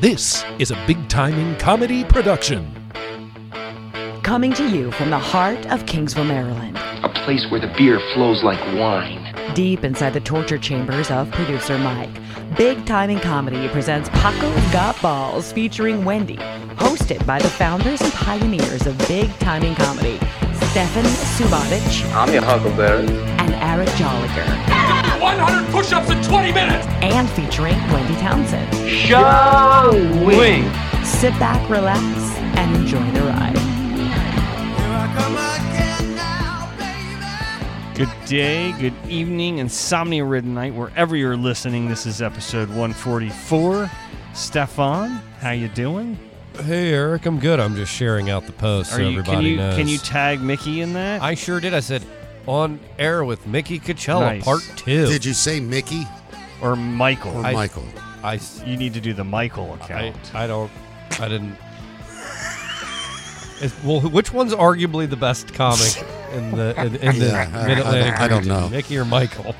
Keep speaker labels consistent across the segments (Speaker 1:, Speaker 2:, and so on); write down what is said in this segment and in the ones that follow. Speaker 1: This is a big timing comedy production.
Speaker 2: Coming to you from the heart of Kingsville, Maryland,
Speaker 3: a place where the beer flows like wine.
Speaker 2: deep inside the torture chambers of producer Mike, Big Timing Comedy presents Paco's Got Balls featuring Wendy, hosted by the founders and pioneers of Big Timing Comedy, Stefan Subotic
Speaker 4: I'm your huckleberry.
Speaker 2: and Eric Jolliger,
Speaker 5: 100 push-ups in 20 minutes.
Speaker 2: and featuring Wendy Townsend.
Speaker 4: Shall we?
Speaker 2: Sit back, relax, and enjoy the ride.
Speaker 6: Good day, good evening, insomnia ridden night, wherever you're listening. This is episode 144. Stefan, how you doing?
Speaker 7: Hey Eric, I'm good. I'm just sharing out the post so
Speaker 6: you,
Speaker 7: everybody
Speaker 6: can you
Speaker 7: knows.
Speaker 6: can you tag Mickey in that?
Speaker 7: I sure did. I said on air with Mickey Coachella,
Speaker 6: Nice.
Speaker 7: part two.
Speaker 8: Did you say Mickey
Speaker 6: or Michael?
Speaker 8: or
Speaker 7: I-
Speaker 8: Michael?
Speaker 7: I, s-
Speaker 6: you need to do the Michael
Speaker 7: I,
Speaker 6: account.
Speaker 7: I don't. I didn't. It's- well, who- which one's arguably the best comic in the in, in the
Speaker 8: Yeah, I- I
Speaker 7: Mid Atlantic?
Speaker 8: don't- I don't know.
Speaker 7: Mickey or Michael.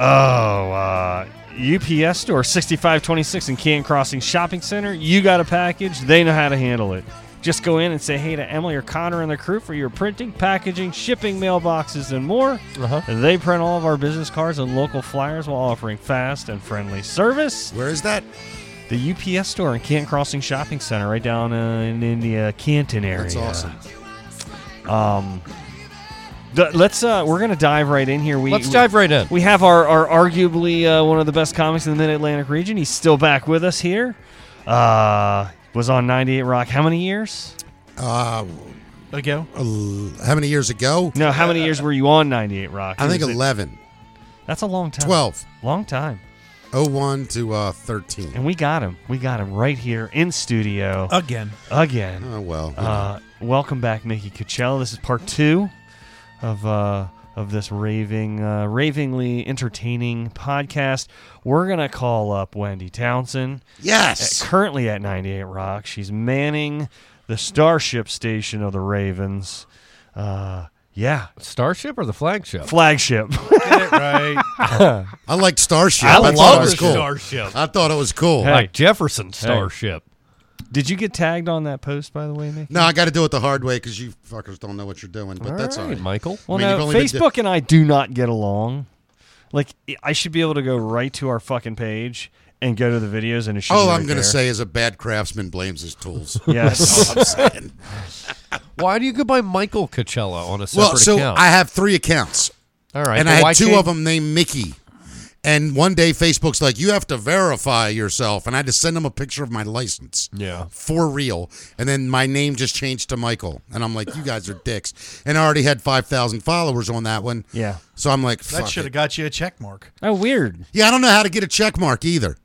Speaker 6: oh, uh, UPS store 6526 in Canton Crossing Shopping Center. You got a package, they know how to handle it. Just go in and say hey to Emily or Connor and the crew for your printing, packaging, shipping, mailboxes, and more.
Speaker 7: Uh-huh.
Speaker 6: They print all of our business cards and local flyers while offering fast and friendly service.
Speaker 8: Where is that?
Speaker 6: The UPS store in Canton Crossing Shopping Center, right down uh, in, in the uh, Canton area.
Speaker 8: That's awesome.
Speaker 6: Um, th- let's uh, we're gonna dive right in here. We
Speaker 7: Let's dive right in.
Speaker 6: We have our, our arguably uh, one of the best comics in the Mid Atlantic region. He's still back with us here. Uh, was on 98 Rock how many years
Speaker 8: Uh,
Speaker 6: ago?
Speaker 8: el- how many years ago?
Speaker 6: No, how many years were you on 98 Rock?
Speaker 8: I think
Speaker 6: Was it-
Speaker 8: 11,
Speaker 6: That's a long time.
Speaker 8: 12,
Speaker 6: Long time.
Speaker 8: 01 to uh, 13.
Speaker 6: And we got him. We got him right here in studio
Speaker 8: Uh,
Speaker 1: Again.
Speaker 6: again.
Speaker 8: Oh, well. you know.
Speaker 6: Uh, welcome back, Mickey Coachella. This is part two of uh, of this raving, uh, ravingly entertaining podcast. We're gonna call up Wendy Townsend,
Speaker 8: yes.
Speaker 6: uh, currently at 98 Rock. She's manning the Starship station of the Ravens. Uh, yeah,
Speaker 7: Starship or the flagship?
Speaker 6: flagship.
Speaker 7: right.
Speaker 8: I liked Starship.
Speaker 7: I
Speaker 8: I, thought
Speaker 7: love
Speaker 8: it was cool.
Speaker 7: Starship.
Speaker 8: I thought it was cool.
Speaker 6: Hey.
Speaker 7: Like Jefferson Starship.
Speaker 6: Did you get tagged on that post, by the way, Mickey?
Speaker 8: No, I got to do it the hard way because you fuckers don't know what you're doing, but that's all right.
Speaker 7: Michael.
Speaker 6: Well,
Speaker 8: I mean, you've
Speaker 6: no,
Speaker 8: only been di-
Speaker 6: Facebook and I do not get along. Like, I- I should be able to go right to our fucking page and go to the videos, and it should.
Speaker 8: All
Speaker 6: be
Speaker 8: Oh, I'm
Speaker 6: right there.
Speaker 8: going to say is a bad craftsman blames his tools.
Speaker 6: yes.
Speaker 8: I'm saying.
Speaker 7: Why do you go by Michael Coachella on a separate
Speaker 8: well, so
Speaker 7: account?
Speaker 8: I have three accounts.
Speaker 7: All right,
Speaker 8: and
Speaker 7: but
Speaker 8: I
Speaker 7: why
Speaker 8: had two
Speaker 7: change-
Speaker 8: of them named Mickey. And one day Facebook's like, you have to verify yourself. And I had to send them a picture of my license.
Speaker 7: Yeah.
Speaker 8: For real. And then my name just changed to Michael. And I'm like, you guys are dicks. And I already had 5,000 followers on that one.
Speaker 6: Yeah.
Speaker 8: So I'm like,
Speaker 9: That
Speaker 8: fuck
Speaker 9: should have
Speaker 8: it.
Speaker 9: got you a check mark.
Speaker 6: Oh, weird.
Speaker 8: Yeah, I don't know how to get a check mark either.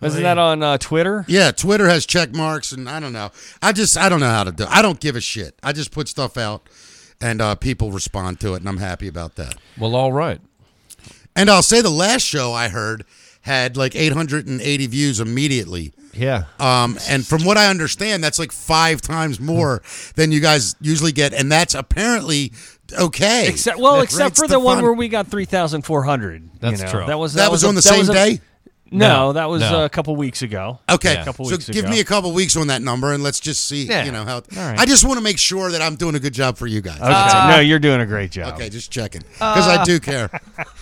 Speaker 6: Wasn't that on uh, Twitter?
Speaker 8: Yeah, Twitter has check marks, and I don't know. I just, I don't know how to do I don't give a shit. I just put stuff out, and uh, people respond to it, and I'm happy about that.
Speaker 7: well, all right.
Speaker 8: And I'll say the last show I heard had like 880 views immediately.
Speaker 7: Yeah.
Speaker 8: Um, and from what I understand, that's like five times more than you guys usually get, and that's apparently okay.
Speaker 6: Except well,
Speaker 8: That
Speaker 6: except
Speaker 8: rates
Speaker 6: for the one
Speaker 8: fun.
Speaker 6: where we got three thousand four hundred.
Speaker 7: That's
Speaker 6: you know?
Speaker 7: true.
Speaker 6: That was
Speaker 8: that, was
Speaker 6: a-
Speaker 8: on the
Speaker 6: that
Speaker 8: same
Speaker 6: was a-
Speaker 8: day.
Speaker 6: No,
Speaker 7: No,
Speaker 6: that was
Speaker 7: no.
Speaker 6: a couple weeks ago.
Speaker 8: Okay,
Speaker 7: Yeah.
Speaker 6: Couple
Speaker 8: so
Speaker 6: weeks
Speaker 8: give
Speaker 6: ago.
Speaker 8: me a couple weeks on that number, and let's just see.
Speaker 7: Yeah.
Speaker 8: You know how.
Speaker 6: All right.
Speaker 8: I just want to make sure that I'm doing a good job for you guys.
Speaker 6: Okay. Uh, no, you're doing a great job.
Speaker 8: Okay, just checking because I do care.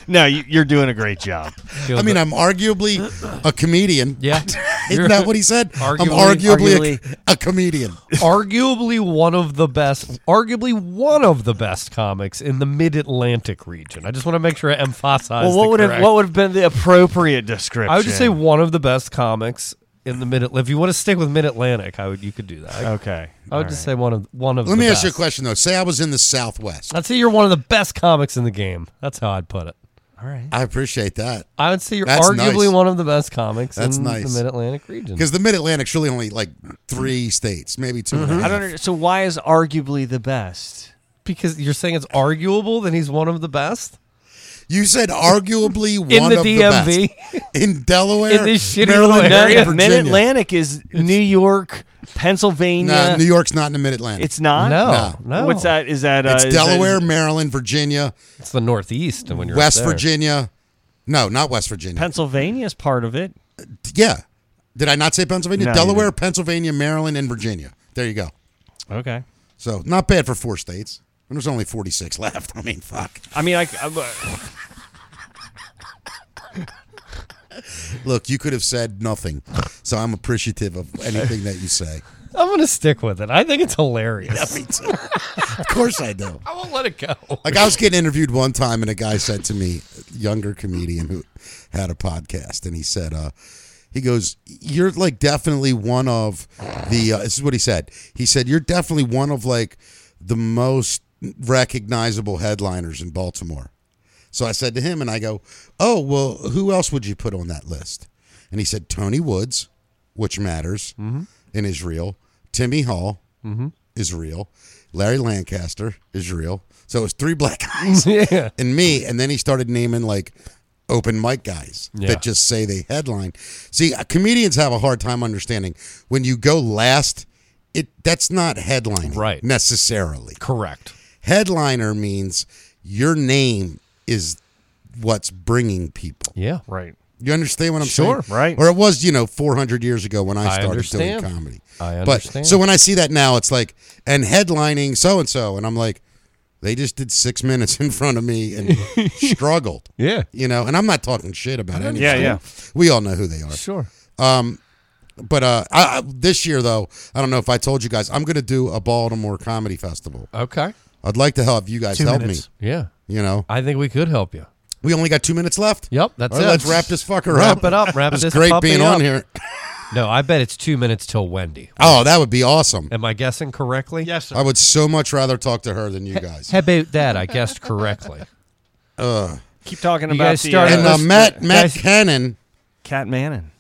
Speaker 6: No, you, you're doing a great job.
Speaker 8: I mean, I'm arguably a comedian.
Speaker 7: yeah.
Speaker 8: Isn't that what he said? I'm
Speaker 7: Arguably-
Speaker 8: arguably, a, a comedian.
Speaker 7: arguably one of the best, arguably one of the best comics in the Mid Atlantic region. I just want to make sure I emphasize.
Speaker 6: well, what
Speaker 7: the
Speaker 6: would have
Speaker 7: correct-
Speaker 6: what would have been the appropriate description?
Speaker 7: I would just say one of the best comics in the Mid. If you want to stick with Mid Atlantic, I would. You could do that. I,
Speaker 6: Okay.
Speaker 7: I would
Speaker 6: all
Speaker 7: just
Speaker 6: right.
Speaker 7: say one of one of.
Speaker 8: Let
Speaker 7: the
Speaker 8: me ask you a
Speaker 7: best.
Speaker 8: question though. Say I was in the Southwest.
Speaker 7: I'd say you're one of the best comics in the game. That's how I'd put it.
Speaker 6: All
Speaker 7: Mm-hmm.
Speaker 6: right.
Speaker 8: I appreciate that.
Speaker 7: I would say you're
Speaker 8: That's
Speaker 7: arguably
Speaker 8: nice.
Speaker 7: one of the best comics
Speaker 8: That's
Speaker 7: in
Speaker 8: nice.
Speaker 7: the Mid Atlantic region.
Speaker 8: Because the Mid Atlantic's really only like three states, maybe 2
Speaker 7: Mm-hmm.
Speaker 8: and a
Speaker 6: I
Speaker 8: half.
Speaker 6: don't. under- So why is arguably the best?
Speaker 7: Because you're saying it's arguable that he's one of the best
Speaker 8: You said arguably
Speaker 7: in
Speaker 8: one
Speaker 7: the
Speaker 8: of the
Speaker 7: DMV.
Speaker 8: best in Delaware,
Speaker 7: In this shitty
Speaker 8: Maryland,
Speaker 7: little
Speaker 8: and
Speaker 7: area.
Speaker 6: No,
Speaker 8: Virginia.
Speaker 6: Mid Atlantic is New York,
Speaker 8: No,
Speaker 6: Pennsylvania.
Speaker 8: New York's not in the Mid Atlantic. It's,
Speaker 6: It's not.
Speaker 7: no, no.
Speaker 6: What's that? Is that uh, is that-
Speaker 8: Delaware, Maryland, Virginia,
Speaker 7: It's the Northeast, and when you're up
Speaker 8: West
Speaker 7: there.
Speaker 8: Virginia. No, not West Virginia.
Speaker 6: Pennsylvania's part of it.
Speaker 8: yeah, Did I not say Pennsylvania?
Speaker 6: No, you
Speaker 8: Delaware, Pennsylvania, Maryland, and Virginia. There you go.
Speaker 6: Okay.
Speaker 8: So not bad for four states. And there's only 46 left. I mean, fuck.
Speaker 6: I mean, I, I'm, uh,
Speaker 8: Look, you could have said nothing. So I'm appreciative of anything that you say.
Speaker 7: I'm gonna stick with it. I think it's hilarious.
Speaker 8: Me too. of course I do.
Speaker 7: I won't let it go.
Speaker 8: Like I was getting interviewed one time, and a guy said to me, a younger comedian who had a podcast, and he said, uh, he goes, "You're like definitely one of the." Uh, this is what he said. He said, "You're definitely one of like the most recognizable headliners in Baltimore." So I said to him, and I go, "Oh well, who else would you put on that list?" And he said, "Tony Woods, which matters
Speaker 7: Mm-hmm.
Speaker 8: in Israel. Timmy Hall, Israel. Larry Lancaster, Israel. So it was three black guys
Speaker 7: Yeah.
Speaker 8: and me. And then he started naming like open mic guys
Speaker 7: Yeah.
Speaker 8: that just say they headline. See, uh, comedians have a hard time understanding when you go last. It that's not headline
Speaker 7: Right.
Speaker 8: necessarily.
Speaker 7: Correct.
Speaker 8: Headliner means your name is what's bringing people.
Speaker 7: Yeah.
Speaker 6: right.
Speaker 8: You understand what I'm
Speaker 7: Sure,
Speaker 8: saying?
Speaker 6: right.
Speaker 8: Or it was, you know, 400 years ago when I
Speaker 7: I
Speaker 8: started doing
Speaker 7: understand.
Speaker 8: comedy.
Speaker 7: I
Speaker 8: But
Speaker 7: understand.
Speaker 8: so when I see that now, it's like and headlining so and so, and I'm like, they just did six minutes in front of me and struggled.
Speaker 7: Yeah.
Speaker 8: You know, and I'm not talking shit about anything.
Speaker 6: Yeah, yeah.
Speaker 8: We all know who they are.
Speaker 7: Sure.
Speaker 8: But uh, I, I- this year though, I don't know if I told you guys, I'm going to do a Baltimore comedy festival.
Speaker 7: Okay.
Speaker 8: I'd like to help you guys help
Speaker 7: Yeah.
Speaker 8: me. You know,
Speaker 7: I think we could help you.
Speaker 8: we only got two minutes left.
Speaker 7: Yep, that's
Speaker 8: All right,
Speaker 7: it.
Speaker 8: Let's wrap this fucker
Speaker 7: Wrap
Speaker 8: up.
Speaker 7: it up, wrap
Speaker 8: It's
Speaker 7: this
Speaker 8: great
Speaker 7: puppy
Speaker 8: being on
Speaker 7: up.
Speaker 8: here.
Speaker 7: No, I bet it's two minutes till Wendy.
Speaker 8: Oh, that would be awesome.
Speaker 7: Am I guessing correctly? Yes.
Speaker 8: I would so much rather talk to her than you guys.
Speaker 7: How about that? I guessed correctly.
Speaker 6: Keep talking
Speaker 7: You
Speaker 6: about
Speaker 7: guys
Speaker 6: the
Speaker 7: started
Speaker 8: And
Speaker 6: uh,
Speaker 8: uh,
Speaker 7: Let's-
Speaker 8: Matt Matt
Speaker 7: guys-
Speaker 8: Cannon
Speaker 6: Cat Manning.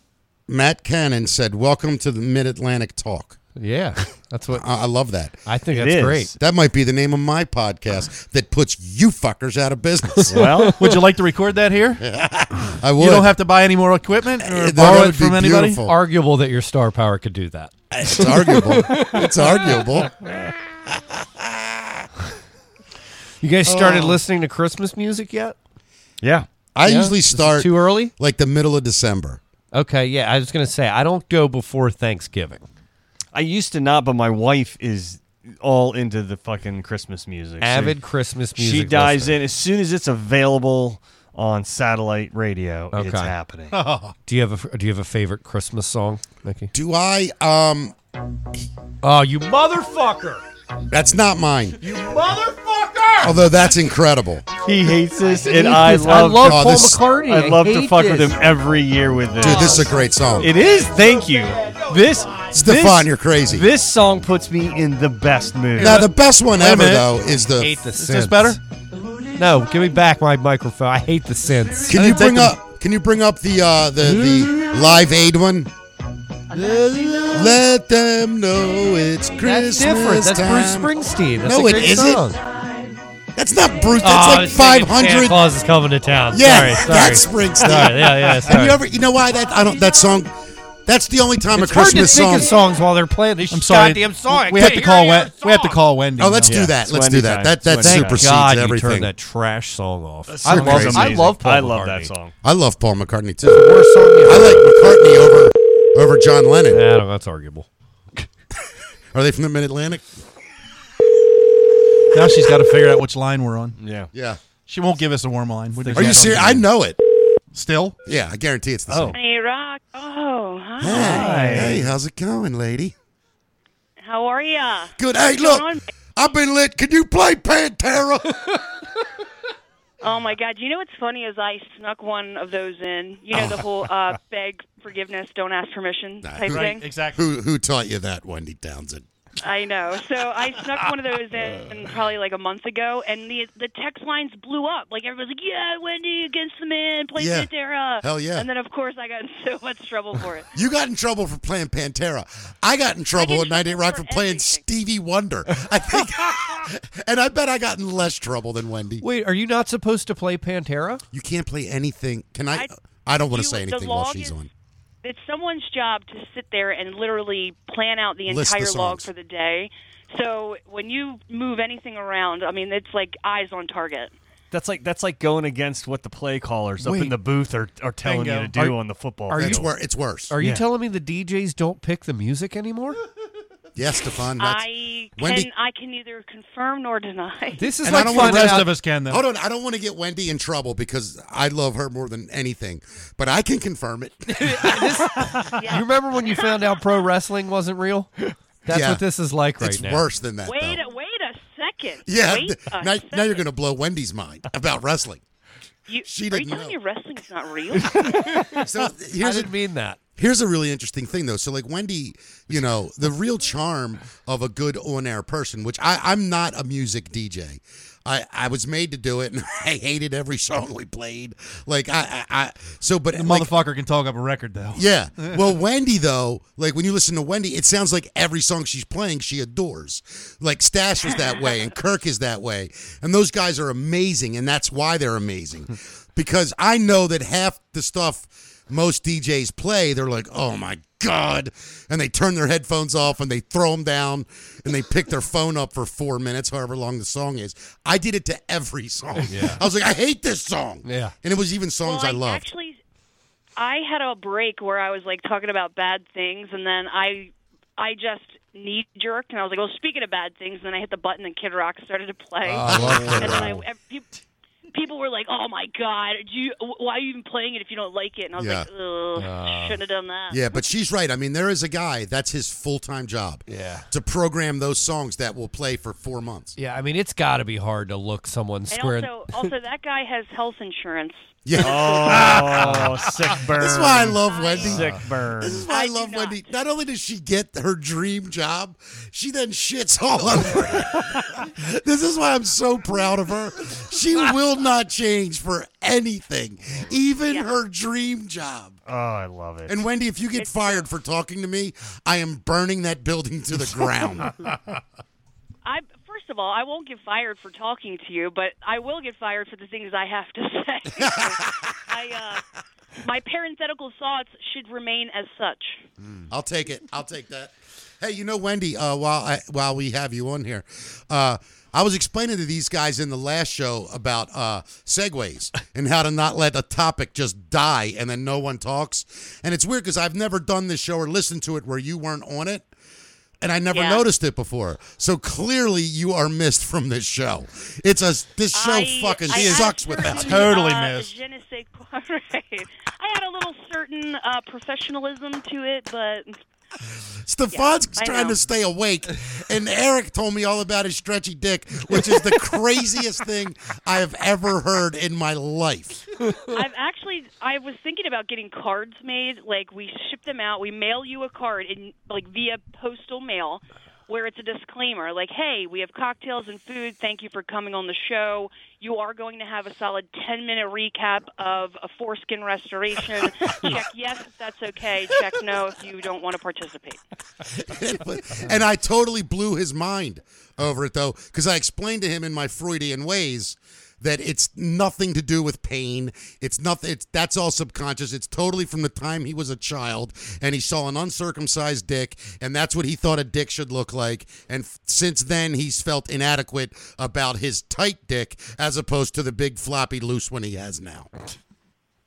Speaker 8: Matt Cannon said, "Welcome to the Mid Atlantic Talk."
Speaker 7: Yeah, that's what
Speaker 8: I-, I love that.
Speaker 7: I think.
Speaker 6: It
Speaker 7: That's
Speaker 6: is.
Speaker 7: great.
Speaker 8: That might be the name of my podcast that puts you fuckers out of business.
Speaker 6: Well,
Speaker 9: Would you like to record that here?
Speaker 8: I would.
Speaker 9: You don't have to buy any more equipment
Speaker 8: Uh,
Speaker 9: or
Speaker 8: that
Speaker 9: borrow
Speaker 8: would
Speaker 9: it from
Speaker 8: be
Speaker 9: anybody.
Speaker 8: beautiful.
Speaker 7: Arguable that your star power could do that.
Speaker 8: It's arguable. it's arguable.
Speaker 7: You guys started listening to Christmas music yet?
Speaker 6: yeah.
Speaker 8: I
Speaker 7: Yeah?
Speaker 8: usually
Speaker 7: Is it
Speaker 8: start
Speaker 7: too early.
Speaker 8: like the middle of December.
Speaker 7: Okay, yeah. I was gonna say I don't go before Thanksgiving.
Speaker 6: I used to not, but my wife is all into the fucking Christmas music. So
Speaker 7: Avid Christmas music.
Speaker 6: She dives
Speaker 7: listener.
Speaker 6: in as soon as it's available on satellite radio. It's
Speaker 7: Okay.
Speaker 6: happening.
Speaker 8: Oh.
Speaker 7: Do you have a Do you have a favorite Christmas song, Mickey?
Speaker 8: Do I? Um,
Speaker 7: Oh, you motherfucker!
Speaker 8: that's not mine. You motherfucker! Although that's incredible.
Speaker 6: he hates this, and I love.
Speaker 7: I love
Speaker 8: Oh,
Speaker 7: Paul
Speaker 8: this-
Speaker 7: McCartney.
Speaker 6: I love to
Speaker 7: hate
Speaker 6: fuck with
Speaker 7: this.
Speaker 6: him every year with this.
Speaker 8: Dude, this is a great song.
Speaker 6: It is. Thank you. This
Speaker 8: Stefan,
Speaker 6: this-
Speaker 8: you're crazy.
Speaker 6: This song puts me in the best mood.
Speaker 8: now the best one ever
Speaker 9: minute.
Speaker 8: though is the.
Speaker 7: Hate the synths.
Speaker 9: Is this better?
Speaker 7: No, give me back my microphone. I hate the synths.
Speaker 8: Can
Speaker 9: I
Speaker 8: you
Speaker 9: didn't take
Speaker 8: bring
Speaker 9: the-
Speaker 8: up? Can you bring up the uh, the the Live Aid one? Let them know it's Christmas
Speaker 7: That's different. That's Bruce
Speaker 8: time.
Speaker 7: Springsteen. That's
Speaker 8: No,
Speaker 7: a
Speaker 8: it
Speaker 7: great
Speaker 8: isn't.
Speaker 7: song.
Speaker 8: That's not Bruce.
Speaker 7: Oh,
Speaker 8: That's
Speaker 7: this
Speaker 8: like
Speaker 7: nigga Santa
Speaker 8: 500.
Speaker 7: Claus is coming to town.
Speaker 8: Yeah,
Speaker 7: sorry, sorry.
Speaker 8: that's Springsteen.
Speaker 7: sorry. Yeah, yeah. Sorry.
Speaker 8: Have you ever? You know why that? I don't. That song. That's the only time
Speaker 7: it's
Speaker 8: a
Speaker 7: hard to
Speaker 8: Christmas
Speaker 7: think
Speaker 8: song.
Speaker 7: of songs while they're playing this
Speaker 9: I'm sorry.
Speaker 7: goddamn song. I
Speaker 9: We have
Speaker 7: can't
Speaker 9: to
Speaker 7: hear
Speaker 9: call.
Speaker 7: your
Speaker 9: Wen- we have to
Speaker 7: song.
Speaker 9: call Wendy.
Speaker 8: Oh, let's
Speaker 9: now.
Speaker 8: do that.
Speaker 6: it's
Speaker 8: Let's do that.
Speaker 6: anytime.
Speaker 8: That that
Speaker 6: It's anytime.
Speaker 8: supersedes
Speaker 7: God, you
Speaker 8: everything.
Speaker 7: turned that trash song off.
Speaker 6: I
Speaker 8: song
Speaker 6: love
Speaker 8: is
Speaker 6: him.
Speaker 8: amazing.
Speaker 7: I love Paul
Speaker 6: I love that
Speaker 7: McCartney.
Speaker 6: song.
Speaker 8: I love Paul McCartney too. I like McCartney over over John Lennon.
Speaker 7: Yeah, I don't know, that's arguable.
Speaker 8: Are they from the Mid Atlantic?
Speaker 9: Now she's got to figure out which line we're on.
Speaker 6: Yeah.
Speaker 8: Yeah.
Speaker 9: She won't give us a warm line.
Speaker 8: Are you serious? I know it.
Speaker 9: Still,
Speaker 8: Yeah, I guarantee it's the
Speaker 6: Oh.
Speaker 8: same.
Speaker 10: Hey, Rock. Oh, hi.
Speaker 8: Hey, how's it going, lady?
Speaker 10: How are ya?
Speaker 8: Good. Hey,
Speaker 10: going
Speaker 8: look,
Speaker 10: on?
Speaker 8: I've been lit. Can you play Pantera?
Speaker 10: Oh my God! You know what's funny is I snuck one of those in. You
Speaker 8: Oh.
Speaker 10: know the whole uh, beg forgiveness, don't ask permission type thing.
Speaker 9: exactly.
Speaker 8: who who taught you that, Wendy Townsend?
Speaker 10: I know. So I snuck one of those
Speaker 8: Uh.
Speaker 10: in probably like a month ago, and the the text lines blew up. Like everybody's like, "Yeah, Wendy against the man, play
Speaker 8: Yeah.
Speaker 10: Pantera."
Speaker 8: Hell yeah.
Speaker 10: uh," And then of course I got in so much trouble for it.
Speaker 8: You got in trouble for playing Pantera. I got in trouble
Speaker 10: in
Speaker 8: at 98
Speaker 10: trouble
Speaker 8: Rock for
Speaker 10: for
Speaker 8: playing
Speaker 10: everything.
Speaker 8: Stevie Wonder. I think, and I bet I got in less trouble than Wendy.
Speaker 7: Wait, are you not supposed to play Pantera?
Speaker 8: You can't play anything. Can I?
Speaker 10: I-
Speaker 8: I don't want to
Speaker 10: you-
Speaker 8: say
Speaker 10: the
Speaker 8: anything while
Speaker 10: log
Speaker 8: she's
Speaker 10: is-
Speaker 8: on.
Speaker 10: it's someone's job to sit there and literally plan out the
Speaker 8: List the
Speaker 10: entire log
Speaker 8: songs.
Speaker 10: for the day. So when you move anything around, I mean, it's like eyes on target.
Speaker 6: That's like that's like going against what the play callers up in
Speaker 9: Wait.
Speaker 6: the booth are, are telling
Speaker 9: Bingo.
Speaker 6: you to do
Speaker 7: Are-
Speaker 6: on the football
Speaker 7: are you-
Speaker 6: field.
Speaker 8: It's, wor- it's worse.
Speaker 7: Are you
Speaker 6: Yeah.
Speaker 7: telling me the DJs don't pick the music anymore?
Speaker 8: Yes, Stefan. that's-
Speaker 10: I can
Speaker 8: Wendy-
Speaker 10: I can neither confirm nor deny.
Speaker 7: This is
Speaker 8: And I
Speaker 7: like
Speaker 8: don't
Speaker 9: The
Speaker 8: wanna
Speaker 7: finding
Speaker 9: rest
Speaker 7: out-
Speaker 9: of us can, though.
Speaker 8: Hold on, I don't want to get Wendy in trouble because I love her more than anything, but I can confirm it.
Speaker 7: You remember when you found out pro wrestling wasn't real? That's
Speaker 8: Yeah.
Speaker 7: what this is like right
Speaker 8: it's
Speaker 7: now.
Speaker 8: worse than that.
Speaker 10: Wait,
Speaker 8: though.
Speaker 10: a, wait a second.
Speaker 8: Yeah,
Speaker 10: Wait
Speaker 8: th-
Speaker 10: a
Speaker 8: now, now you're
Speaker 10: second.
Speaker 8: going to blow Wendy's mind about wrestling.
Speaker 10: You, are
Speaker 8: she
Speaker 10: you
Speaker 8: didn't
Speaker 10: telling
Speaker 8: know.
Speaker 10: me wrestling's not real?
Speaker 8: So
Speaker 7: I
Speaker 8: here's a,
Speaker 7: didn't mean that.
Speaker 8: here's a really interesting thing though. So like Wendy, you know, the real charm of a good on-air person, which I, I'm not a music DJ. I, I was made to do it, and I hated every song we played. Like I, I, I so but
Speaker 9: The
Speaker 8: like,
Speaker 9: motherfucker can talk up a record, though.
Speaker 8: Yeah. Well, Wendy though, like when you listen to Wendy, it sounds like every song she's playing she adores. Like Stash is that way and Kirk is that way. And those guys are amazing and that's why they're amazing. Because I know that half the stuff most DJs play, they're like, "Oh my god." And they turn their headphones off and they throw them down and they pick their phone up for 4 minutes however long the song is. I did it to every song. I was like, "I hate this song."
Speaker 7: Yeah.
Speaker 8: And it was even songs
Speaker 10: well,
Speaker 8: I loved.
Speaker 10: Actually, I had a break where I was like talking about bad things, and then I, I just knee jerked, and I was like, "Well, speaking of bad things," and then I hit the button, and Kid Rock started to play,
Speaker 8: Oh,
Speaker 10: and then I. ev- peop- People were like, "Oh my God, do you, why are you even playing it if you don't like it?" And I was
Speaker 8: Yeah. Uh,
Speaker 10: like, "Ugh, shouldn't have done that."
Speaker 8: Yeah, but she's right. I mean, there is a guy that's his full time job.
Speaker 7: Yeah.
Speaker 8: To program those songs that will play for four months.
Speaker 7: Yeah, I mean it's got to be hard to look someone
Speaker 10: And
Speaker 7: square. in-
Speaker 10: also, also that guy has health insurance.
Speaker 8: Yeah.
Speaker 6: Oh, sick burn.
Speaker 8: This is why I love Wendy.
Speaker 6: sick burn.
Speaker 8: This is why I,
Speaker 10: I do
Speaker 8: love
Speaker 10: not.
Speaker 8: Wendy. Not only does she get her dream job, she then shits all over it. this is why I'm so proud of her. She will not change for anything, even
Speaker 10: Yeah.
Speaker 8: her dream job.
Speaker 6: Oh, I love it.
Speaker 8: And Wendy, if you get fired for talking to me, I am burning that building to the ground.
Speaker 10: I first of all, I won't get fired for talking to you, but I will get fired for the things I have to say. I, uh, my parenthetical thoughts should remain as such.
Speaker 8: Mm. I'll take it. I'll take that. Hey, you know Wendy? Uh, while I, while we have you on here, uh, I was explaining to these guys in the last show about uh, segues and how to not let a topic just die and then no one talks. And it's weird because I've never done this show or listened to it where you weren't on it. And I never
Speaker 10: Yeah.
Speaker 8: noticed it before, so clearly you are missed from this show. It's a this show
Speaker 10: I,
Speaker 8: fucking
Speaker 10: I had
Speaker 8: sucks
Speaker 10: certain,
Speaker 8: without you.
Speaker 9: Totally
Speaker 10: uh,
Speaker 9: missed.
Speaker 10: Je ne sais quoi, right. I had a little certain uh, professionalism to it, but
Speaker 8: Stefan's
Speaker 10: I
Speaker 8: trying
Speaker 10: know.
Speaker 8: to stay awake, and Eric told me all about his stretchy dick, which is the craziest thing I have ever heard in my life.
Speaker 10: I've actually I was thinking about getting cards made. Like we ship them out, we mail you a card in like via postal mail, where it's a disclaimer like, "Hey, we have cocktails and food. Thank you for coming on the show. You are going to have a solid ten minute recap of a foreskin restoration. Check yes if that's okay. Check no if you don't want to participate."
Speaker 8: and I totally blew his mind over it, though, because I explained to him in my Freudian ways that it's nothing to do with pain. It's nothing. It's, that's all subconscious. It's totally from the time he was a child and he saw an uncircumcised dick, and that's what he thought a dick should look like. And f- since then, he's felt inadequate about his tight dick as opposed to the big floppy loose one he has now.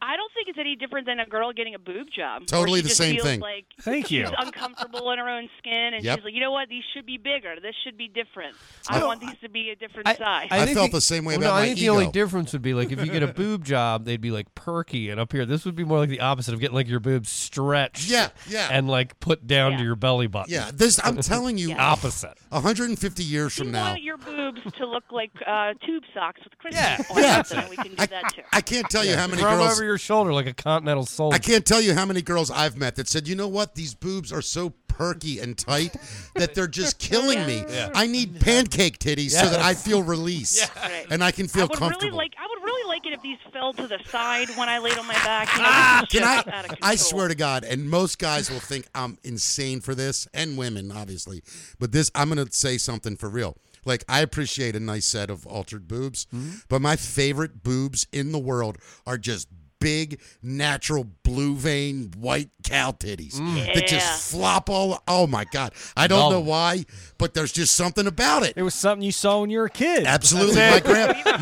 Speaker 10: I don't think it's any different than a girl getting a boob job. where
Speaker 8: Totally
Speaker 10: she
Speaker 8: the
Speaker 10: just
Speaker 8: same
Speaker 10: feels
Speaker 8: thing.
Speaker 10: Like
Speaker 6: Thank you.
Speaker 10: she's uncomfortable in her own skin, and
Speaker 8: Yep.
Speaker 10: she's like, you know what? These should be bigger. This should be different. I, want these to be a different size.
Speaker 8: I felt the same way
Speaker 7: well,
Speaker 8: about
Speaker 7: no, I
Speaker 8: my
Speaker 7: think the only
Speaker 8: ego.
Speaker 7: difference would be like if you get a boob job, they'd be like perky, and up here, this would be more like the opposite of getting like your boobs stretched.
Speaker 8: Yeah, yeah.
Speaker 7: And like put down to
Speaker 10: Yeah.
Speaker 7: your belly button.
Speaker 8: Yeah, this I'm telling you,
Speaker 7: Opposite.
Speaker 8: 150 years
Speaker 10: you
Speaker 8: from now.
Speaker 10: want your boobs to look like uh, tube socks with Christmas
Speaker 7: Yeah,
Speaker 10: on
Speaker 8: yeah.
Speaker 10: it, so we can do that too.
Speaker 8: I can't tell you how many
Speaker 7: Throw 'em
Speaker 8: girls
Speaker 7: over your shoulder like a continental soldier.
Speaker 8: I can't tell you how many girls I've met that said, you know what, these boobs are so perky and tight that they're just killing me. I need pancake titties so that I feel release
Speaker 10: Right.
Speaker 8: and I can
Speaker 10: I
Speaker 8: feel
Speaker 10: would
Speaker 8: comfortable.
Speaker 10: really like. I would really like it if these fell to the side when I laid on my back. You know, ah,
Speaker 8: can
Speaker 10: Out of
Speaker 8: I?
Speaker 10: control.
Speaker 8: I swear to God, and most guys will think I'm insane for this, and women obviously. But this, I'm gonna say something for real. Like I
Speaker 10: Mm-hmm.
Speaker 8: appreciate a nice set of altered boobs, but my favorite boobs in the world are just big, natural blue vein white cow titties that
Speaker 10: Yeah.
Speaker 8: just flop all. Oh my god! I don't
Speaker 7: No.
Speaker 8: know why, but there's just something about it.
Speaker 6: It was something you saw when you were a kid.
Speaker 8: Absolutely, my, gran-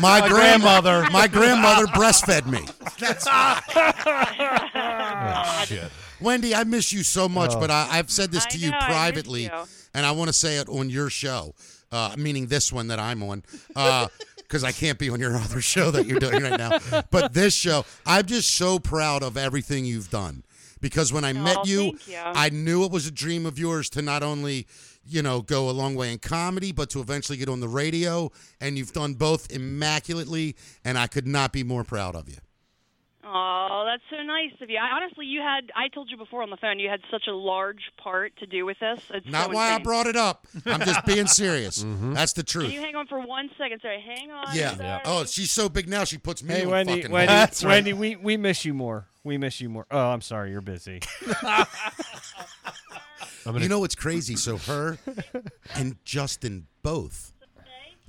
Speaker 8: my, grandmother, my grandmother breastfed me. That's
Speaker 7: Oh, shit.
Speaker 8: Wendy. I miss you so much, but I, I've said this
Speaker 10: I
Speaker 8: to you
Speaker 10: know, I miss
Speaker 8: privately,
Speaker 10: you.
Speaker 8: and I want to say it on your show, uh, meaning this one that I'm on. Uh, Because I can't be on your other show that you're doing right now, but this show, I'm just so proud of everything you've done. Because when I met
Speaker 10: Aw,
Speaker 8: you,
Speaker 10: Oh, thank you.
Speaker 8: I knew it was a dream of yours to not only, you know, go a long way in comedy, but to eventually get on the radio. And you've done both immaculately, and I could not be more proud of you.
Speaker 10: Oh, that's so nice of you. I, honestly, you had, I told you before on the phone, you had such a large part to do with this. It's
Speaker 8: Not
Speaker 10: so
Speaker 8: why I
Speaker 10: insane.
Speaker 8: brought it up. I'm just being serious. That's the
Speaker 10: Can
Speaker 8: truth.
Speaker 10: Mm-hmm. you hang on for one second? Sorry, hang on.
Speaker 8: Yeah.
Speaker 10: Sorry.
Speaker 8: Oh, she's so big now she puts me
Speaker 6: Hey
Speaker 8: on
Speaker 6: Wendy,
Speaker 8: fucking
Speaker 6: Wendy,
Speaker 8: hold.
Speaker 6: Wendy, we, we miss you more. We miss you more. Oh, I'm sorry, you're busy.
Speaker 8: You know what's crazy? So her and Justin both,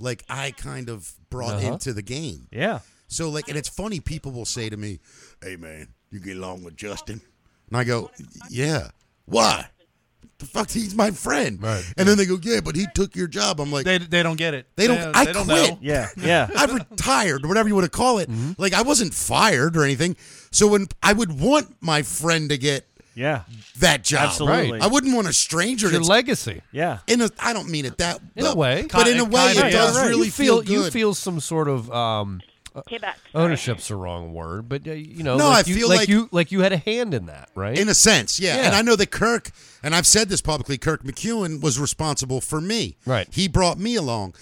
Speaker 8: like I kind of brought into the game.
Speaker 6: Uh-huh. Yeah.
Speaker 8: So like, and it's funny. People will say to me, "Hey man, you get along with Justin?" And I go, "Yeah." Why? The fuck? He's my friend.
Speaker 7: Right.
Speaker 8: And then they go, "Yeah, but he took your job." I'm like,
Speaker 9: They, they don't get it.
Speaker 8: They don't- I quit.
Speaker 9: know.
Speaker 6: Yeah. Yeah.
Speaker 8: I retired, or whatever you want to call it.
Speaker 6: Mm-hmm.
Speaker 8: Like I wasn't fired or anything. So when I would want my friend to get
Speaker 6: Yeah.
Speaker 8: that job,
Speaker 6: Absolutely.
Speaker 8: I wouldn't want a stranger.
Speaker 7: It's your
Speaker 8: that's-
Speaker 7: legacy.
Speaker 6: Yeah.
Speaker 8: in a, I don't mean it that
Speaker 7: In a
Speaker 8: but-
Speaker 7: way.
Speaker 8: but in a way,
Speaker 9: Kinda,
Speaker 8: it
Speaker 9: yeah.
Speaker 8: does
Speaker 6: Right.
Speaker 8: really
Speaker 7: you feel,
Speaker 8: good.
Speaker 7: you feel some sort of um,
Speaker 10: Okay, back. Sorry.
Speaker 7: ownership's the wrong word, but uh, you know,
Speaker 8: No,
Speaker 7: like
Speaker 8: I
Speaker 7: you,
Speaker 8: feel like-
Speaker 7: you like you had a hand in that, right?
Speaker 8: in a sense, yeah.
Speaker 7: Yeah.
Speaker 8: And I know that Kirk, and I've said this publicly, Kirk McEwen was responsible for me.
Speaker 7: Right.
Speaker 8: He brought me along.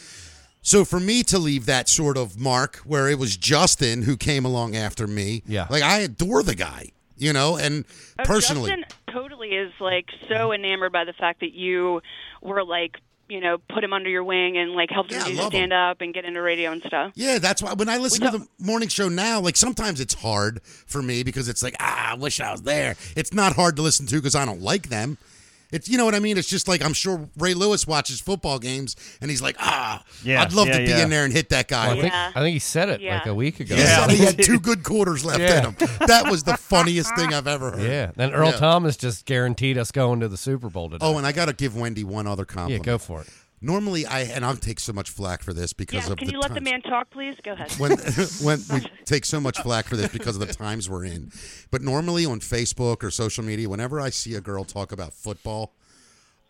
Speaker 8: So for me to leave that sort of mark where it was Justin who came along after me,
Speaker 7: Yeah.
Speaker 8: like I adore the guy, you know, and
Speaker 10: Oh,
Speaker 8: personally,
Speaker 10: Justin totally is like so enamored by the fact that you were like, you know, put him under your wing and like helped
Speaker 8: Yeah, I
Speaker 10: him do
Speaker 8: love him.
Speaker 10: stand up and get into radio and stuff.
Speaker 8: Yeah, that's why when I listen
Speaker 10: We
Speaker 8: to
Speaker 10: know-
Speaker 8: the morning show now, like sometimes it's hard for me because it's like, ah, I wish I was there. It's not hard to listen to because I don't like them. It's you know what I mean? It's just like I'm sure Ray Lewis watches football games and he's like, ah,
Speaker 6: Yeah,
Speaker 8: I'd love
Speaker 6: yeah,
Speaker 8: to be
Speaker 6: yeah.
Speaker 8: in there and hit that guy.
Speaker 7: I think
Speaker 10: Yeah.
Speaker 7: I think he said it
Speaker 10: Yeah.
Speaker 7: like a week ago.
Speaker 8: He
Speaker 7: yeah.
Speaker 8: said he had two good quarters left
Speaker 7: Yeah.
Speaker 8: in him. That was the funniest thing I've ever heard.
Speaker 7: Then Earl
Speaker 8: Yeah.
Speaker 7: Thomas just guaranteed us going to the Super Bowl today.
Speaker 8: Oh, and I got to give Wendy one other
Speaker 7: yeah,
Speaker 8: compliment.
Speaker 7: go for it.
Speaker 8: Normally, I and I'll take so much flack for this because
Speaker 10: Yeah,
Speaker 8: of
Speaker 10: can
Speaker 8: the
Speaker 10: you let the
Speaker 8: times-
Speaker 10: man talk, please? Go ahead.
Speaker 8: when when we take so much flack for this because of the times we're in. But normally on Facebook or social media, whenever I see a girl talk about football,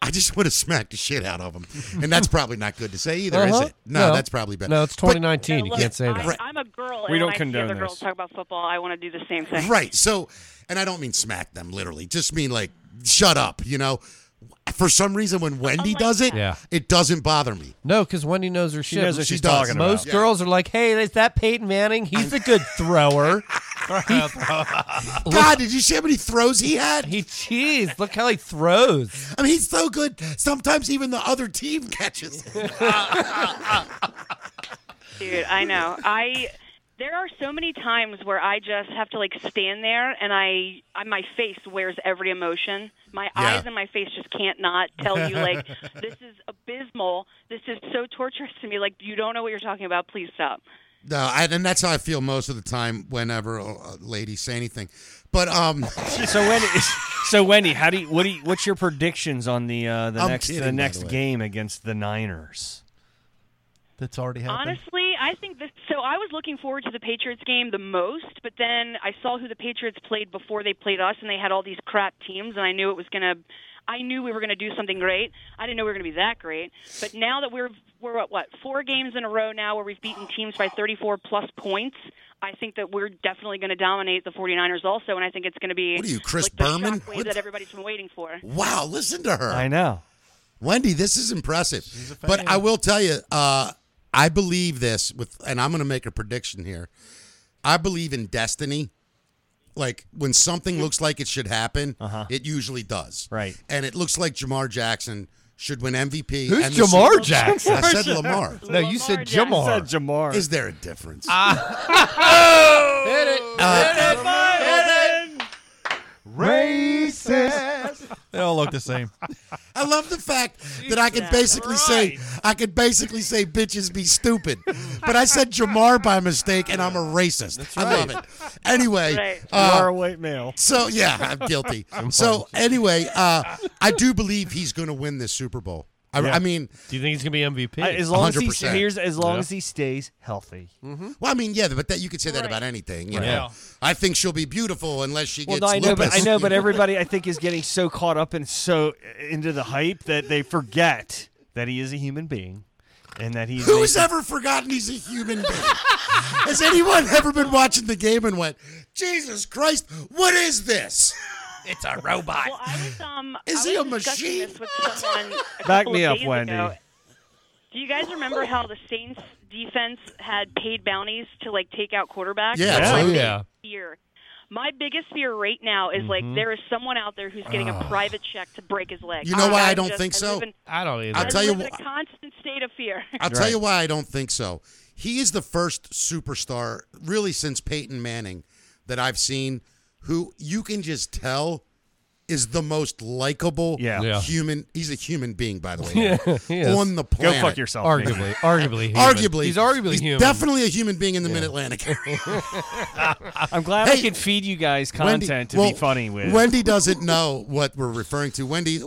Speaker 8: I just want to smack the shit out of them. And that's probably not good to say either,
Speaker 7: Uh-huh.
Speaker 8: is it? No, that's probably bad.
Speaker 7: No, it's
Speaker 8: But-
Speaker 7: 2019.
Speaker 10: Yeah,
Speaker 7: you
Speaker 10: look,
Speaker 7: can't say that.
Speaker 10: I, I'm a girl,
Speaker 6: We don't
Speaker 10: and when I see
Speaker 6: condone
Speaker 10: other girls
Speaker 6: this.
Speaker 10: talk about football, I want to do the same thing.
Speaker 8: Right. So, and I don't mean smack them literally, just mean like shut up, you know? For some reason, when Wendy
Speaker 10: like
Speaker 8: does it,
Speaker 7: that. Yeah.
Speaker 8: it doesn't bother me.
Speaker 7: No, because Wendy knows her shit.
Speaker 6: knows what
Speaker 8: She
Speaker 6: she's
Speaker 8: does.
Speaker 6: talking about.
Speaker 7: Most girls are like, "Hey, is that Peyton Manning? He's a good thrower.
Speaker 8: God, did you see how many throws he had?
Speaker 7: Uh, He cheese. Look how he throws."
Speaker 8: I mean, he's so good. Sometimes even the other team catches it.
Speaker 10: Dude, I know. I there are so many times where I just have to like stand there and I, I my face wears every emotion. My
Speaker 8: Yeah.
Speaker 10: eyes and my face just can't not tell you like this is abysmal. This is so torturous to me. Like you don't know what you're talking about. Please stop.
Speaker 8: No, I, and that's how I feel most of the time whenever uh, ladies say anything. But um,
Speaker 6: So Wendy, so Wendy, how do you, what do you, what's your predictions on the uh, the
Speaker 8: I'm
Speaker 6: next
Speaker 8: kidding, by
Speaker 6: the
Speaker 8: the
Speaker 6: next
Speaker 8: way.
Speaker 6: game against the Niners?
Speaker 9: That's already happened.
Speaker 10: Honestly, I think this. So I was looking forward to the Patriots game the most, but then I saw who the Patriots played before they played us, and they had all these crap teams, and I knew it was gonna. I knew we were gonna do something great. I didn't know we were gonna be that great. But now that we're we're at what four games in a row now where we've beaten teams by 34 plus points, I think that we're definitely gonna dominate the 49ers also, and I think it's gonna be
Speaker 8: What are you, Chris
Speaker 10: like the
Speaker 8: Berman?
Speaker 10: shockwave
Speaker 8: What the-
Speaker 10: that everybody's been waiting for.
Speaker 8: wow, listen to her,
Speaker 6: I know.
Speaker 8: Wendy. This is impressive. But I will tell you, uh, I believe this with, and I'm going to make a prediction here. I believe in destiny. Like when something looks like it should happen, it usually does.
Speaker 6: Right.
Speaker 8: and it looks like Jamar Jackson should win MVP.
Speaker 7: Who's
Speaker 8: and the
Speaker 7: Jamar
Speaker 8: Super-
Speaker 7: Jackson?
Speaker 8: I said Lamar.
Speaker 7: No, you said
Speaker 10: Lamar Jackson.
Speaker 7: Jamar.
Speaker 6: Said Jamar.
Speaker 8: Is there a difference?
Speaker 7: Hit it.
Speaker 8: Uh,
Speaker 7: Hit it.
Speaker 9: They all look the same.
Speaker 8: I I love the fact that I can basically say I can basically say bitches be stupid, but I said Jamar by mistake, and I'm a racist. I love it. Anyway,
Speaker 10: Right.
Speaker 8: uh,
Speaker 6: Or a white male.
Speaker 8: so yeah, I'm guilty. so anyway, uh, I do believe he's going to win this Super Bowl. I,
Speaker 6: Yeah.
Speaker 8: I mean,
Speaker 7: Do you think he's gonna be
Speaker 8: Uh,
Speaker 7: MVP?
Speaker 6: As long as he
Speaker 8: 100%.
Speaker 6: here's as long
Speaker 7: Yeah.
Speaker 6: as he stays healthy.
Speaker 8: well, I mean, yeah, but that you could say that about anything. You know,
Speaker 7: Yeah.
Speaker 8: I think she'll be beautiful unless she
Speaker 6: Well,
Speaker 8: gets
Speaker 6: no, I know, but I
Speaker 8: lupus.
Speaker 6: know, but everybody I think is getting so caught up and so uh, into the hype that they forget that he is a human being and that he's
Speaker 8: Who's
Speaker 6: making-
Speaker 8: ever forgotten he's a human being? Has anyone ever been watching the game and went, Jesus Christ, what is this? It's a robot.
Speaker 10: Well, I was um.
Speaker 8: Is
Speaker 10: I
Speaker 8: he
Speaker 10: was
Speaker 8: a
Speaker 10: discussing
Speaker 8: machine?
Speaker 10: This with someone a
Speaker 6: Back
Speaker 10: couple
Speaker 6: me
Speaker 10: of
Speaker 6: up,
Speaker 10: days
Speaker 6: Wendy.
Speaker 10: ago. Do you guys remember how the Saints defense had paid bounties to like take out quarterbacks?
Speaker 8: Yeah,
Speaker 10: That's my
Speaker 7: absolutely.
Speaker 10: biggest
Speaker 7: Oh, Yeah.
Speaker 10: Fear. My biggest fear right now is
Speaker 6: Mm-hmm.
Speaker 10: like there is someone out there who's getting a private check to break his leg.
Speaker 8: Ah. You know why I
Speaker 10: I'm
Speaker 8: don't
Speaker 10: just-
Speaker 8: think
Speaker 10: I
Speaker 8: so?
Speaker 10: live in-
Speaker 7: I don't either.
Speaker 8: I'll
Speaker 10: I
Speaker 8: tell you
Speaker 10: live in
Speaker 8: wh-
Speaker 10: a constant state of fear.
Speaker 8: I'll tell you why I don't think so. He is the first superstar, really, since Peyton Manning that I've seen who you can just tell is the most likable
Speaker 6: Yeah.
Speaker 7: Yeah.
Speaker 8: human. He's a human being, by the way.
Speaker 7: he is.
Speaker 8: On the
Speaker 6: Go
Speaker 8: planet.
Speaker 6: fuck yourself. Nick.
Speaker 7: arguably, arguably, human.
Speaker 8: Arguably.
Speaker 7: he's arguably
Speaker 8: he's
Speaker 7: human.
Speaker 8: definitely a human being in the mid Atlantic.
Speaker 6: I'm glad I
Speaker 8: Hey,
Speaker 6: can feed you guys
Speaker 8: Wendy-
Speaker 6: content to
Speaker 8: well,
Speaker 6: be funny with.
Speaker 8: Wendy doesn't know what we're referring to. Wendy,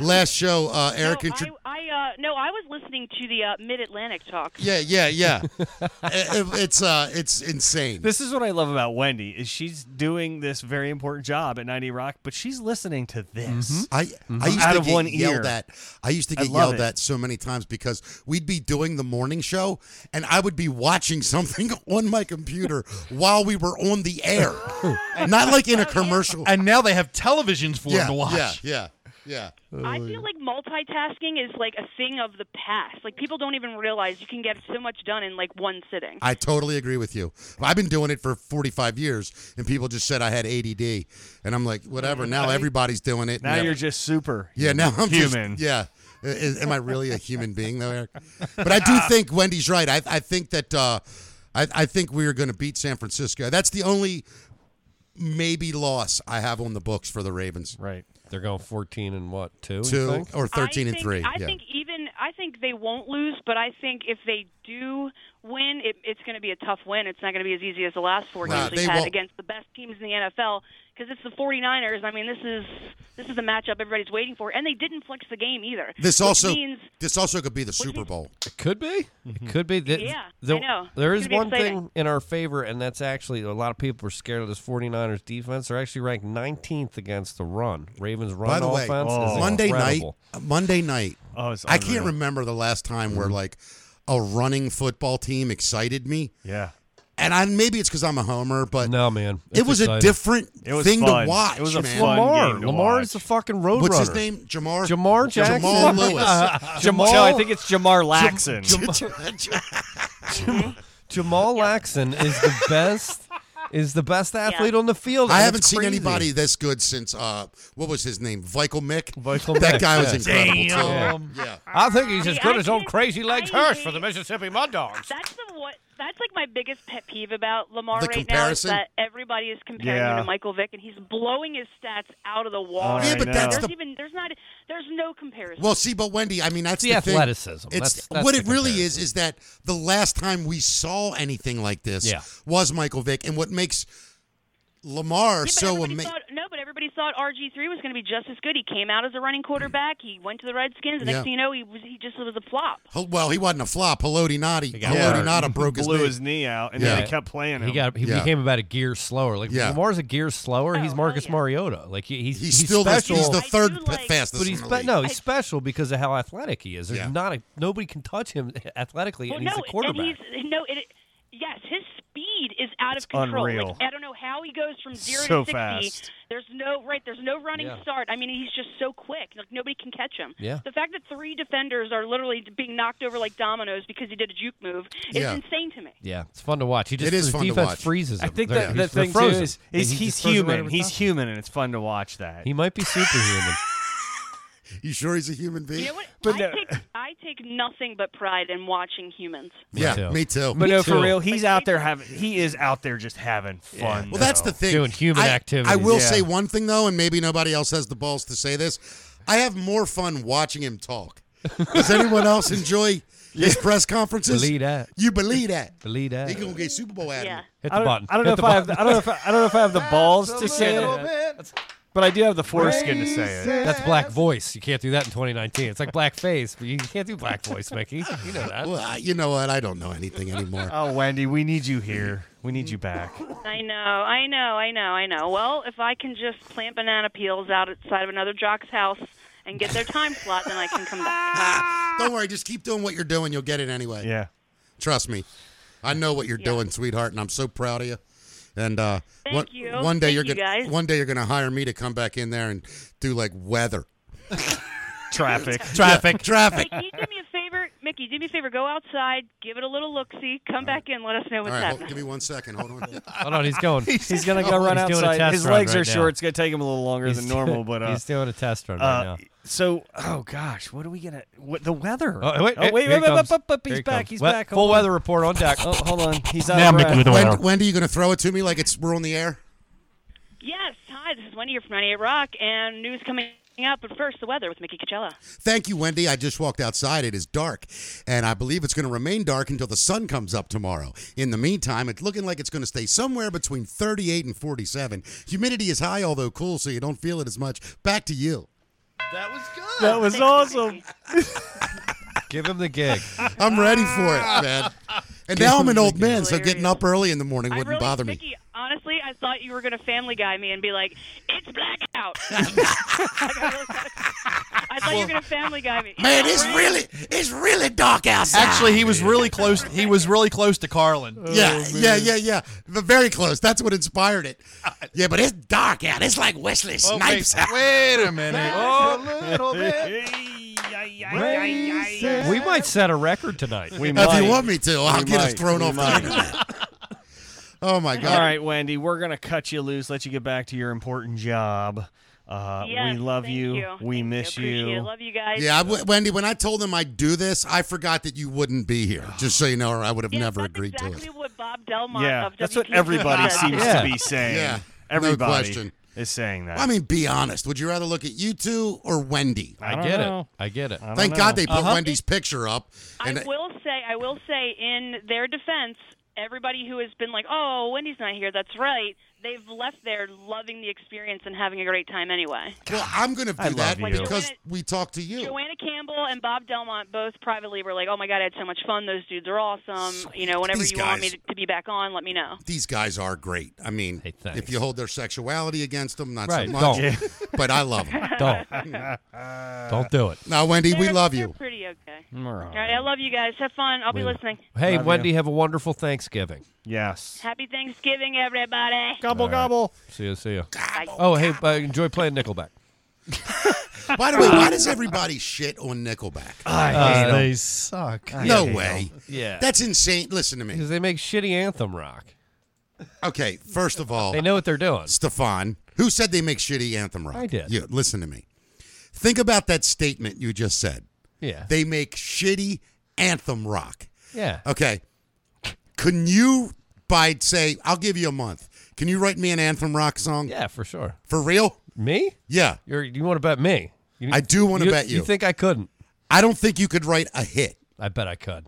Speaker 8: last show, uh, Eric.
Speaker 10: no,
Speaker 8: intro-
Speaker 10: I, I uh, no, I was listening to the uh, Mid Atlantic talk.
Speaker 8: yeah, yeah, yeah. It- it- it's uh, it's insane.
Speaker 6: This is what I love about Wendy is she's doing this very important job at 90 Rock, but she's listening to this.
Speaker 8: I I used
Speaker 6: Mm-hmm. Out
Speaker 8: to
Speaker 6: of
Speaker 8: get
Speaker 6: one
Speaker 8: yelled
Speaker 6: ear.
Speaker 8: at. I used to
Speaker 6: I
Speaker 8: get
Speaker 6: love
Speaker 8: yelled
Speaker 6: it.
Speaker 8: at so many times because we'd be doing the morning show and I would be watching something on my computer while we were on the air, not like in a commercial.
Speaker 9: And now they have televisions for
Speaker 8: yeah,
Speaker 9: him to watch.
Speaker 8: yeah, yeah, yeah.
Speaker 10: I feel like multitasking is like a thing of the past. Like people don't even realize you can get so much done in like one sitting.
Speaker 8: I totally agree with you. I've been doing it for 45 years, and people just said I had ADD, and I'm like, whatever. Now everybody's doing it.
Speaker 6: Now
Speaker 8: and-
Speaker 6: you're just super.
Speaker 8: yeah. Now I'm just-
Speaker 6: human.
Speaker 8: yeah. I- is- am I really a human being though, Eric? But I do think Wendy's right. I, I think that uh, I, I think we are going to beat San Francisco. That's the only maybe loss I have on the books for the Ravens.
Speaker 6: Right.
Speaker 7: They're going fourteen and what two? you
Speaker 8: Two
Speaker 7: think?
Speaker 8: or 13
Speaker 10: I
Speaker 8: and
Speaker 10: think-
Speaker 8: three.
Speaker 10: I
Speaker 8: yeah.
Speaker 10: think even I think they won't lose, but I think if they do win, it, it's going to be a tough win. It's not going to be as easy as the last four
Speaker 8: Nah,
Speaker 10: games
Speaker 8: they
Speaker 10: we've had
Speaker 8: won't.
Speaker 10: against the best teams in the NFL because it's the 49ers. I mean, this is this is the matchup everybody's waiting for, and they didn't flex the game either.
Speaker 8: this
Speaker 10: which
Speaker 8: also
Speaker 10: means
Speaker 8: this also could be the Super
Speaker 10: means-
Speaker 8: Bowl.
Speaker 7: It could be. It could be. Th-
Speaker 10: Yeah,
Speaker 7: the-
Speaker 10: I know.
Speaker 7: There
Speaker 10: It's
Speaker 7: is
Speaker 10: gonna
Speaker 7: one
Speaker 10: be
Speaker 7: thing
Speaker 10: exciting.
Speaker 7: in our favor, and that's actually a lot of people are scared of this 49ers defense. They're actually ranked 19th against the run. Ravens' run
Speaker 8: By the way,
Speaker 7: offense is
Speaker 8: Monday night,
Speaker 7: incredible.
Speaker 8: Monday night,
Speaker 6: Oh, it's
Speaker 8: I can't
Speaker 6: unreal. Mm-hmm.
Speaker 8: remember the last time where like a running football team excited me.
Speaker 6: Yeah.
Speaker 8: And I maybe it's because I'm a homer, but
Speaker 7: No man,
Speaker 8: it
Speaker 7: it's
Speaker 8: was a
Speaker 7: exciting.
Speaker 8: different
Speaker 6: It was
Speaker 8: thing
Speaker 6: fun.
Speaker 8: to watch.
Speaker 6: It was a
Speaker 8: man.
Speaker 6: fun
Speaker 7: Lamar.
Speaker 6: game to
Speaker 7: Lamar
Speaker 6: watch.
Speaker 7: is the fucking road
Speaker 8: What's
Speaker 7: runner.
Speaker 8: his name? Jamar.
Speaker 7: Jamar Jackson.
Speaker 8: Jamal Lewis.
Speaker 7: Jamal.
Speaker 6: No, I think it's Jamar Laxon.
Speaker 7: Jamal Laxon is the best. Is the best athlete on the field.
Speaker 8: I
Speaker 7: and
Speaker 8: haven't
Speaker 7: it's
Speaker 8: seen
Speaker 7: crazy.
Speaker 8: anybody this good since uh, what was his name? Michael Mick.
Speaker 7: Michael
Speaker 8: that
Speaker 7: Vick,
Speaker 8: guy was
Speaker 7: yeah.
Speaker 8: incredible
Speaker 9: Damn.
Speaker 8: too. Yeah.
Speaker 7: I think he's as
Speaker 10: See,
Speaker 7: good
Speaker 10: I
Speaker 7: as old
Speaker 10: hate-
Speaker 7: Crazy Legs
Speaker 10: I
Speaker 7: Hurst for
Speaker 10: hate-
Speaker 7: the Mississippi Mud Dogs.
Speaker 10: That's the what. That's like my biggest pet peeve about Lamar
Speaker 8: The
Speaker 10: right
Speaker 8: comparison?
Speaker 10: now is that everybody is comparing
Speaker 6: Yeah.
Speaker 10: him to Michael Vick, and he's blowing his stats out of the water.
Speaker 6: Yeah, I but know. that's
Speaker 10: there's
Speaker 8: the-
Speaker 10: even there's not there's no comparison.
Speaker 8: Well, see, but Wendy, I mean, that's
Speaker 7: It's the
Speaker 8: thing.
Speaker 7: athleticism.
Speaker 8: It's
Speaker 7: That's- that's
Speaker 8: what
Speaker 7: the
Speaker 8: it really is
Speaker 7: comparison.
Speaker 8: is that the last time we saw anything like this
Speaker 7: Yeah.
Speaker 8: was Michael Vick, and what makes Lamar
Speaker 10: Yeah, but
Speaker 8: so
Speaker 10: everybody
Speaker 8: amazing.
Speaker 10: thought- No, but everybody thought RG three was going to be just as good. He came out as a running quarterback. He went to the Redskins. The
Speaker 8: Yeah.
Speaker 10: next thing you know, he was he just was a flop.
Speaker 8: Well, he wasn't a flop. Haloti Nadi.
Speaker 7: got
Speaker 8: Haloti
Speaker 7: hurt.
Speaker 8: Nada broke his
Speaker 6: blew
Speaker 8: knee.
Speaker 6: his knee out, and
Speaker 8: Yeah.
Speaker 6: then they kept playing him.
Speaker 7: He got he
Speaker 8: Yeah.
Speaker 7: became about a gear slower. Like
Speaker 8: Yeah.
Speaker 7: Lamar's a gear slower.
Speaker 10: Oh,
Speaker 7: he's
Speaker 10: hell
Speaker 7: Marcus
Speaker 10: yeah.
Speaker 7: Mariota. Like he, he's,
Speaker 8: He's, still the,
Speaker 7: special,
Speaker 8: he's the
Speaker 10: I do
Speaker 8: third
Speaker 10: like-
Speaker 8: fastest.
Speaker 7: but he's
Speaker 8: in
Speaker 7: spe-
Speaker 8: the league.
Speaker 7: no, he's special because of how athletic he is. There's
Speaker 8: Yeah.
Speaker 7: not a nobody can touch him athletically,
Speaker 10: Well,
Speaker 7: and he's
Speaker 10: no,
Speaker 7: a quarterback.
Speaker 10: and he's no. It, yes, his speed is out of
Speaker 6: It's
Speaker 10: control.
Speaker 6: unreal.
Speaker 10: Like I don't know how he goes from zero
Speaker 6: So
Speaker 10: to sixty.
Speaker 6: fast.
Speaker 10: There's no right. There's no running
Speaker 7: Yeah.
Speaker 10: start. I mean, he's just so quick. Like nobody can catch him.
Speaker 7: Yeah.
Speaker 10: The fact that three defenders are literally being knocked over like dominoes because he did a juke move is
Speaker 8: Yeah.
Speaker 10: insane to me.
Speaker 7: yeah, it's fun to watch. He just
Speaker 8: It is
Speaker 7: his
Speaker 8: fun to
Speaker 7: defense
Speaker 8: watch.
Speaker 7: freezes.
Speaker 6: I
Speaker 7: him.
Speaker 6: think
Speaker 7: They're-
Speaker 6: that
Speaker 7: they're
Speaker 6: the thing too
Speaker 7: frozen.
Speaker 6: is,
Speaker 7: And
Speaker 6: is
Speaker 7: he
Speaker 6: he's
Speaker 7: just frozen right
Speaker 6: human.
Speaker 7: over
Speaker 6: he's
Speaker 7: top.
Speaker 6: human, and it's fun to watch that.
Speaker 7: He might be superhuman.
Speaker 8: You sure he's a human being?
Speaker 10: You know what?
Speaker 6: But
Speaker 10: I
Speaker 6: no-
Speaker 10: take I take nothing but pride in watching humans.
Speaker 8: yeah,
Speaker 7: too.
Speaker 8: me too.
Speaker 6: but no, for
Speaker 7: too.
Speaker 6: real, he's out there having. He is out there just having fun.
Speaker 8: Well, that's
Speaker 6: though.
Speaker 8: the thing.
Speaker 7: Doing human
Speaker 8: I, I
Speaker 7: activities.
Speaker 8: will
Speaker 6: Yeah.
Speaker 8: say one thing though, and maybe nobody else has the balls to say this. I have more fun watching him talk. Does anyone else enjoy his press conferences?
Speaker 7: Believe that.
Speaker 8: You believe that.
Speaker 7: Believe that.
Speaker 8: He gonna get Super Bowl out
Speaker 10: Yeah.
Speaker 8: of
Speaker 7: Hit
Speaker 6: I
Speaker 7: the
Speaker 6: don't,
Speaker 7: button.
Speaker 6: I don't
Speaker 7: Hit
Speaker 6: know
Speaker 7: the
Speaker 6: if I have.
Speaker 7: button.
Speaker 6: I don't know if I, I don't know if I have the balls to say it,
Speaker 7: That's,
Speaker 6: but I do have the foreskin to say it.
Speaker 7: that's black voice. You can't do that in 2019. It's like black face, but you can't do black voice, Mickey. You know
Speaker 8: it.
Speaker 7: that.
Speaker 8: Well, I- you know what? I don't know anything anymore.
Speaker 6: Oh, Wendy, we need you here. We need you back.
Speaker 10: I know, I know, I know, I know. Well, if I can just plant banana peels outside of another jock's house and get their time slot, then I can come back.
Speaker 8: don't worry. Just keep doing what you're doing. You'll get it anyway.
Speaker 6: Yeah.
Speaker 8: Trust me. I know what you're
Speaker 10: Yeah.
Speaker 8: doing, sweetheart, and I'm so proud of you. And uh,
Speaker 10: Thank
Speaker 8: one,
Speaker 10: you.
Speaker 8: one day
Speaker 10: Thank
Speaker 8: you're
Speaker 10: you,
Speaker 8: gonna
Speaker 10: guys.
Speaker 8: one day you're gonna hire me to come back in there and do like weather,
Speaker 6: Traffic.
Speaker 7: Traffic.
Speaker 8: traffic.
Speaker 10: Mickey, do me a favor. Mickey, do me a favor. Go outside, give it a little look see, come back in, let us know
Speaker 8: All
Speaker 10: what's
Speaker 8: right, hold,
Speaker 10: happening.
Speaker 8: give me one second. Hold on.
Speaker 7: Hold on, he's going.
Speaker 6: He's gonna go run
Speaker 7: Oh, He's doing a
Speaker 6: outside.
Speaker 7: test
Speaker 6: His
Speaker 7: run
Speaker 6: legs
Speaker 7: right
Speaker 6: are
Speaker 7: now.
Speaker 6: short. It's gonna take him a little longer
Speaker 7: He's
Speaker 6: than
Speaker 7: doing-
Speaker 6: normal, but uh,
Speaker 7: he's doing a test run
Speaker 6: uh,
Speaker 7: right now.
Speaker 6: so oh gosh, what are we gonna? What the weather?
Speaker 7: Oh, wait,
Speaker 6: wait, wait,
Speaker 7: here
Speaker 6: wait,
Speaker 7: it comes.
Speaker 6: wait, wait, wait,
Speaker 7: Here
Speaker 6: he's
Speaker 7: it comes.
Speaker 6: back. He's
Speaker 7: We-
Speaker 6: back.
Speaker 7: Full
Speaker 6: hold
Speaker 7: weather
Speaker 6: on.
Speaker 7: report on deck.
Speaker 6: Oh, hold on. He's out.
Speaker 7: Now
Speaker 6: of
Speaker 7: Mickey
Speaker 6: breath.
Speaker 7: with the
Speaker 8: When,
Speaker 7: Wow.
Speaker 8: Wendy, you gonna throw it to me like it's we're on the air?
Speaker 10: Yes, hi, this is Wendy here from 98 Rock, and news coming up. But first, the weather with Mickey Coachella.
Speaker 8: Thank you, Wendy. I just walked outside. It is dark, and I believe it's going to remain dark until the sun comes up tomorrow. In the meantime, it's looking like it's going to stay somewhere between 38 and 47. Humidity is high, although cool, so you don't feel it as much. Back to you.
Speaker 9: That was good.
Speaker 6: That was awesome.
Speaker 7: Give him the gig.
Speaker 8: I'm ready for
Speaker 6: Ah.
Speaker 8: it, man. And now I'm an old man, so getting
Speaker 10: Hilarious.
Speaker 8: up early in the morning wouldn't
Speaker 10: I really,
Speaker 8: bother me.
Speaker 10: Mickey, honestly, I thought you were going to Family Guy me and be like, it's blackout. Like, I, really thought- I thought you were going to Family Guy me.
Speaker 8: Man, it's really, it's really dark outside.
Speaker 9: Actually, he was really close. He was really close to
Speaker 6: Oh,
Speaker 9: Carlin.
Speaker 8: Yeah, yeah, yeah, yeah. But very close. That's what inspired it. Yeah, but it's dark out. It's like Wesley Snipes. out.
Speaker 9: wait a minute. Oh, a little bit.
Speaker 7: we might set a record tonight.
Speaker 6: We
Speaker 8: If
Speaker 6: might.
Speaker 8: you want me to, I'll get us
Speaker 6: might.
Speaker 8: thrown
Speaker 6: We
Speaker 8: off
Speaker 6: might.
Speaker 8: the internet. Oh my god!
Speaker 6: All right, Wendy, we're gonna cut you loose, let you get back to your important job. Uh,
Speaker 10: Yes,
Speaker 6: we love
Speaker 10: thank
Speaker 6: you. We
Speaker 10: Thank
Speaker 6: miss
Speaker 10: appreciate
Speaker 6: you.
Speaker 10: it. Love you guys.
Speaker 8: Yeah, I w- Wendy. When I told him I'd do this, I forgot that you wouldn't be here. Just so you know, or I would have
Speaker 10: Yeah,
Speaker 8: never
Speaker 10: that's
Speaker 8: agreed
Speaker 10: exactly
Speaker 8: to it.
Speaker 10: what Bob Delmont
Speaker 6: Yeah,
Speaker 10: of
Speaker 6: that's what
Speaker 10: WPTV
Speaker 6: everybody
Speaker 10: said.
Speaker 6: seems
Speaker 7: Yeah.
Speaker 6: to be saying.
Speaker 8: Yeah, no
Speaker 6: everybody
Speaker 8: question.
Speaker 6: is saying that.
Speaker 8: I mean, be honest. Would you rather look at you two or Wendy?
Speaker 6: I
Speaker 7: I
Speaker 6: don't
Speaker 7: get it.
Speaker 6: know.
Speaker 7: I get it.
Speaker 6: I don't
Speaker 8: Thank
Speaker 6: know. Uh-huh.
Speaker 8: God they put Wendy's picture up. And
Speaker 10: I will say, I will say, in their defense, everybody who has been like, "Oh, Wendy's not here," that's right. They've left there loving the experience and having a great time anyway.
Speaker 8: well, I'm going to do
Speaker 6: I love
Speaker 8: that
Speaker 6: you.
Speaker 8: because we talked to you.
Speaker 10: Joanna Campbell and Bob Delmont both privately were like, "Oh my God, I had so much fun. Those dudes are awesome. You know, whenever
Speaker 8: These
Speaker 10: you want me
Speaker 8: guys.
Speaker 10: to, to be back on, let me know."
Speaker 8: These guys are great. I mean,
Speaker 7: Hey, thanks.
Speaker 8: if you hold their sexuality against them, not
Speaker 7: Right,
Speaker 8: so much.
Speaker 7: don't.
Speaker 8: But I love them.
Speaker 7: Don't. Don't do it.
Speaker 8: Now, Wendy, we
Speaker 10: They're-
Speaker 8: love
Speaker 10: they're
Speaker 8: you.
Speaker 10: Pretty okay.
Speaker 6: We're
Speaker 10: All
Speaker 6: all
Speaker 10: right, I love you guys. Have fun. I'll be
Speaker 7: Wait.
Speaker 10: listening.
Speaker 7: Hey,
Speaker 6: Love
Speaker 7: Wendy, have a wonderful Thanksgiving.
Speaker 6: Yes.
Speaker 10: Happy Thanksgiving, everybody.
Speaker 6: Gobble gobble.
Speaker 7: See you. See you. Oh, hey, uh, enjoy playing Nickelback.
Speaker 8: By the way, why does everybody shit on Nickelback?
Speaker 7: Uh,
Speaker 9: They suck.
Speaker 8: no
Speaker 6: hate
Speaker 8: way.
Speaker 7: Yeah.
Speaker 8: That's insane. Listen to me.
Speaker 7: Because they make shitty anthem rock.
Speaker 8: Okay, first of all,
Speaker 7: They know what they're doing.
Speaker 8: Stefan, who said they make shitty anthem rock?
Speaker 7: I did.
Speaker 8: You, listen to me. Think about that statement you just said.
Speaker 7: Yeah.
Speaker 8: They make shitty anthem rock.
Speaker 7: yeah.
Speaker 8: Okay. Can you, by say, I'll give you a month. Can you write me an anthem rock song?
Speaker 7: Yeah, for sure.
Speaker 8: For real?
Speaker 7: Me?
Speaker 8: Yeah.
Speaker 7: You're, you want to bet me? You-
Speaker 8: I do wanna bet
Speaker 7: You
Speaker 8: you.
Speaker 7: think I couldn't?
Speaker 8: I don't think you could write a hit.
Speaker 7: I bet I could.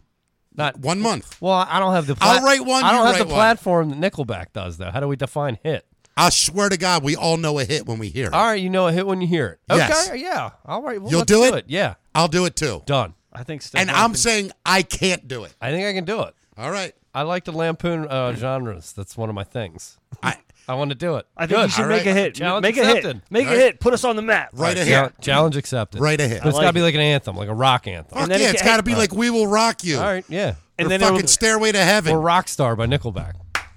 Speaker 7: Not
Speaker 8: One month.
Speaker 7: well. I don't have the.
Speaker 8: I'll write one,
Speaker 7: I don't
Speaker 8: you
Speaker 7: have the
Speaker 8: write one.
Speaker 7: platform that Nickelback does, though. How do we define hit?
Speaker 8: I swear to God, we all know a hit when we hear it.
Speaker 7: All right, you know a hit when you hear it. Okay,
Speaker 8: Yes.
Speaker 7: yeah. All right, well,
Speaker 8: You'll
Speaker 7: let's
Speaker 8: do it?
Speaker 7: Yeah,
Speaker 8: I'll do it too.
Speaker 7: done.
Speaker 6: I think. Steph
Speaker 8: And I'm
Speaker 6: Wilson-
Speaker 8: saying I can't do it.
Speaker 7: I think I can do it.
Speaker 8: All right.
Speaker 7: I like to lampoon uh, genres. That's one of my things.
Speaker 8: I
Speaker 7: I want to do it.
Speaker 6: I think
Speaker 7: Good.
Speaker 6: you should
Speaker 8: All
Speaker 6: make
Speaker 8: right.
Speaker 6: a hit.
Speaker 7: Challenge
Speaker 6: make a
Speaker 7: accepted.
Speaker 6: hit. Make
Speaker 8: All
Speaker 6: a
Speaker 8: right.
Speaker 6: hit. Put us on the map.
Speaker 8: write a hit.
Speaker 7: Challenge, challenge accepted.
Speaker 8: Write a hit.
Speaker 7: But it's
Speaker 6: I
Speaker 7: got to
Speaker 6: like
Speaker 7: be
Speaker 6: it.
Speaker 7: like an anthem, like a rock anthem.
Speaker 8: Fuck
Speaker 6: then
Speaker 8: yeah,
Speaker 6: it
Speaker 8: it's
Speaker 6: ca-
Speaker 8: got to be like "We Will Rock You"
Speaker 7: All right, yeah.
Speaker 8: or
Speaker 6: And then
Speaker 8: fucking
Speaker 6: it'll,
Speaker 8: "Stairway to Heaven."
Speaker 7: Or Rock Star by Nickelback.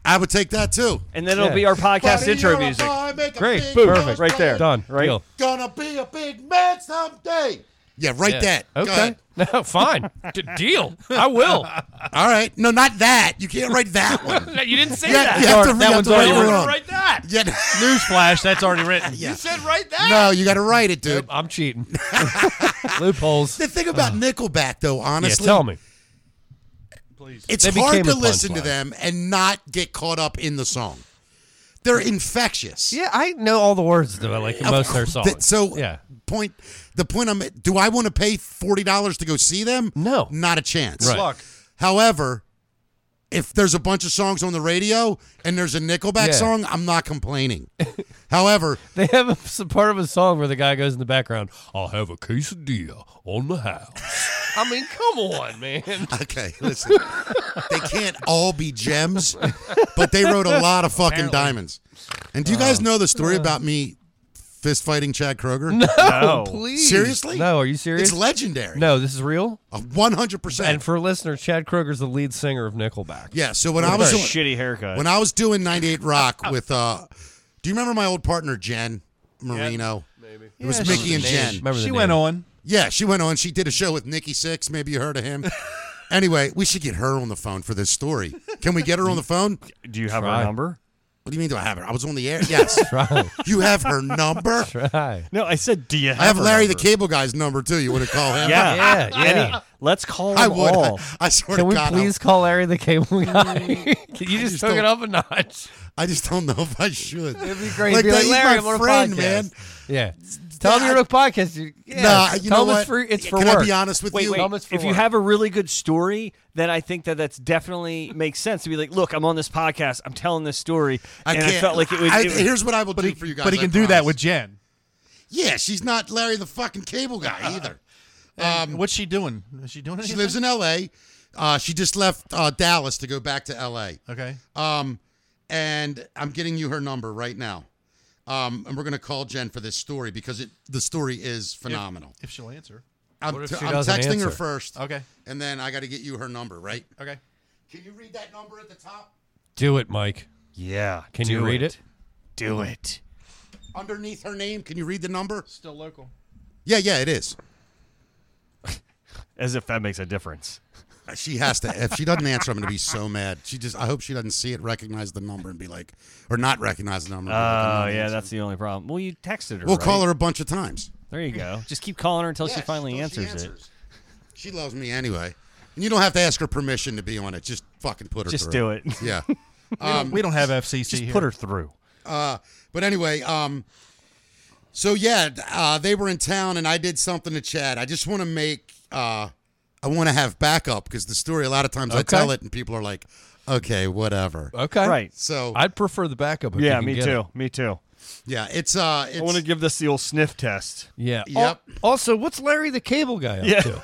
Speaker 8: I would take that too.
Speaker 6: and then it'll
Speaker 7: Yeah.
Speaker 6: be our podcast
Speaker 8: Buddy,
Speaker 6: intro
Speaker 8: you're a
Speaker 6: music.
Speaker 8: boy, make a
Speaker 7: Great,
Speaker 8: big
Speaker 7: boom,
Speaker 8: noise,
Speaker 7: perfect,
Speaker 6: right there.
Speaker 8: buddy.
Speaker 7: Done.
Speaker 6: Right?
Speaker 7: Deal.
Speaker 8: Gonna be a big man someday. Yeah, write that. Go
Speaker 7: Okay.
Speaker 8: ahead.
Speaker 7: No, fine. D- deal. I will.
Speaker 8: All right. No, not that. You can't write that one.
Speaker 7: You didn't say
Speaker 8: Yeah, you have to, you have to write it wrong.
Speaker 7: that.
Speaker 8: Yeah,
Speaker 9: Newsflash, that's already written.
Speaker 8: yeah.
Speaker 7: Right that.
Speaker 8: No, you got to write it, dude.
Speaker 7: I'm cheating. Loopholes.
Speaker 8: The thing about Nickelback, though, honestly,
Speaker 7: yeah, tell me.
Speaker 8: it's
Speaker 7: They
Speaker 8: hard
Speaker 7: became
Speaker 8: to
Speaker 7: a
Speaker 8: listen to
Speaker 7: punchline.
Speaker 8: them and not get caught up in the song. They're infectious.
Speaker 7: Yeah, I know all the words to like
Speaker 8: Of
Speaker 7: most of their
Speaker 8: course.
Speaker 7: songs.
Speaker 8: That- so
Speaker 7: yeah,
Speaker 8: point the point I'm do I want to pay forty dollars to go see them?
Speaker 7: No.
Speaker 8: Not a chance.
Speaker 7: Right.
Speaker 9: Fuck.
Speaker 8: However, if there's a bunch of songs on the radio and there's a Nickelback
Speaker 7: Yeah.
Speaker 8: song, I'm not complaining. However,
Speaker 7: they have a s- part of a song where the guy goes in the background. I'll have a quesadilla on the house. I mean, come on, man.
Speaker 8: okay, listen. they can't all be gems, but they wrote a lot of fucking diamonds. And do you
Speaker 6: Oh.
Speaker 8: guys know the story about me fist fighting Chad Kroger?
Speaker 6: No.
Speaker 7: Please.
Speaker 8: Seriously?
Speaker 7: No, are you serious?
Speaker 8: It's legendary.
Speaker 7: no, this is real.
Speaker 8: One hundred percent.
Speaker 7: And for listeners, Chad Kroger's the lead singer of Nickelback.
Speaker 8: Yeah. So when I
Speaker 6: What
Speaker 8: was
Speaker 6: a
Speaker 8: doing,
Speaker 6: shitty haircut.
Speaker 8: when I was doing 98 Rock with uh do you remember my old partner Jen Marino? maybe. It was Mickey and Jen.
Speaker 7: Remember the
Speaker 9: She went
Speaker 7: name.
Speaker 9: on.
Speaker 8: Yeah, she went on. She did a show with Nikki Six. Maybe you heard of him. anyway, we should get her on the phone for this story. Can we get her on the phone? What
Speaker 6: Do you have
Speaker 7: Try.
Speaker 6: her number?
Speaker 8: do you mean do I have her? I was on the air. Yes. You have her number?
Speaker 7: Hi.
Speaker 6: No, I said, do you have
Speaker 8: I have
Speaker 6: her
Speaker 8: Larry the
Speaker 6: number?
Speaker 8: Cable Guy's number too. You want to call him?
Speaker 6: Yeah.
Speaker 7: Yeah,
Speaker 6: Any-
Speaker 7: yeah.
Speaker 6: Let's call
Speaker 8: I
Speaker 6: them
Speaker 8: would. I,
Speaker 6: all.
Speaker 8: I swear
Speaker 7: Can
Speaker 8: to
Speaker 7: we
Speaker 8: God. I-
Speaker 7: please call Larry the Cable Guy? Can you just,
Speaker 8: just
Speaker 7: took it
Speaker 8: don't-
Speaker 7: up a notch?
Speaker 8: I just don't know if I should. It'd
Speaker 7: be great.
Speaker 8: Like,
Speaker 7: Be
Speaker 8: that-
Speaker 7: like,
Speaker 8: he's
Speaker 7: Larry, I'm
Speaker 8: my
Speaker 7: on a
Speaker 8: friend,
Speaker 7: podcast.
Speaker 8: man.
Speaker 7: Yeah. Tell him
Speaker 8: I-
Speaker 7: you're a podcast. You, yeah.
Speaker 8: Nah, you
Speaker 7: Tell
Speaker 8: know
Speaker 7: him
Speaker 8: what?
Speaker 7: it's for it's for
Speaker 8: Can
Speaker 7: work.
Speaker 8: I be honest with
Speaker 6: Wait,
Speaker 8: you?
Speaker 6: wait.
Speaker 7: Thomas
Speaker 6: If you
Speaker 7: Ford.
Speaker 6: have a really good story, then I think that that's definitely makes sense to be like, look, I'm on this podcast, I'm telling this story,
Speaker 8: I
Speaker 6: and
Speaker 8: can't.
Speaker 6: I felt like it was.
Speaker 8: I-
Speaker 6: it was-
Speaker 8: here's what I will do for you guys.
Speaker 9: But he
Speaker 8: I
Speaker 9: can do that
Speaker 8: promise.
Speaker 9: with Jen.
Speaker 8: Yeah, she's not Larry the fucking cable guy either. Um,
Speaker 9: What's she doing? Is she doing
Speaker 8: she
Speaker 9: anything?
Speaker 8: lives in L.A. Uh, she just left uh, Dallas to go back to L.A.
Speaker 9: Okay.
Speaker 8: Um, and I'm getting you her number right now. Um, and we're gonna call Jen for this story because it the story is phenomenal.
Speaker 9: If she'll answer.
Speaker 8: I'm,
Speaker 7: What if
Speaker 8: t-
Speaker 7: she
Speaker 8: I'm
Speaker 7: doesn't
Speaker 8: texting
Speaker 7: answer?
Speaker 8: her first,
Speaker 9: Okay.
Speaker 8: and then I got to get you her number, right?
Speaker 9: Okay.
Speaker 8: Can you read that number at the top
Speaker 7: Do it, Mike.
Speaker 6: yeah.
Speaker 7: Can
Speaker 6: do
Speaker 7: you read it?
Speaker 6: Do it.
Speaker 8: underneath her name? Can you read the number?
Speaker 9: Still local.
Speaker 8: Yeah, yeah, it is.
Speaker 6: As if that makes a difference.
Speaker 8: Uh, She has to. If she doesn't answer, I'm going to be so mad. She just. I hope she doesn't see it, recognize the number, and be like, or not recognize the number.
Speaker 6: Oh
Speaker 8: and be like, I'm not
Speaker 6: yeah,
Speaker 8: answering.
Speaker 6: that's the only problem. Well, you texted her.
Speaker 8: We'll
Speaker 6: right?
Speaker 8: call her a bunch of times.
Speaker 6: There you go. Just keep calling her until she finally answers, it.
Speaker 8: She loves me anyway, and you don't have to ask her permission to be on it. Just fucking put her.
Speaker 6: Just
Speaker 8: through.
Speaker 6: do it.
Speaker 8: Yeah.
Speaker 9: we don't have FCC
Speaker 6: Just
Speaker 9: here.
Speaker 6: put her through.
Speaker 8: Uh, but anyway, um, so yeah, uh, they were in town, and I did something to Chad. I just want to make. Uh, I want to have backup because the story a lot of times I
Speaker 7: Okay. Uh,
Speaker 8: tell it, and people are like, "Okay, whatever."
Speaker 7: Okay.
Speaker 6: Right.
Speaker 8: So
Speaker 7: I'd prefer the backup. If you
Speaker 6: Yeah,
Speaker 7: can
Speaker 6: me
Speaker 7: get
Speaker 6: too.
Speaker 7: it.
Speaker 6: Me too.
Speaker 8: yeah, it's uh, it's,
Speaker 6: I want to give this the old sniff test.
Speaker 7: Yeah.
Speaker 8: Yep.
Speaker 7: Al- Also, what's Larry the Cable Guy up
Speaker 6: Yeah.
Speaker 7: to?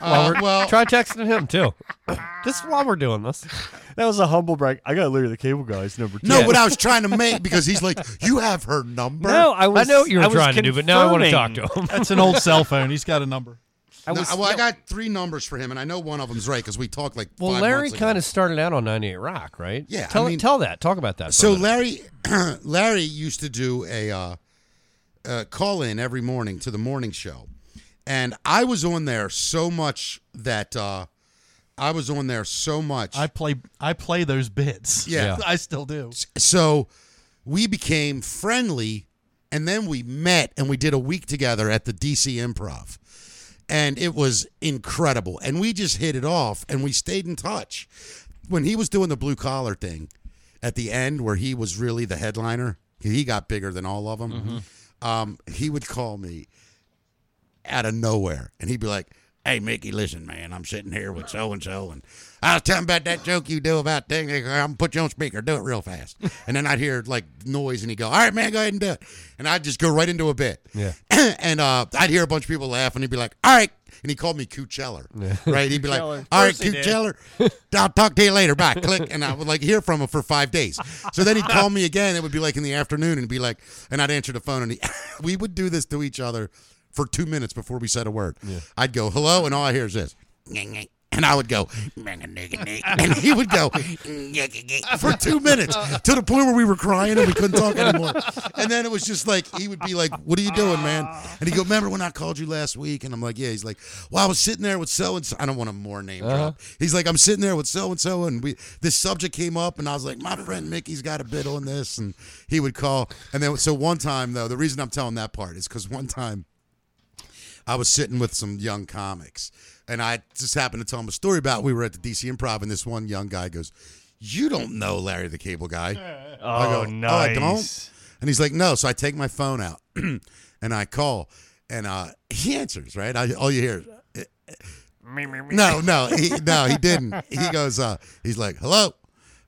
Speaker 8: uh, well,
Speaker 7: Try texting him too. Just while we're doing this.
Speaker 6: That was a humble brag. I got Larry the Cable Guy's number two.
Speaker 8: No, what I was trying to make because he's like, you have her number.
Speaker 6: No, I was.
Speaker 7: I know what you were
Speaker 6: I was
Speaker 7: trying to do, but now I want to talk
Speaker 6: confirming.
Speaker 7: to him.
Speaker 9: That's an old cell phone. He's got a number.
Speaker 6: I
Speaker 8: No,
Speaker 6: was.
Speaker 8: well, I got three numbers for him, and I know one of them's right because we talked like.
Speaker 7: Well,
Speaker 8: five
Speaker 7: Larry
Speaker 8: months ago.
Speaker 7: kind of started out on 98 Rock, right?
Speaker 8: Yeah, I
Speaker 7: Tell,
Speaker 8: mean-
Speaker 7: tell that. Talk about that. for
Speaker 8: So
Speaker 7: a minute.
Speaker 8: Larry, Larry used to do a uh, uh, call in every morning to the morning show, and I was on there so much that uh, I was on there so much.
Speaker 9: I play I play those bits.
Speaker 8: Yeah.
Speaker 9: I still do.
Speaker 8: so we became friendly and then we met and we did a week together at the DC Improv. And it was incredible. And we just hit it off and we stayed in touch. When he was doing the blue collar thing at the end, where he was really the headliner, he got bigger than all of them. Um, he would call me out of nowhere. And he'd be like, Hey, Mickey, listen, man, I'm sitting here with so and so, and I was telling about that joke you do about thing. I'm gonna put you on speaker, do it real fast. And then I'd hear like noise, and he'd go, All right, man, go ahead and do it. And I'd just go right into a bit.
Speaker 7: Yeah.
Speaker 8: and uh, I'd hear a bunch of people laugh, and he'd be like, All right. And he called me Coocheller. Right? He'd be like, All right, Coocheller, I'll talk to you later. Bye. Click. And I would like hear from him for five days. So then he'd call me again. It would be like in the afternoon, and be like, and I'd answer the phone, and he, we would do this to each other for two minutes before we said a word. I'd go, hello, and all I hear is this. And I would go, and he would go for two minutes to the point where we were crying and we couldn't talk anymore. And then it was just like, he would be like, What are you doing, man? And he'd go, Remember when I called you last week? And I'm like, Yeah. He's like, Well, I was sitting there with so and so. I don't want to more name drop. He's like, I'm sitting there with so and so. And we this subject came up, and I was like, My friend Mickey's got a bit on this. And he would call. And then, so one time, though, the reason I'm telling that part is because one time, I was sitting with some young comics, and I just happened to tell them a story about we were at the DC Improv, and this one young guy goes, You don't know Larry the Cable Guy.
Speaker 6: Oh,
Speaker 8: I I
Speaker 6: nice.
Speaker 8: don't. And he's like, no. So I take my phone out and I call, and uh, he answers. Right? I, all you hear. Is, eh, no, no, he, no, he didn't. He goes, uh, he's like, hello,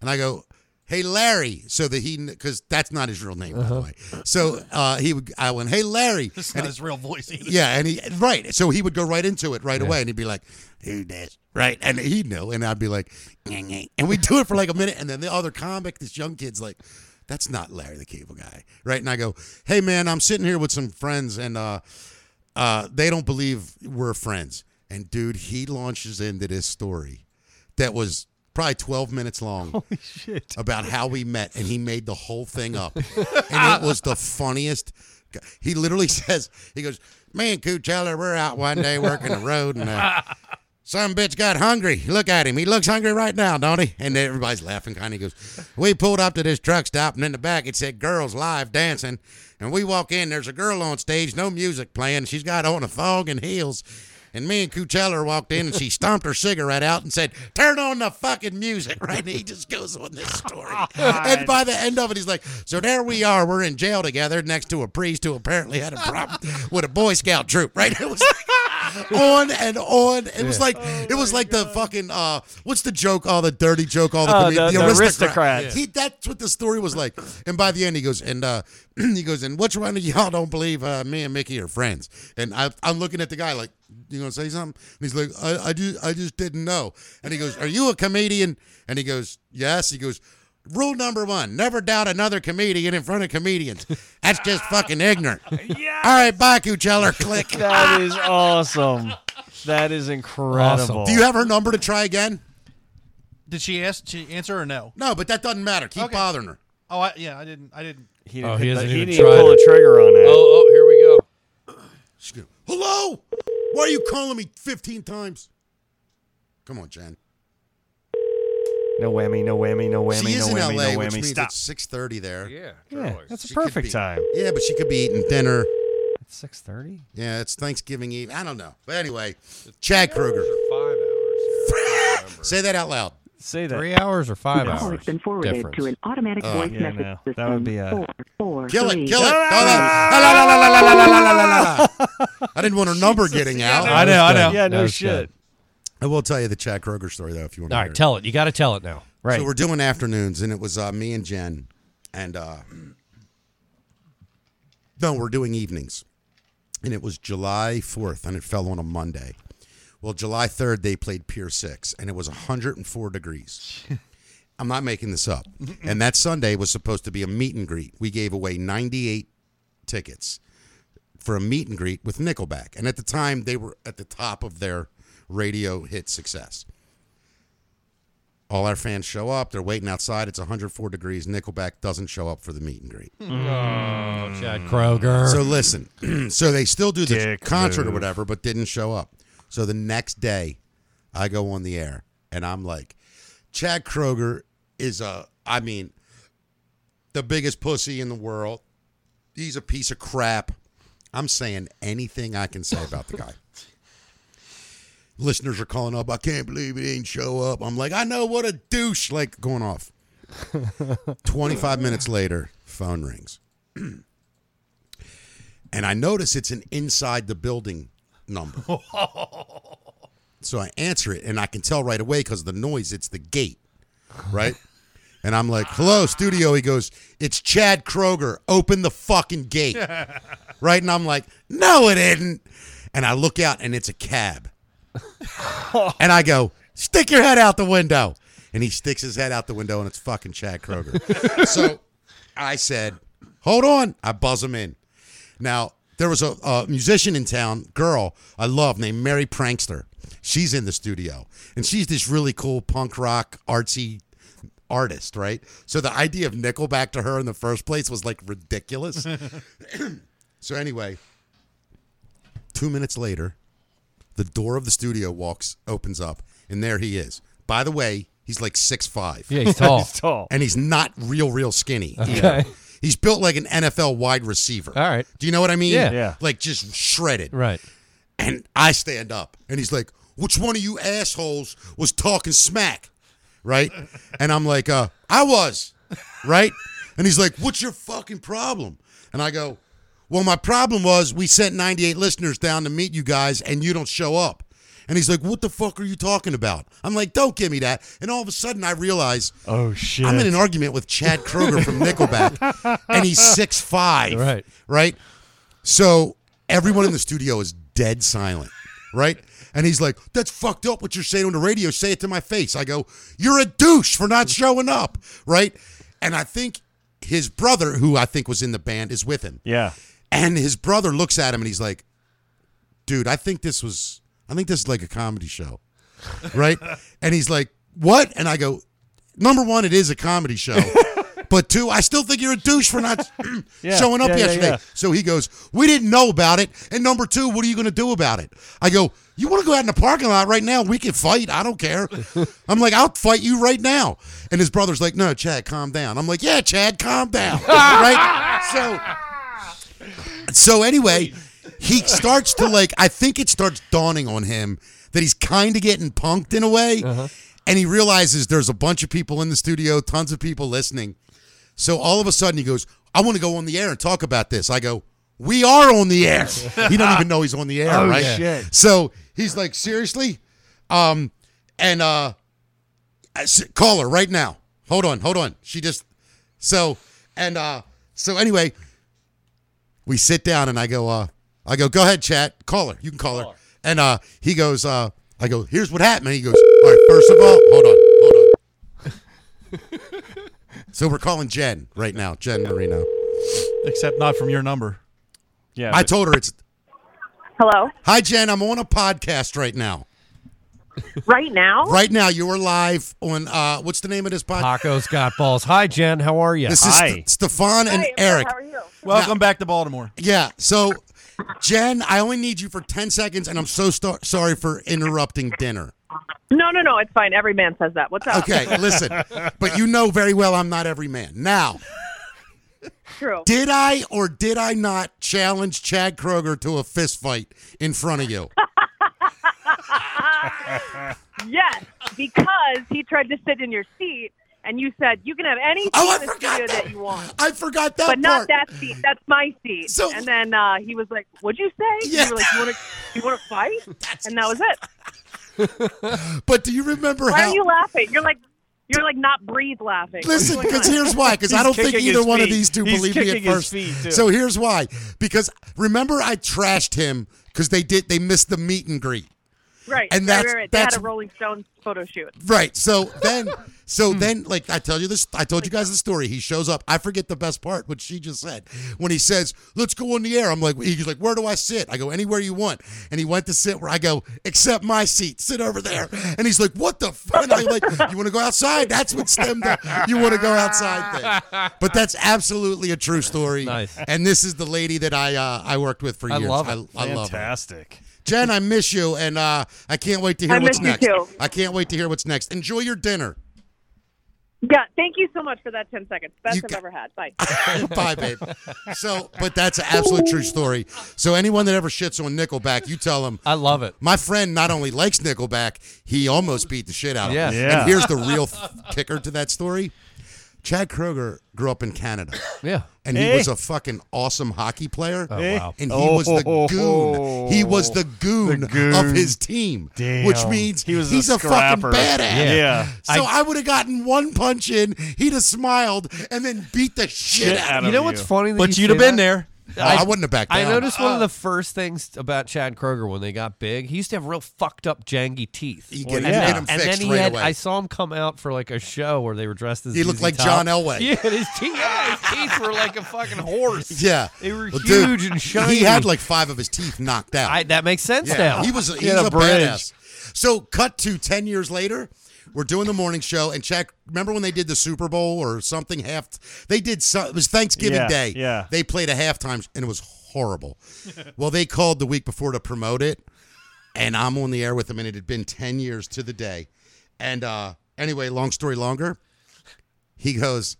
Speaker 8: and I go, hey, Larry, so that he, because that's not his real name, by
Speaker 6: Uh-huh.
Speaker 8: the way. So uh, he would, I went, hey, Larry,
Speaker 9: That's
Speaker 8: and
Speaker 9: not his real voice either.
Speaker 8: yeah, and he right. So he would go right into it right
Speaker 7: Yeah.
Speaker 8: away, and he'd be like, "Who this?" Right, and he'd know, and I'd be like, "Nyeh, nyeh." and we'd do it for like a minute, and then the other comic, this young kid's like, "That's not Larry the Cable Guy," right? And I go, "Hey man, I'm sitting here with some friends, and uh, uh, they don't believe we're friends." And dude, he launches into this story that was probably 12 minutes long about how we met and he made the whole thing up and it was the funniest g- he literally says he goes me and Coachella we're out one day working the road and uh, some bitch got hungry look at him he looks hungry right now don't he and everybody's laughing kind of goes we pulled up to this truck stop and in the back it said girls live dancing and we walk in there's a girl on stage no music playing she's got on a fog and heels and me and Coachella walked in and she stomped her cigarette out and said, Turn on the fucking music, right? And he just goes on this story. and by the end of it, he's like, So there we are. We're in jail together next to a priest who apparently had a problem with a Boy Scout troop, right? It was like on and on. It was like, it was like the fucking, uh, what's the joke? All the dirty joke, all the,
Speaker 6: Oh,
Speaker 8: comed-
Speaker 6: the- the
Speaker 8: aristocrat.
Speaker 6: aristocrat.
Speaker 8: He, that's what the story was like. And by the end, he goes, and uh, he goes, and which one of y'all don't believe uh, me and Mickey are friends? And I, I'm looking at the guy like, you gonna say something? And he's like, I, I just, I just didn't know. And he goes, are you a comedian? And he goes, yes. He goes. Rule number one: Never doubt another comedian in front of comedians. That's just fucking ignorant. All right, bye, Kucheller. Click.
Speaker 6: That is awesome. That is incredible.
Speaker 8: Do you have her number to try again?
Speaker 9: Did she ask? She answer or no?
Speaker 8: No, but that doesn't matter. Keep
Speaker 9: Okay.
Speaker 8: bothering her.
Speaker 9: Oh, I, yeah, I didn't. I didn't.
Speaker 6: he
Speaker 7: Oh,
Speaker 6: didn't,
Speaker 7: he
Speaker 6: hit the-
Speaker 7: hasn't
Speaker 6: he
Speaker 7: even
Speaker 6: didn't
Speaker 7: tried
Speaker 6: pull
Speaker 7: it.
Speaker 6: the trigger on that.
Speaker 11: Oh, oh, here we go.
Speaker 8: She goes, Hello? Why are you calling me 15 times? Come on, Jen.
Speaker 6: No whammy, no whammy, no whammy,
Speaker 8: she
Speaker 6: no
Speaker 8: is
Speaker 6: whammy,
Speaker 8: in LA,
Speaker 6: no
Speaker 8: which
Speaker 6: whammy.
Speaker 8: means
Speaker 6: Stop.
Speaker 8: it's 6.30 there.
Speaker 11: Yeah.
Speaker 6: Yeah,
Speaker 11: Charles.
Speaker 6: that's a
Speaker 8: She could
Speaker 6: perfect
Speaker 8: be-
Speaker 6: time.
Speaker 8: Yeah, but she could be eating dinner.
Speaker 6: It's six thirty.
Speaker 8: Yeah, it's Thanksgiving Eve. I don't know. But anyway, Chad Kruger.
Speaker 11: Those are five hours. Sarah. Remember.
Speaker 8: Say that out loud.
Speaker 6: Say that.
Speaker 7: Three hours or five hours. difference.
Speaker 2: automatic voice
Speaker 6: Oh, yeah, message no. That system. would be, uh, Four,
Speaker 8: Kill it. Kill
Speaker 6: La,
Speaker 8: it.
Speaker 6: la,
Speaker 8: La, la, la, la, la, la, la, la, la, la, la, la. I didn't want her number getting
Speaker 7: I
Speaker 8: out.
Speaker 7: know, I know.
Speaker 6: Yeah,
Speaker 7: That
Speaker 6: no
Speaker 7: was
Speaker 6: shit.
Speaker 7: good.
Speaker 8: I will tell you the Chad Kruger story, though, if you want to
Speaker 7: All
Speaker 8: hear
Speaker 7: right,
Speaker 8: it.
Speaker 7: tell it. You got to tell it now.
Speaker 6: Right.
Speaker 8: So we're doing afternoons, and it was uh, me and Jen, and uh, no, we're doing evenings, and it was July fourth, and it fell on a Monday. Well, July third, they played Pier Six, and it was 104 degrees. I'm not making this up. And that Sunday was supposed to be a meet and greet. We gave away 98 tickets for a meet and greet with Nickelback, and at the time, they were at the top of their radio hit success. All our fans show up. They're waiting outside. It's 104 degrees. Nickelback doesn't show up for the meet and greet.
Speaker 7: Oh, Chad Kroger.
Speaker 8: So listen. so they still do the
Speaker 6: Dick
Speaker 8: concert or
Speaker 6: move.
Speaker 8: whatever, but didn't show up. So the next day, I go on the air and I'm like, Chad Kroger is a, I mean, the biggest pussy in the world. He's a piece of crap. I'm saying anything I can say about the guy. Listeners are calling up. I can't believe he didn't show up. I'm like, I know what a douche. Like going off. 25 minutes later, phone rings. and I notice it's an inside the building number. so I answer it, and I can tell right away because of the noise, it's the gate, right? And I'm like, hello, studio. He goes, it's Chad Kroger. Open the fucking gate. right? And I'm like, no, it isn't. And I look out, and it's a cab. and I go, stick your head out the window. And he sticks his head out the window, and it's fucking Chad Kroger. so I said, hold on. I buzz him in. Now, there was a, a musician in town, girl I love, named Mary Prankster. She's in the studio, and she's this really cool punk rock artsy artist, right? So the idea of Nickelback to her in the first place was like ridiculous. so anyway, two minutes later, the door of the studio walks opens up, and there he is. By the way, he's like six five
Speaker 7: yeah, he's tall.
Speaker 6: It's tall.
Speaker 8: and he's not real, real skinny.
Speaker 7: Okay.
Speaker 8: either. He's built like an NFL wide receiver.
Speaker 7: All right.
Speaker 8: Do you know what I mean?
Speaker 7: Yeah.
Speaker 6: Yeah.
Speaker 8: Like just shredded.
Speaker 7: right.
Speaker 8: And I stand up and he's like, which one of you assholes was talking smack? right? And I'm like, uh, I was, right? And he's like, what's your fucking problem? And I go, well, my problem was we sent 98 listeners down to meet you guys and you don't show up. And he's like, what the fuck are you talking about? I'm like, don't give me that. And all of a sudden I realize
Speaker 6: Oh shit!
Speaker 8: I'm in an argument with Chad Kroger from Nickelback, and he's six five. Right. Right. So everyone in the studio is dead silent. Right. And he's like, "That's fucked up. What you're saying on the radio. Say it to my face." I go, "You're a douche for not showing up." Right. And I think his brother, who I think was in the band, is with him.
Speaker 6: Yeah.
Speaker 8: And his brother looks at him and he's like, dude, I think this was, I think this is like a comedy show. Right? and he's like, what? And I go, number one, it is a comedy show. but two, I still think you're a douche for not
Speaker 12: Yeah,
Speaker 8: showing up
Speaker 12: yeah, yeah,
Speaker 8: yesterday.
Speaker 12: yeah.
Speaker 8: So he goes, we didn't know about it. And number two, what are you going to do about it? I go, you want to go out in the parking lot right now? We can fight. I don't care. I'm like, I'll fight you right now. And his brother's like, no, Chad, calm down. I'm like, yeah, Chad, calm down. right? So so anyway, he starts to like. I think it starts dawning on him that he's kind of getting punked in a way,
Speaker 12: Uh-huh.
Speaker 8: and he realizes there's a bunch of people in the studio, tons of people listening. So all of a sudden, he goes, "I want to go on the air and talk about this." I go, "We are on the air." He don't even know he's on the air,
Speaker 12: Oh,
Speaker 8: right?
Speaker 12: shit.
Speaker 8: So he's like, "Seriously," um, and uh, I s- call her right now. Hold on, hold on. She just so and uh, so anyway we sit down and I go, uh, I go, go ahead, chat, call her. You can call, her. And uh, he goes, uh, I go, here's what happened. And he goes, all right, first of all, hold on, hold on. so we're calling Jen right now, Jen Marino.
Speaker 9: Except not from your number.
Speaker 6: Yeah.
Speaker 8: I told her it's,
Speaker 13: Hello.
Speaker 8: hi, Jen, I'm on a podcast right now.
Speaker 13: Right now.
Speaker 8: Right now, you are live on, uh, what's the name of this podcast?
Speaker 7: Paco's got balls. Hi, Jen. How are you?
Speaker 8: This is St- Stefan and Eric.
Speaker 9: Welcome back to Baltimore.
Speaker 8: Yeah. So, Jen, I only need you for 10 seconds, and I'm so star- sorry for interrupting dinner.
Speaker 13: No, no, no. It's fine. Every man says that. What's up?
Speaker 8: Okay, listen, but you know very well I'm not every man. Now,
Speaker 13: True.
Speaker 8: did I or did I not challenge Chad Kroger to a fist fight in front of you?
Speaker 13: yes, because he tried to sit in your seat, and you said you can have any seat
Speaker 8: Oh, I
Speaker 13: in the
Speaker 8: forgot
Speaker 13: studio
Speaker 8: that.
Speaker 13: that. you want.
Speaker 8: I forgot that
Speaker 13: But not
Speaker 8: part.
Speaker 13: that seat. That's my seat.
Speaker 8: So-
Speaker 13: and then uh, he was like, "What'd you say?"
Speaker 8: Yeah.
Speaker 13: You were like, "You want to, you want to fight?" And that was it.
Speaker 8: But do you remember
Speaker 13: Why
Speaker 8: how?
Speaker 13: are you laughing? You're like, you're like not breathe laughing. What's
Speaker 8: Listen,
Speaker 13: going
Speaker 8: because
Speaker 13: on?
Speaker 8: here's why. Because I
Speaker 13: He's
Speaker 8: don't think
Speaker 13: kicking
Speaker 8: either
Speaker 13: his
Speaker 8: one of
Speaker 13: feet.
Speaker 8: these two
Speaker 13: He's
Speaker 8: believe me at
Speaker 13: kicking his
Speaker 8: first.
Speaker 13: feet, too.
Speaker 8: So here's why. Because remember, I trashed him because they did they missed the meet and greet.
Speaker 13: right.
Speaker 8: and
Speaker 13: right,
Speaker 8: that's-
Speaker 13: right, right.
Speaker 8: that's-
Speaker 13: they had a Rolling Stones photo shoot.
Speaker 8: Right. So then, so
Speaker 6: Hmm.
Speaker 8: then, like I tell you this, I told you guys the story. He shows up. I forget the best part, what she just said. When he says, "Let's go on the air," I'm like, he's like, "Where do I sit?" I go, "Anywhere you want." And he went to sit where I go, "Except my seat. Sit over there." And he's like, "What the?" Fuck? And I'm like, "You want to go outside?" That's what stemmed the "You want to go outside?" thing. But that's absolutely a true story. Nice. And this is the lady that I uh, I worked with for
Speaker 6: I
Speaker 8: years.
Speaker 6: love it.
Speaker 8: I, I love her.
Speaker 6: Fantastic.
Speaker 8: Jen, I miss you, and uh, I can't wait to hear
Speaker 13: I
Speaker 8: what's
Speaker 13: miss
Speaker 8: next.
Speaker 13: you too.
Speaker 8: I can't wait to hear what's next. Enjoy your dinner.
Speaker 13: Yeah. Thank you so much for that ten seconds. Best I've ever had. Bye.
Speaker 8: Bye, babe. So, but that's an absolute true story. So, anyone that ever shits on Nickelback, you tell them.
Speaker 7: I love it.
Speaker 8: My friend not only likes Nickelback, he almost beat the shit out of him.
Speaker 7: Yeah. Yeah.
Speaker 8: And here's the real kicker to that story. Chad Kroger grew up in Canada.
Speaker 7: Yeah.
Speaker 8: And he
Speaker 7: Eh?
Speaker 8: was a fucking awesome hockey player.
Speaker 7: Oh, wow.
Speaker 8: And he
Speaker 7: Eh?
Speaker 8: was the goon. He was the goon,
Speaker 7: The goon.
Speaker 8: of his team. Which
Speaker 7: Damn.
Speaker 8: means
Speaker 7: He was a
Speaker 8: he's a, fucking
Speaker 7: scrapper.
Speaker 8: badass.
Speaker 7: Yeah. Yeah.
Speaker 8: So
Speaker 7: I-
Speaker 8: I, would have gotten one punch in, he'd have smiled, and then beat the shit, out of
Speaker 7: you know what's funny? That
Speaker 8: But
Speaker 7: you
Speaker 8: you'd
Speaker 7: say
Speaker 8: have been
Speaker 7: that?
Speaker 8: there. Ah. I wouldn't have backed
Speaker 7: I
Speaker 8: down.
Speaker 7: noticed one of the first things about Chad Kroger when they got big. He used to have real fucked up jangy teeth.
Speaker 8: You get-
Speaker 7: and
Speaker 8: you get
Speaker 7: then,
Speaker 8: 'em
Speaker 7: and
Speaker 8: fixed
Speaker 7: then he
Speaker 8: right
Speaker 7: had.
Speaker 8: away.
Speaker 7: I saw him come out for like a show where they were dressed as.
Speaker 8: He looked
Speaker 7: ZZ
Speaker 8: like
Speaker 7: Top.
Speaker 8: John Elway.
Speaker 7: Yeah, and his teeth, yeah, his teeth were like a fucking horse.
Speaker 8: Yeah,
Speaker 7: they were
Speaker 8: Well, dude,
Speaker 7: huge and shiny.
Speaker 8: He had like five of his teeth knocked out.
Speaker 7: I- that makes sense now.
Speaker 8: He was
Speaker 7: He
Speaker 8: he
Speaker 7: had
Speaker 8: was
Speaker 7: a
Speaker 8: a
Speaker 7: bridge.
Speaker 8: badass. So cut to ten years later. We're doing the morning show and check. Remember when they did the Super Bowl or something? Half they did. So, it was Thanksgiving
Speaker 6: Yeah,
Speaker 8: Day.
Speaker 6: yeah.
Speaker 8: they played a halftime sh- and it was horrible. well, they called the week before to promote it, and I'm on the air with them, and it had been ten years to the day. And uh anyway, long story longer. He goes,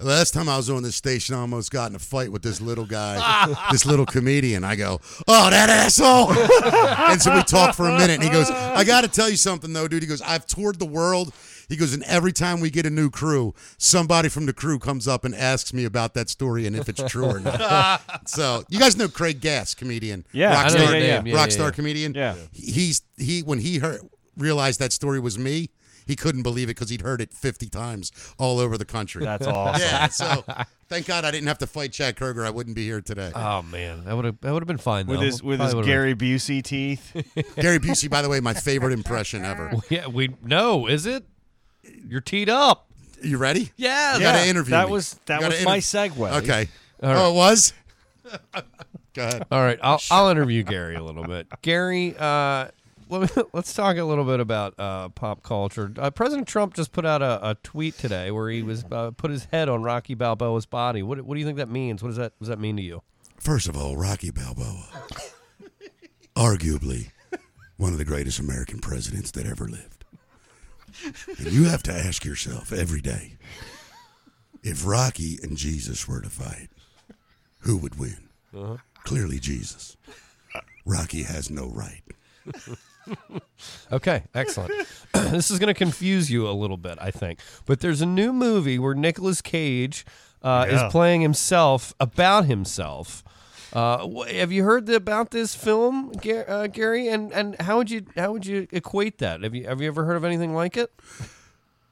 Speaker 8: Last time I was on this station, I almost got in a fight with this little guy, this little comedian. I go, Oh, that asshole. and so we talk for a minute. And he goes, I got to tell you something, though, dude. He goes, I've toured the world. He goes, and every time we get a new crew, somebody from the crew comes up and asks me about that story and if it's true or not. so you guys know Craig Gass, comedian,
Speaker 6: Yeah, I
Speaker 8: rock
Speaker 6: know
Speaker 8: star,
Speaker 6: his name. Yeah,
Speaker 8: rock
Speaker 6: yeah,
Speaker 8: star
Speaker 6: yeah.
Speaker 8: comedian.
Speaker 6: Yeah.
Speaker 8: he's he when he heard realized that story was me. He couldn't believe it because he'd heard it 50 times all over the country.
Speaker 6: That's awesome.
Speaker 8: Yeah, so thank God I didn't have to fight Chad Kroger. I wouldn't be here today.
Speaker 6: Uh,
Speaker 7: Oh man, that would have that would have been fine
Speaker 6: With
Speaker 7: though.
Speaker 6: his- with
Speaker 7: Probably
Speaker 6: his
Speaker 7: would've-
Speaker 6: Gary Busey teeth.
Speaker 8: Gary Busey, by the way, my favorite impression ever.
Speaker 7: Yeah, we no, is it? You're teed up.
Speaker 8: You ready?
Speaker 7: Yeah,
Speaker 8: You gotta interview.
Speaker 6: that
Speaker 8: me.
Speaker 6: was- that
Speaker 8: You gotta
Speaker 6: was my segue.
Speaker 8: Okay.
Speaker 7: All right.
Speaker 8: Oh, it was. Go ahead.
Speaker 7: All right, I'll, I'll interview Gary a little bit. Gary, uh, let me- let's talk a little bit about uh, pop culture. Uh, President Trump just put out a, a tweet today where he was uh, put his head on Rocky Balboa's body. What, what do you think that means? What does that what does that mean to you?
Speaker 8: First of all, Rocky Balboa, arguably one of the greatest American presidents that ever lived. And you have to ask yourself every day if Rocky and Jesus were to fight, who would win?
Speaker 7: Uh-huh.
Speaker 8: Clearly, Jesus. Rocky has no right.
Speaker 7: Okay, excellent. this is going to confuse you a little bit, I think. But there's a new movie where Nicolas Cage uh,
Speaker 6: Yeah.
Speaker 7: is playing himself about himself. Uh, wh- have you heard about this film, Ga- uh, Gary? And and how would you how would you equate that? Have you have you ever heard of anything like it?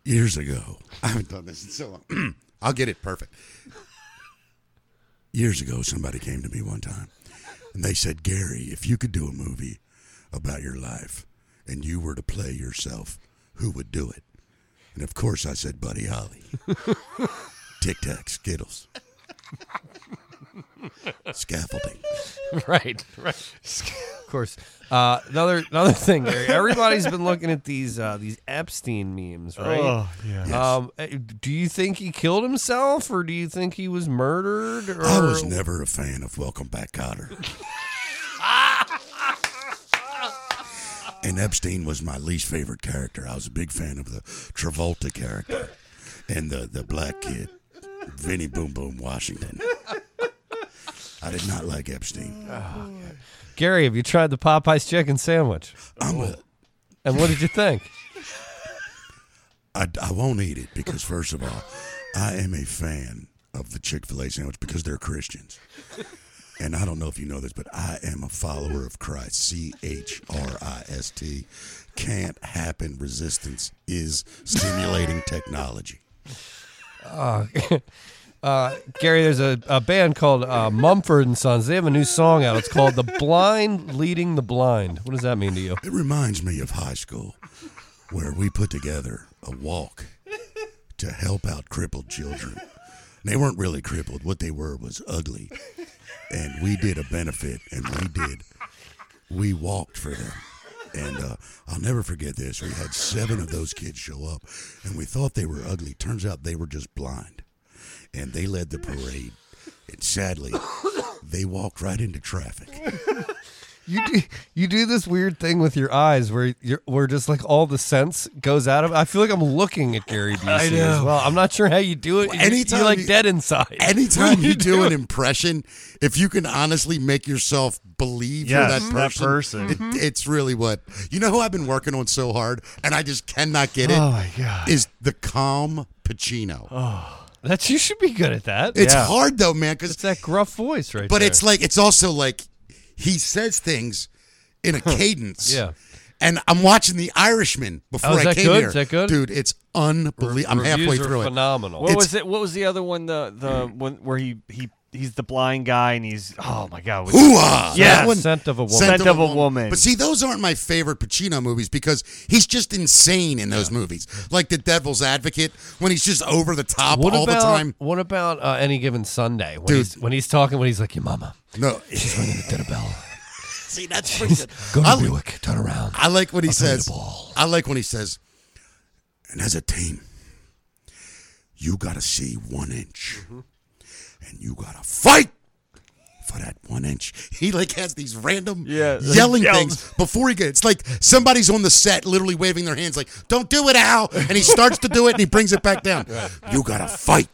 Speaker 8: years ago. I haven't done this in so long. I'll get it perfect. Years ago, somebody came to me one time and they said, Gary, if you could do a movie about your life and you were to play yourself, who would do it? And of course, I said, Buddy Holly. Tic Tac Skittles. Scaffolding.
Speaker 7: right, right. Of course. Uh, another another thing, Gary. Everybody's been looking at these uh, these Epstein memes, right?
Speaker 6: Oh, yeah. Yes.
Speaker 7: Um, eh, do you think he killed himself, or do you think he was murdered? Or
Speaker 8: I was never a fan of Welcome Back, Cotter. and Epstein was my least favorite character. I was a big fan of the Travolta character and the, the black kid, Vinnie Boom Boom Washington. I did not like Epstein.
Speaker 7: Gary, have you tried the Popeyes chicken sandwich?
Speaker 8: I'm a,
Speaker 7: And what did you think?
Speaker 8: I, I won't eat it because, first of all, I am a fan of the Chick fil A sandwich because they're Christians. And I don't know if you know this, but I am a follower of Christ. C H R I S T. Can't happen. Resistance is stimulating technology.
Speaker 7: Uh, uh, Gary, there's a, a band called uh, Mumford and Sons. They have a new song out. It's called "The Blind Leading the Blind." What does that mean to you?
Speaker 8: It reminds me of high school where we put together a walk to help out crippled children. And they weren't really crippled, what they were was ugly. And we did a benefit and we did, we walked for them. And uh, I'll never forget this. We had seven of those kids show up and we thought they were ugly. Turns out they were just blind. And they led the parade. And sadly, they walked right into traffic.
Speaker 7: You do you do this weird thing with your eyes where you're where just like all the sense goes out of. I feel like I'm looking at Gary Busey
Speaker 8: I
Speaker 7: as
Speaker 8: know.
Speaker 7: well. I'm not sure how you do it.
Speaker 8: Well,
Speaker 7: You- you're like
Speaker 8: you-
Speaker 7: dead inside.
Speaker 8: Anytime
Speaker 7: What are
Speaker 8: you, do
Speaker 7: doing?
Speaker 8: an impression, if you can honestly make yourself believe
Speaker 6: Yes,
Speaker 8: you're
Speaker 6: that
Speaker 8: that person,
Speaker 6: person.
Speaker 8: it- it's really what you know. Who I've been working on so hard, and I just cannot get it.
Speaker 6: Oh, my God.
Speaker 8: Is the calm Pacino?
Speaker 7: Oh, that you should be good at that.
Speaker 8: It's hard though, man, because
Speaker 7: it's that gruff voice right
Speaker 8: but
Speaker 7: there.
Speaker 8: it's like it's also like he says things in a cadence.
Speaker 7: Yeah.
Speaker 8: And I'm watching The Irishman before
Speaker 7: Oh, is
Speaker 8: I
Speaker 7: that
Speaker 8: came
Speaker 7: good?
Speaker 8: here.
Speaker 7: Is that good?
Speaker 8: dude? It's unbelievable. I'm
Speaker 7: Reviews
Speaker 8: halfway
Speaker 7: are
Speaker 8: through it.
Speaker 7: phenomenal.
Speaker 6: What
Speaker 8: It's-
Speaker 6: was it? What was the other one? The the one where he he he's the blind guy and he's oh my god. was-
Speaker 8: Hoo-ah!
Speaker 6: Yes.
Speaker 8: That one-
Speaker 6: Scent of a woman.
Speaker 8: But see, those aren't my favorite Pacino movies because he's just insane in those movies. Like The Devil's Advocate, when he's just over the top
Speaker 7: what
Speaker 8: all
Speaker 7: about,
Speaker 8: the time.
Speaker 7: What about uh, any given Sunday when
Speaker 8: Dude.
Speaker 7: he's when he's talking when he's like your mama?
Speaker 8: No,
Speaker 7: she's ringing the doorbell.
Speaker 8: See, that's pretty good.
Speaker 7: Go to
Speaker 8: I-
Speaker 7: Buick, turn around.
Speaker 8: I like when he
Speaker 7: I'll throw you
Speaker 8: says.
Speaker 7: the
Speaker 8: I like when he says. And as a team, you gotta see one inch, and you gotta fight for that one inch. He like has these random yelling
Speaker 6: yells.
Speaker 8: things before he gets. It's like somebody's on the set, literally waving their hands, like "Don't do it, Al!" And he starts to do it, and he brings it back down. You gotta fight.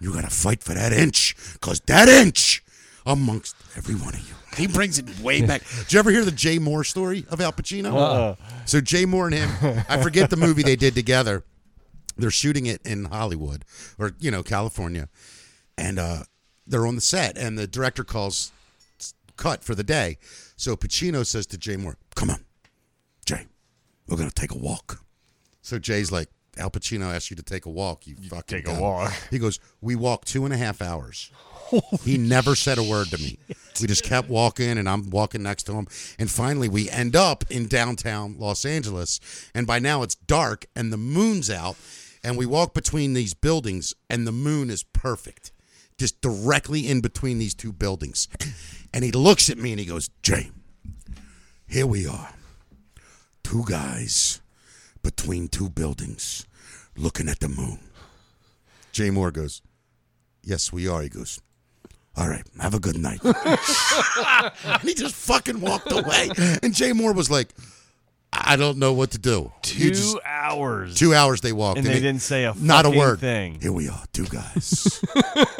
Speaker 8: You gotta fight for that inch, cause that inch amongst every one of you. He brings it way back. Did you ever hear the Jay Moore story of Al Pacino?
Speaker 6: Uh-uh.
Speaker 8: So Jay Moore and him, I forget the movie they did together, they're shooting it in Hollywood or you know California, and uh, they're on the set, and the director calls cut for the day. So Pacino says to Jay Moore, "Come on, Jay, we're gonna take a walk." So Jay's like, "Al Pacino asked you to take a walk. You, fucking
Speaker 6: take a
Speaker 8: dumb."
Speaker 6: walk.
Speaker 8: He goes, "We walked two and a half hours." he never said a word to me. We just kept walking, and I'm walking next to him. And finally, we end up in downtown Los Angeles. And by now, it's dark, and the moon's out. And we walk between these buildings, and the moon is perfect, just directly in between these two buildings. And he looks at me and he goes, Jay, here we are. Two guys between two buildings looking at the moon. Jay Moore goes, Yes, we are. He goes, All right, have a good night. and he just fucking walked away. And Jay Moore was like, I don't know what to do. You
Speaker 6: Two hours.
Speaker 8: Two hours they walked.
Speaker 6: And they
Speaker 8: it-
Speaker 6: didn't say a
Speaker 8: not a
Speaker 6: fucking
Speaker 8: word
Speaker 6: thing.
Speaker 8: Here we are, two guys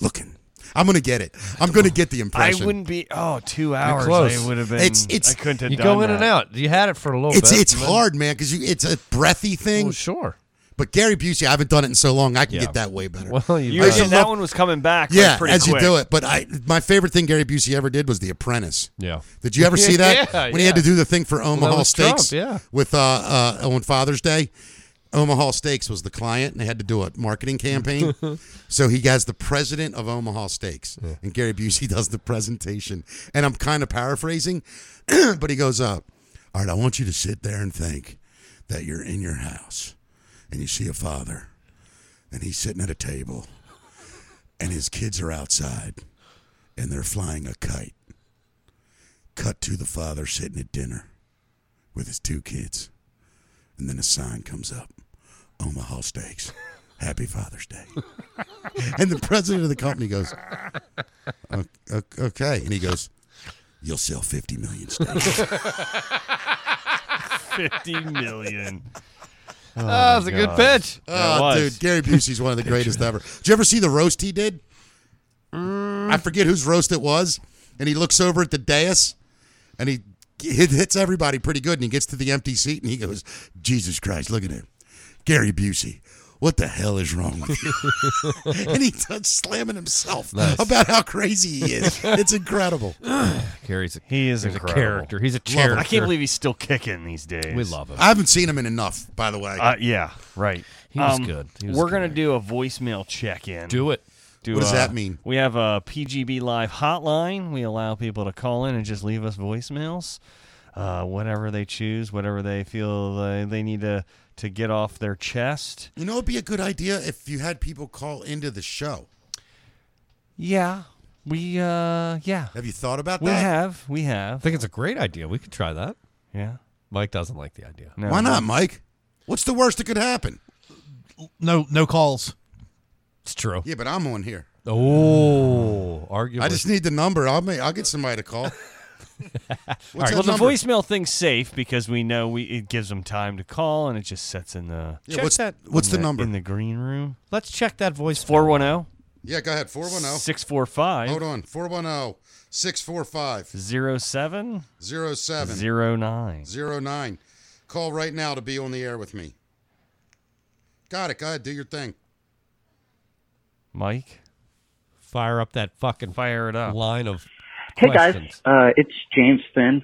Speaker 8: looking. I'm gonna get it. I'm gonna get the
Speaker 6: I
Speaker 8: impression.
Speaker 6: wouldn't be. Oh, two
Speaker 8: You're
Speaker 6: hours.
Speaker 8: close.
Speaker 6: I would have been.
Speaker 8: It's- it's-
Speaker 6: I couldn't have
Speaker 8: You
Speaker 6: done
Speaker 8: go in
Speaker 6: that.
Speaker 8: and out.
Speaker 7: You had it for a little
Speaker 8: it's
Speaker 7: bit.
Speaker 8: it's
Speaker 7: and then-
Speaker 8: hard, man, because you it's a breathy thing.
Speaker 7: sure.
Speaker 8: But Gary Busey, I haven't done it in so long. I can
Speaker 6: Yeah.
Speaker 8: get that way better.
Speaker 7: Well,
Speaker 6: You,
Speaker 8: I
Speaker 6: did-
Speaker 8: used to
Speaker 6: that
Speaker 8: love-
Speaker 6: one was coming back. like,
Speaker 8: yeah,
Speaker 6: pretty
Speaker 8: as
Speaker 6: quick.
Speaker 8: you do it. But I, my favorite thing Gary Busey ever did was The Apprentice.
Speaker 7: Yeah.
Speaker 8: Did you ever see that
Speaker 7: Yeah,
Speaker 8: when he had
Speaker 7: yeah.
Speaker 8: to do the thing for
Speaker 7: Well, that
Speaker 8: Omaha
Speaker 7: was Trump,
Speaker 8: Steaks?
Speaker 7: yeah.
Speaker 8: With uh, uh, on Father's Day, Omaha Steaks was the client, and they had to do a marketing campaign. so he has the president of Omaha Steaks, and Gary Busey does the presentation. And I'm kind of paraphrasing, but he goes, uh, "All right, I want you to sit there and think that you're in your house, and you see a father, and he's sitting at a table, and his kids are outside, and they're flying a kite." Cut to the father sitting at dinner with his two kids. And then a sign comes up Omaha Steaks. Happy Father's Day. and the president of the company goes, "O- o- Okay. And he goes, You'll sell 50 million steaks.
Speaker 6: Fifty million.
Speaker 8: Oh,
Speaker 7: that was a good pitch. That
Speaker 8: Oh,
Speaker 7: was.
Speaker 8: dude, Gary Busey's one of the greatest ever. Did you ever see the roast he did?
Speaker 7: Mm.
Speaker 8: I forget whose roast it was, and he looks over at the dais, and he it hits everybody pretty good, and he gets to the empty seat, and he goes, "Jesus Christ, look at him, Gary Busey." What the hell is wrong with you? and he starts slamming himself
Speaker 7: Nice.
Speaker 8: about how crazy he is. It's incredible.
Speaker 7: Gary's a,
Speaker 6: he is
Speaker 7: he's
Speaker 6: incredible.
Speaker 7: a character. He's a
Speaker 8: Love him.
Speaker 7: character.
Speaker 6: I can't believe he's still kicking these days.
Speaker 7: We love him.
Speaker 8: I haven't seen him in enough, by the way.
Speaker 6: Uh, yeah, right. Um,
Speaker 7: He was good. He was
Speaker 6: we're
Speaker 7: good
Speaker 6: gonna do a voicemail check-in.
Speaker 7: Do it.
Speaker 6: Do,
Speaker 8: What does
Speaker 6: uh,
Speaker 8: that mean?
Speaker 6: We have a PGB Live hotline. We allow people to call in and just leave us voicemails, uh, whatever they choose, whatever they feel they, they need to to get off their chest.
Speaker 8: You know, it'd be a good idea if you had people call into the show.
Speaker 6: Yeah, we uh, yeah,
Speaker 8: Have you thought about
Speaker 6: we
Speaker 8: that?
Speaker 6: have, we
Speaker 7: I
Speaker 6: have.
Speaker 7: think it's a great idea. We could try that.
Speaker 6: Yeah.
Speaker 7: Mike doesn't like the idea.
Speaker 6: No.
Speaker 8: Why not, Mike? What's the worst that could happen?
Speaker 9: No, no calls.
Speaker 7: It's true.
Speaker 8: Yeah, but I'm on here.
Speaker 7: Oh, arguably.
Speaker 8: I just need the number. I'll make, I'll get somebody to call. What's that
Speaker 6: well, the
Speaker 8: number?
Speaker 6: voicemail thing's safe because we know we it gives them time to call, and it just sets in the
Speaker 8: Yeah,
Speaker 7: check
Speaker 8: what's
Speaker 7: that.
Speaker 8: What's
Speaker 6: in
Speaker 8: the number?
Speaker 6: in the green room?
Speaker 7: Let's check that voice.
Speaker 6: Four one zero
Speaker 8: yeah, go ahead. 410.
Speaker 6: six four five
Speaker 8: oh. Hold on. oh, 410 645
Speaker 6: zero seven
Speaker 8: 0709.
Speaker 6: zero nine.
Speaker 8: Call right now to be on the air with me. Got it. Go ahead. Do your thing.
Speaker 6: Mike,
Speaker 7: Fire up that fucking
Speaker 6: fire it up.
Speaker 7: line of
Speaker 12: Hey guys,
Speaker 7: questions.
Speaker 12: uh, it's James Finn.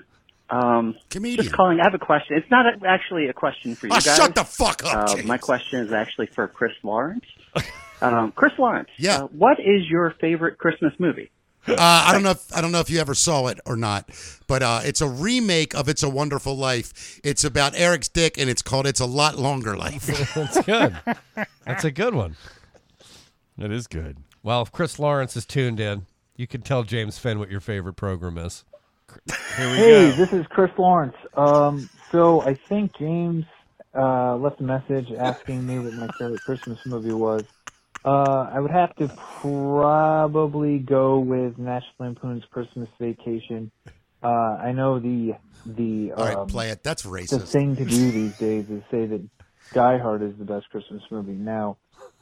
Speaker 12: Um,
Speaker 8: Comedian.
Speaker 12: just calling. I have a question. It's not a, actually a question for you
Speaker 8: Ah,
Speaker 12: guys.
Speaker 8: shut the fuck up.
Speaker 12: uh,
Speaker 8: James.
Speaker 12: my question is actually for Chris Lawrence. um, Chris Lawrence.
Speaker 8: Yeah.
Speaker 12: Uh, what is your favorite Christmas movie?
Speaker 8: uh, I don't know. If, I don't know if you ever saw it or not, but uh, it's a remake of "It's a Wonderful Life." It's about Eric's dick, and it's called "It's a Lot Longer Life."
Speaker 7: That's good. That's a good one.
Speaker 6: That is good.
Speaker 7: Well, if Chris Lawrence is tuned in, you can tell James Finn what your favorite program is.
Speaker 6: Here we
Speaker 14: Hey,
Speaker 6: go.
Speaker 14: this is Chris Lawrence. Um, so I think James uh, left a message asking me what my favorite Christmas movie was. Uh, I would have to probably go with National Lampoon's Christmas Vacation. Uh, I know the the
Speaker 8: All right,
Speaker 14: um,
Speaker 8: play it. That's
Speaker 14: the
Speaker 8: racist.
Speaker 14: thing to do these days is say that Die Hard is the best Christmas movie. Now,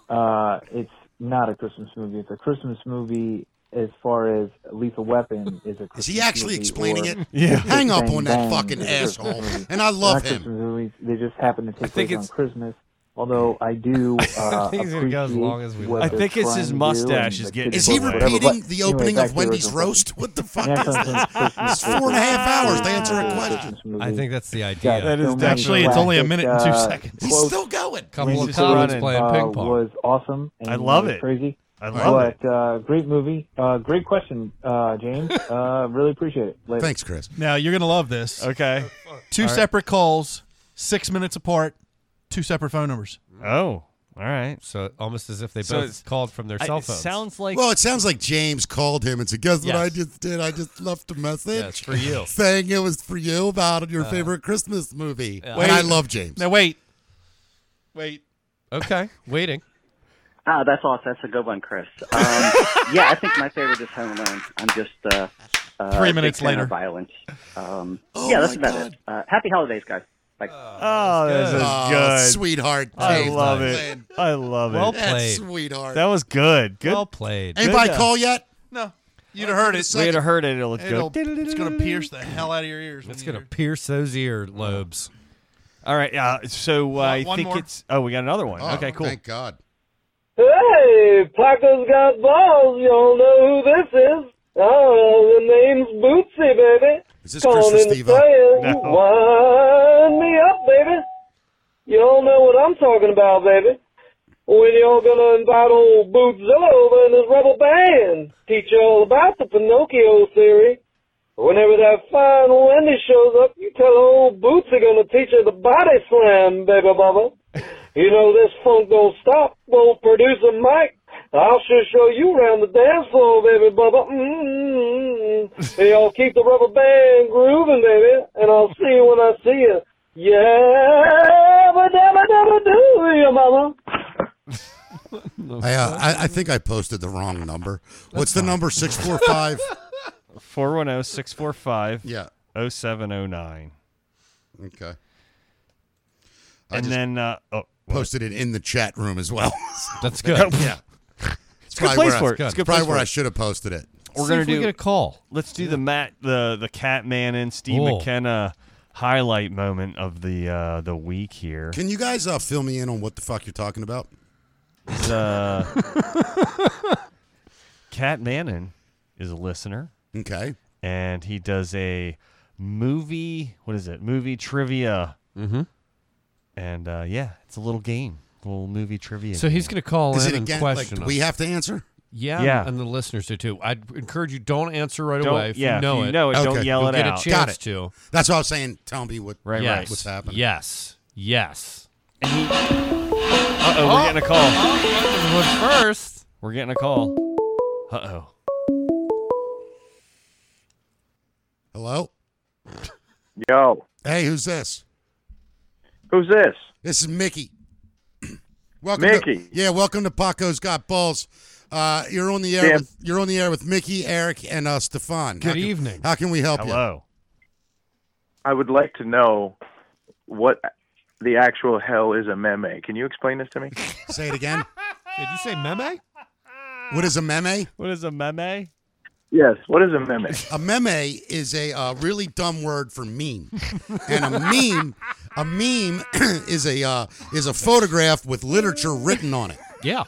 Speaker 14: uh, it's not a Christmas movie. It's a Christmas movie as far as Lethal Weapon is a Christmas
Speaker 8: Is he actually
Speaker 14: movie
Speaker 8: explaining
Speaker 14: or
Speaker 8: it?
Speaker 6: Yeah.
Speaker 8: Hang up
Speaker 14: Bang
Speaker 8: on that
Speaker 14: Bang
Speaker 8: fucking
Speaker 14: is a Christmas
Speaker 8: asshole.
Speaker 14: movie.
Speaker 8: And I love
Speaker 14: They're not Christmas
Speaker 8: him.
Speaker 14: movies. They just happen to take
Speaker 7: think
Speaker 14: place on
Speaker 7: it's-
Speaker 14: Christmas. Although I do uh,
Speaker 7: He's gonna go as long
Speaker 14: appreciate
Speaker 7: as we
Speaker 14: what
Speaker 6: like. I
Speaker 14: they're
Speaker 6: think it's his
Speaker 14: trying to do
Speaker 6: mustache
Speaker 14: and
Speaker 6: is
Speaker 14: the
Speaker 6: getting-
Speaker 14: kids'
Speaker 6: Is he
Speaker 14: book, whatever,
Speaker 8: Repeating
Speaker 14: but
Speaker 8: the
Speaker 14: anyway,
Speaker 8: opening
Speaker 14: back
Speaker 8: of
Speaker 14: to
Speaker 8: Wendy's
Speaker 14: original-
Speaker 8: roast? What the fuck
Speaker 14: Yeah,
Speaker 8: is this?
Speaker 14: sometimes Christmas
Speaker 8: It's four and a half hours to answer a question.
Speaker 7: I
Speaker 6: Mm-hmm.
Speaker 7: think that's the idea.
Speaker 14: That is actually, it's only a minute and two seconds.
Speaker 8: He's
Speaker 14: quote.
Speaker 8: still going.
Speaker 7: Couple
Speaker 14: Wayne
Speaker 7: of comments
Speaker 14: Corcoran,
Speaker 7: playing
Speaker 14: uh,
Speaker 7: ping pong.
Speaker 14: was awesome. And
Speaker 6: I love
Speaker 14: was
Speaker 6: it.
Speaker 14: Crazy.
Speaker 6: I love
Speaker 14: but, Uh, great movie. Uh, great question, uh, James. uh, really appreciate it. Later.
Speaker 8: Thanks, Chris.
Speaker 9: Now you're gonna love this.
Speaker 6: Okay.
Speaker 9: Two
Speaker 6: All right.
Speaker 9: separate calls, six minutes apart, two separate phone numbers.
Speaker 6: Oh, all right.
Speaker 7: So almost as if they
Speaker 6: So
Speaker 7: both
Speaker 6: it's-
Speaker 7: called from their
Speaker 6: I-
Speaker 7: cell
Speaker 6: it
Speaker 7: phones.
Speaker 6: sounds like
Speaker 8: Well, it sounds like James called him and said, "Guess what I
Speaker 7: Yes.
Speaker 8: just did? I just left a message
Speaker 7: Yes, for you.
Speaker 8: saying it was for you about your
Speaker 6: Uh-huh.
Speaker 7: Uh,
Speaker 8: favorite Christmas movie."
Speaker 7: yeah.
Speaker 8: And I
Speaker 7: Wait.
Speaker 8: love James.
Speaker 9: Now wait, wait.
Speaker 7: okay, waiting.
Speaker 12: Ah, that's awesome. That's a good one, Chris. Um, yeah, I think my favorite is Home Alone. I'm just uh, uh,
Speaker 9: Three
Speaker 12: a big
Speaker 9: minutes
Speaker 12: fan of
Speaker 9: later.
Speaker 12: Violence. Um,
Speaker 8: Oh,
Speaker 12: yeah, that's
Speaker 8: my
Speaker 12: about it. Uh, happy holidays, guys. Bye.
Speaker 6: Oh, this is
Speaker 8: Oh,
Speaker 6: good.
Speaker 8: sweetheart.
Speaker 6: I
Speaker 8: James
Speaker 6: love it.
Speaker 8: Lynn.
Speaker 6: I love it.
Speaker 7: Well
Speaker 8: That
Speaker 7: played.
Speaker 8: sweetheart.
Speaker 6: That was good. Good.
Speaker 7: Well played.
Speaker 8: Anybody
Speaker 6: Good.
Speaker 8: call yet?
Speaker 9: No, you'd have heard it.
Speaker 8: Second.
Speaker 6: We'd have heard it. It'll look
Speaker 9: It'll,
Speaker 6: good.
Speaker 9: it's gonna pierce the hell out of your ears. when
Speaker 7: It's
Speaker 9: you
Speaker 7: gonna
Speaker 9: hear-
Speaker 7: pierce those ear lobes.
Speaker 6: All right. Uh, so uh, I
Speaker 9: one
Speaker 6: think
Speaker 9: more?
Speaker 6: it's. Oh, we got another one.
Speaker 8: Oh,
Speaker 6: okay, cool.
Speaker 8: Thank God.
Speaker 4: Hey, Paco's got balls. Y'all know who this is. Oh, the name's Bootsy, baby.
Speaker 8: Is this
Speaker 4: Calling
Speaker 8: Christmas,
Speaker 4: in to
Speaker 8: Steve?
Speaker 4: say,
Speaker 6: No.
Speaker 4: Wind me up, baby. Y'all know what I'm talking about, baby. When y'all gonna invite old Bootzilla over and his rebel band? Teach you all about the Pinocchio theory. Whenever that fine Wendy shows up, you tell old Bootsy gonna teach her the body slam, baby bubba. You know this funk don't stop. Won't produce a mic. I'll sure show you around the dance floor, baby bubba. Mm-hmm. And y'all keep the rubber band grooving, baby. And I'll see you when I see you. Yeah, but dabba dabba do you, mama.
Speaker 8: I, uh, I I think I posted the wrong number. What's the number? Six four five.
Speaker 6: 410 645
Speaker 8: Yeah.
Speaker 6: 0709.
Speaker 8: Okay. I
Speaker 6: And
Speaker 8: just
Speaker 6: then. Uh, oh.
Speaker 8: posted it in the chat room as well.
Speaker 7: That's good.
Speaker 8: yeah. It's
Speaker 6: good
Speaker 8: probably
Speaker 6: place
Speaker 8: where I-
Speaker 6: for it. It's good
Speaker 8: probably
Speaker 6: place
Speaker 8: where
Speaker 6: for
Speaker 8: I
Speaker 6: it.
Speaker 8: should have posted it.
Speaker 6: We're
Speaker 7: See
Speaker 6: gonna
Speaker 7: if we
Speaker 6: do-
Speaker 7: get a call.
Speaker 6: Let's do the Matt the the Catman and Steve
Speaker 7: Oh.
Speaker 6: McKenna highlight moment of the uh, the week here.
Speaker 8: Can you guys uh, fill me in on what the fuck you're talking about?
Speaker 6: Is, uh, Cat Mannon is a listener,
Speaker 8: Okay.
Speaker 6: and he does a movie. What is it? Movie trivia.
Speaker 7: Mm-hmm.
Speaker 6: And uh, yeah, it's a little game, a little movie trivia.
Speaker 7: So he's
Speaker 6: game.
Speaker 7: gonna call
Speaker 8: Is
Speaker 7: in
Speaker 8: it
Speaker 7: and
Speaker 8: again? Like,
Speaker 7: question
Speaker 8: do
Speaker 7: us.
Speaker 8: we have to answer?
Speaker 7: yeah,
Speaker 6: Yeah.
Speaker 7: and the listeners do too. I'd encourage you don't answer right
Speaker 6: Don't-
Speaker 7: away. If
Speaker 6: yeah,
Speaker 7: you know
Speaker 6: if
Speaker 7: it,
Speaker 6: you know it, don't
Speaker 8: Okay.
Speaker 6: yell
Speaker 7: you'll
Speaker 6: it
Speaker 7: get
Speaker 6: out.
Speaker 7: a chance
Speaker 8: Got it.
Speaker 7: to.
Speaker 8: That's what I was saying. Tell me what.
Speaker 6: Right,
Speaker 7: yes.
Speaker 6: right.
Speaker 8: What's happening?
Speaker 7: Yes. Yes.
Speaker 6: Uh oh, we're getting a call.
Speaker 7: But oh, first,
Speaker 6: We're getting a call. Uh oh.
Speaker 8: Hello.
Speaker 12: Yo,
Speaker 8: Hey, who's this?
Speaker 12: who's this?
Speaker 8: This is Mickey. welcome
Speaker 12: Mickey.
Speaker 8: To, yeah, welcome to Paco's Got Balls. Uh, you're on the air.
Speaker 12: Yeah.
Speaker 8: With, you're on the air with Mickey, Eric, and uh, Stefan.
Speaker 7: Good
Speaker 8: how can,
Speaker 7: evening.
Speaker 8: How can we help you?
Speaker 6: Hello.
Speaker 15: I would like to know what the actual hell is a meme. Can you explain this to me?
Speaker 8: Say it again.
Speaker 7: did you say meme?
Speaker 8: What is a meme?
Speaker 6: What is a meme?
Speaker 15: Yes. What is a meme?
Speaker 8: A meme is a uh, really dumb word for meme, and a meme, a meme is a uh, is a photograph with literature written on it.
Speaker 7: Yeah.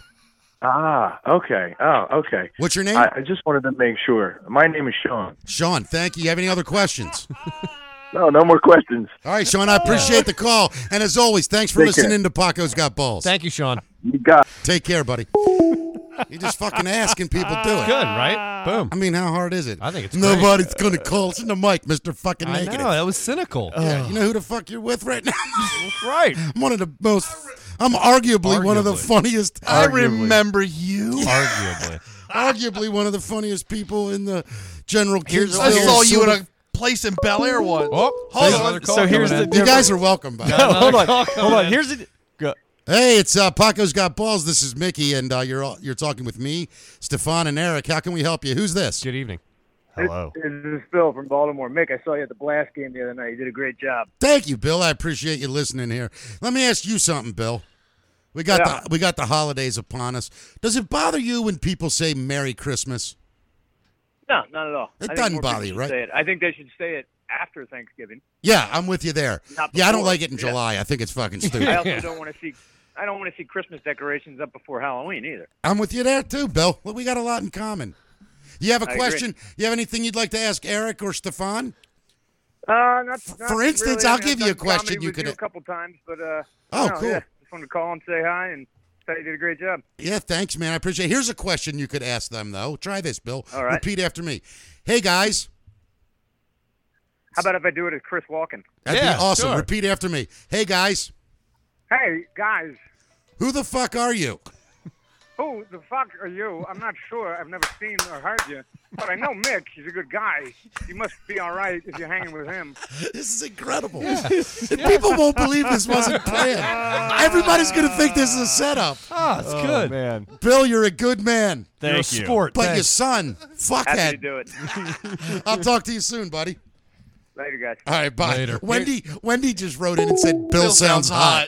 Speaker 15: ah. Okay. Oh. Okay.
Speaker 8: What's your name?
Speaker 15: I, I just wanted to make sure. My name is Sean.
Speaker 8: Sean. Thank you. You have any other questions?
Speaker 15: No. No more questions.
Speaker 8: All right, Sean. I appreciate the call, and as always, thanks for
Speaker 15: Take care.
Speaker 8: listening to Paco's Got Balls.
Speaker 7: Thank you, Sean.
Speaker 15: You got.
Speaker 8: Take care, buddy. you just fucking ask and people do
Speaker 7: Good,
Speaker 8: it.
Speaker 7: right? Boom.
Speaker 8: I mean, how hard is it?
Speaker 7: I think it's
Speaker 8: Nobody's going to call. Listen to Mike, Mr. fucking
Speaker 7: I
Speaker 8: Negative.
Speaker 7: know that was cynical.
Speaker 8: Yeah, you know who the fuck you're with right now?
Speaker 7: Uh, right.
Speaker 8: I'm one of the most, I'm arguably, one of the
Speaker 7: Arguably.
Speaker 8: funniest. I
Speaker 7: Arguably.
Speaker 8: remember you.
Speaker 7: Arguably.
Speaker 8: arguably one of the funniest people in the general kids.
Speaker 9: I saw you at a place in Bel Air once.
Speaker 7: Oh,
Speaker 8: Hold
Speaker 7: there's
Speaker 8: on.
Speaker 7: another call
Speaker 6: So here's
Speaker 7: coming
Speaker 6: the
Speaker 7: in.
Speaker 8: You guys are welcome, by the way.
Speaker 6: Oh, hold on. Hold on. Here's the. Go.
Speaker 8: Hey, it's uh, Paco's Got Balls. This is Mickey, and uh, you're all, you're talking with me, Stefan, and Eric. How can we help you? Who's this?
Speaker 7: Good evening.
Speaker 6: Hello.
Speaker 16: This is Phil from Baltimore. Mick, I saw you at the Blast game the other night. You did a great job.
Speaker 8: Thank you, Bill. I appreciate you listening here. Let me ask you something, Bill. We got
Speaker 16: Yeah.
Speaker 8: the we got the holidays upon us. Does it bother you when people say Merry Christmas?
Speaker 16: No, not at all.
Speaker 8: It
Speaker 16: I think
Speaker 8: doesn't
Speaker 16: more people
Speaker 8: bother you,
Speaker 16: should
Speaker 8: right?
Speaker 16: say it. I think they should say it after Thanksgiving.
Speaker 8: Yeah, I'm with you there.
Speaker 16: Not
Speaker 8: Yeah, I don't
Speaker 16: before.
Speaker 8: like it in
Speaker 16: Yeah.
Speaker 8: July. I think it's fucking
Speaker 16: I
Speaker 8: stupid.
Speaker 16: also
Speaker 7: Yeah.
Speaker 16: don't want to see.
Speaker 17: I don't want to see Christmas decorations up before Halloween either.
Speaker 8: I'm with you there too, Bill. We got a lot in common. You have a
Speaker 17: I agree.
Speaker 8: question? You have anything you'd like to ask Eric or Stefan?
Speaker 17: Uh, not, not
Speaker 8: for instance,
Speaker 17: really. I
Speaker 8: I'll
Speaker 17: mean,
Speaker 8: give
Speaker 17: I've
Speaker 8: you a
Speaker 17: done
Speaker 8: question
Speaker 17: comedy
Speaker 8: you
Speaker 17: with
Speaker 8: could-
Speaker 17: a couple times, but uh,
Speaker 8: Oh,
Speaker 17: no,
Speaker 8: cool.
Speaker 17: Yeah, just wanted to call and say hi and say you did a great job.
Speaker 8: Yeah, thanks, man. I appreciate. it. Here's a question you could ask them though. Try this, Bill.
Speaker 17: All right.
Speaker 8: Repeat after me. Hey guys,
Speaker 17: How about if I do it as Chris Walken?
Speaker 8: that'd be awesome. Repeat after me. Hey guys,
Speaker 17: Hey guys,
Speaker 8: who the fuck are you?
Speaker 17: who the fuck are you? I'm not sure. I've never seen or heard you, but I know Mick. He's a good guy. You must be all right if you're hanging with him.
Speaker 8: This is incredible. People won't believe this wasn't planned. Everybody's gonna think this is a setup.
Speaker 7: Oh, it's
Speaker 6: Oh, good. man.
Speaker 8: Bill, you're a good man.
Speaker 6: Thank
Speaker 8: you're a
Speaker 6: you.
Speaker 8: sport, but
Speaker 6: Thanks.
Speaker 8: your son,
Speaker 17: Happy to
Speaker 8: fuckhead.
Speaker 17: do it.
Speaker 8: I'll talk to you soon, buddy.
Speaker 17: Later, guys.
Speaker 8: All right, bye.
Speaker 17: Later.
Speaker 8: Wendy, Wendy just wrote in and said, "Bill, sounds hot."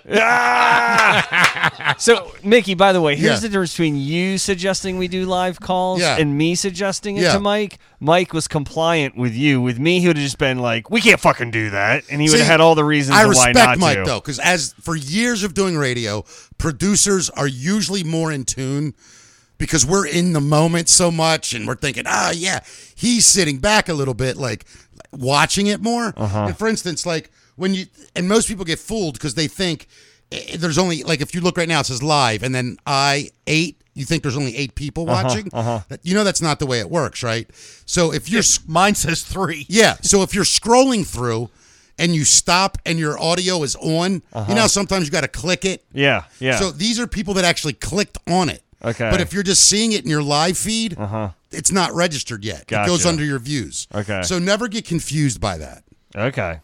Speaker 6: so, Mickey, by the way, here's
Speaker 8: Yeah.
Speaker 6: the difference between you suggesting we do live calls
Speaker 8: Yeah.
Speaker 6: and me suggesting it
Speaker 8: Yeah.
Speaker 6: to Mike. Mike was compliant with you. With me, he would have just been like, "We can't fucking do that," and he would
Speaker 8: See,
Speaker 6: have had all the reasons
Speaker 8: I
Speaker 6: of why
Speaker 8: respect
Speaker 6: not
Speaker 8: Mike
Speaker 6: to.
Speaker 8: though, because as for years of doing radio, producers are usually more in tune because we're in the moment so much and we're thinking, oh yeah. He's sitting back a little bit, like watching it more.
Speaker 6: Uh-huh.
Speaker 8: And for instance, like when you and most people get fooled because they think eh, there's only like if you look right now it says live and then I eight. You think there's only eight people
Speaker 6: Uh-huh,
Speaker 8: watching?
Speaker 6: uh-huh.
Speaker 8: That- You know that's not the way it works, right? So if you're mine says three. Yeah. So if you're scrolling through and you stop and your audio is on, you know how sometimes you got to click it.
Speaker 6: Yeah, Uh-huh. yeah.
Speaker 8: So these are people that actually clicked on it.
Speaker 6: Okay. Uh-huh.
Speaker 8: But if you're just seeing it in your live feed, it's not registered yet. It goes
Speaker 6: Gotcha.
Speaker 8: under your views.
Speaker 6: Okay.
Speaker 8: So never get confused by that.
Speaker 6: Okay.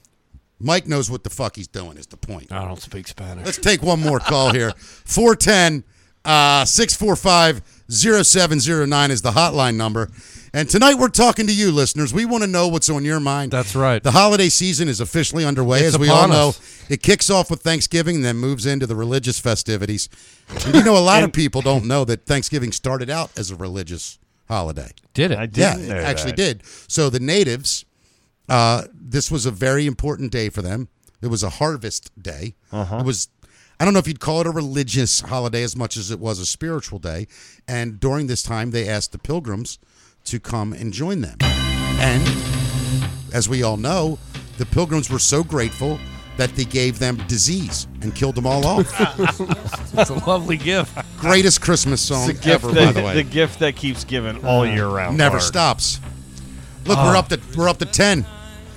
Speaker 8: Mike knows what the fuck he's doing is the point.
Speaker 18: I don't speak Spanish.
Speaker 8: Let's take one more call here. 410 uh, 645 0709 is the hotline number. And tonight we're talking to you, listeners. We want to know what's on your mind. That's right. The holiday season is officially underway.
Speaker 7: It's
Speaker 8: As we all
Speaker 7: upon
Speaker 8: know,
Speaker 7: us.
Speaker 8: it kicks off with Thanksgiving, then moves into the religious festivities. And you know, a lot of people don't know that Thanksgiving started out as a religious holiday.
Speaker 7: Did it?
Speaker 8: I
Speaker 7: didn't
Speaker 8: Yeah, it
Speaker 7: know
Speaker 8: actually
Speaker 7: that.
Speaker 8: did. So the natives, uh, this was a very important day for them. It was a harvest day.
Speaker 7: Uh-huh.
Speaker 8: It was, I don't know if you'd call it a religious holiday as much as it was a spiritual day. And during this time, they asked the pilgrims to come and join them. And as we all know, the pilgrims were so grateful that they gave them disease and killed them all off.
Speaker 7: It's a lovely gift.
Speaker 8: Greatest Christmas song
Speaker 6: It's the gift
Speaker 8: ever,
Speaker 6: that,
Speaker 8: by the way.
Speaker 6: the gift that keeps giving all year round.
Speaker 8: Never
Speaker 6: Bard.
Speaker 8: stops. Look,
Speaker 6: Ah.
Speaker 8: we're up to we're up to ten.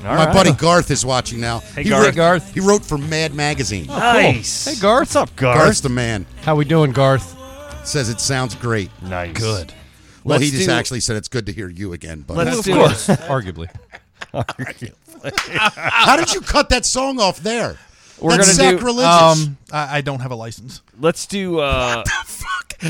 Speaker 6: All
Speaker 8: My
Speaker 6: right.
Speaker 8: buddy Garth is watching now.
Speaker 6: Hey,
Speaker 8: he
Speaker 6: Garth.
Speaker 8: Wrote,
Speaker 6: Hey, Garth.
Speaker 8: He wrote for Mad Magazine.
Speaker 6: Oh, cool. Nice. Hey, Garth. What's up, Garth?
Speaker 8: Garth's the man.
Speaker 7: How we doing, Garth?
Speaker 8: Says it sounds great.
Speaker 6: Nice.
Speaker 8: Good. Well, he
Speaker 7: Let's
Speaker 8: just
Speaker 7: do-
Speaker 8: actually said it's good to hear you again, buddy.
Speaker 7: Let's Of do- course. Arguably.
Speaker 8: How did you cut that song off there? That's
Speaker 9: gonna do-
Speaker 8: sacrilegious.
Speaker 9: Um, I, I don't have a license.
Speaker 6: Let's do. Uh,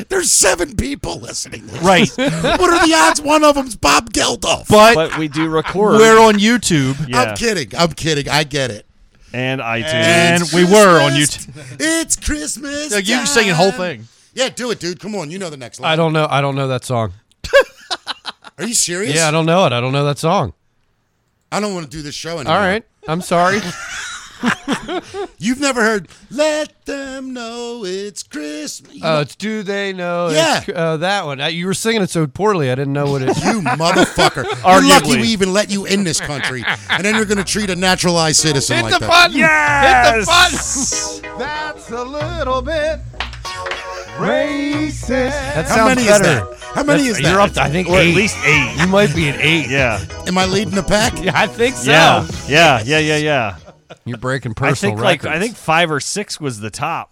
Speaker 8: There's seven people listening. to this.
Speaker 9: Right.
Speaker 8: what are the odds one of them's Bob Geldof?
Speaker 9: But-
Speaker 6: we do record.
Speaker 9: We're on YouTube.
Speaker 8: I'm kidding. I'm kidding. I get it.
Speaker 6: And iTunes.
Speaker 9: And we were on YouTube.
Speaker 8: It's Christmas.
Speaker 9: Yeah, you can sing the whole
Speaker 8: time.
Speaker 9: thing.
Speaker 8: Yeah, do it, dude. Come on. You know the next line.
Speaker 7: I don't know. I don't know that song.
Speaker 8: Are you serious?
Speaker 7: Yeah, I don't know it. I don't know that song.
Speaker 8: I don't want to do this show anymore.
Speaker 7: All right. I'm sorry.
Speaker 8: You've never heard "Let Them Know It's Christmas." You
Speaker 7: Uh, it's do they know?
Speaker 8: Yeah.
Speaker 7: It's, uh, that one. Uh, You were singing it so poorly, I didn't know what it.
Speaker 8: you motherfucker! You're lucky we even let you in this country, and then you're going to treat a naturalized citizen
Speaker 7: Hit
Speaker 8: like
Speaker 7: the
Speaker 8: that.
Speaker 7: button! Hit the
Speaker 9: Yes! That's a little bit racist.
Speaker 7: That
Speaker 8: How
Speaker 7: sounds
Speaker 8: many is
Speaker 7: better.
Speaker 8: that? How many
Speaker 7: That's-
Speaker 8: is that?
Speaker 7: You're up to, I think,
Speaker 6: Or at
Speaker 7: eight.
Speaker 6: least eight.
Speaker 7: You might be an eight.
Speaker 6: Yeah.
Speaker 8: Am I leading the pack?
Speaker 7: Yeah, I think so.
Speaker 6: Yeah, yeah, yeah, yeah, yeah.
Speaker 7: You're breaking
Speaker 6: I
Speaker 7: personal
Speaker 6: think
Speaker 7: records.
Speaker 6: like I think five or six was the top.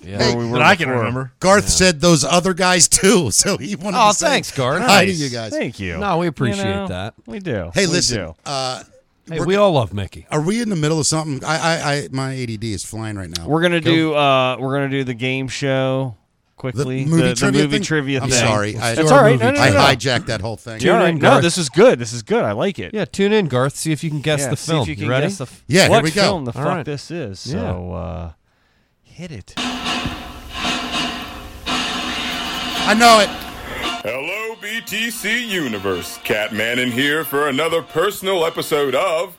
Speaker 6: Yeah,
Speaker 8: Garth said those other guys too, so he wanted
Speaker 7: Oh,
Speaker 8: to say
Speaker 7: thanks, Garth.
Speaker 8: Hi to
Speaker 7: Nice.
Speaker 8: you guys.
Speaker 7: Thank you. No, we appreciate You know, that. we do.
Speaker 8: Hey,
Speaker 7: We
Speaker 8: listen.
Speaker 7: do.
Speaker 8: Uh,
Speaker 7: Hey,
Speaker 8: we're-
Speaker 7: we all love Mickey.
Speaker 8: Are we in the middle of something? I, I, I my ADD is flying right now.
Speaker 6: We're gonna
Speaker 8: Go.
Speaker 6: do uh we're gonna do the game show quickly.
Speaker 8: The movie trivia
Speaker 6: movie
Speaker 8: thing?
Speaker 6: trivia
Speaker 8: I'm
Speaker 6: thing.
Speaker 8: sorry. I-
Speaker 6: That's all right. No, no,
Speaker 8: I
Speaker 6: no, no.
Speaker 8: hijacked that whole thing.
Speaker 6: Tune
Speaker 8: All
Speaker 6: in,
Speaker 8: right,
Speaker 6: no,
Speaker 8: Garth.
Speaker 6: this is good. This is good. I like it.
Speaker 7: Yeah, tune in, Garth. See if you can guess
Speaker 6: Yeah,
Speaker 7: the
Speaker 6: see if
Speaker 7: film.
Speaker 6: you can
Speaker 7: ready?
Speaker 6: guess the f- what film the
Speaker 7: All
Speaker 6: fuck
Speaker 7: right.
Speaker 6: this is.
Speaker 7: Yeah.
Speaker 6: So uh, hit it.
Speaker 8: I know it.
Speaker 19: Hello, BTC Universe. Catman in here for another personal episode of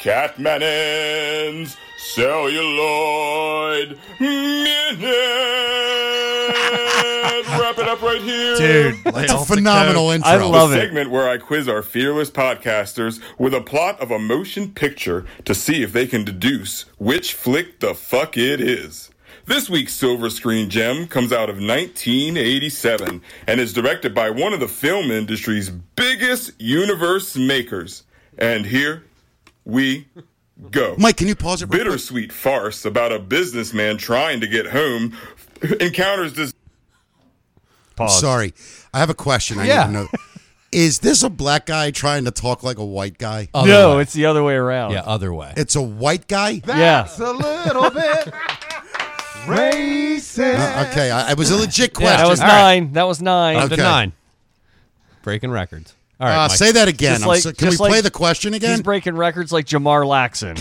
Speaker 18: Catman's celluloid minute. Wrap it up right here,
Speaker 8: Dude, That's a lay off the phenomenal coke. intro. I love
Speaker 18: The
Speaker 8: it.
Speaker 18: segment where I quiz our fearless podcasters with a plot of a motion picture to see if they can deduce which flick the fuck it is. This week's silver screen gem comes out of 1987 and is directed by one of the film industry's biggest universe makers. And here we go.
Speaker 8: Mike, can you pause it? real quick?
Speaker 18: Bittersweet farce about a businessman trying to get home encounters this.
Speaker 8: I'm sorry. I have a question. I
Speaker 18: Yeah.
Speaker 8: need to know. Is this a black guy trying to talk like a white guy?
Speaker 6: no, it's the other way around.
Speaker 8: Yeah,
Speaker 7: other way.
Speaker 8: It's a white guy?
Speaker 6: yeah.
Speaker 19: a little bit racist.
Speaker 8: Uh, okay, I, it was a legit
Speaker 7: Yeah,
Speaker 8: question.
Speaker 7: that was
Speaker 8: All right.
Speaker 7: nine. That was nine. Up to nine. Breaking records. All right,
Speaker 8: Uh,
Speaker 7: Mike.
Speaker 8: say that again. I'm so- can we
Speaker 6: just
Speaker 8: play the question
Speaker 6: He's
Speaker 8: again?
Speaker 6: breaking records like Jamar Laxon.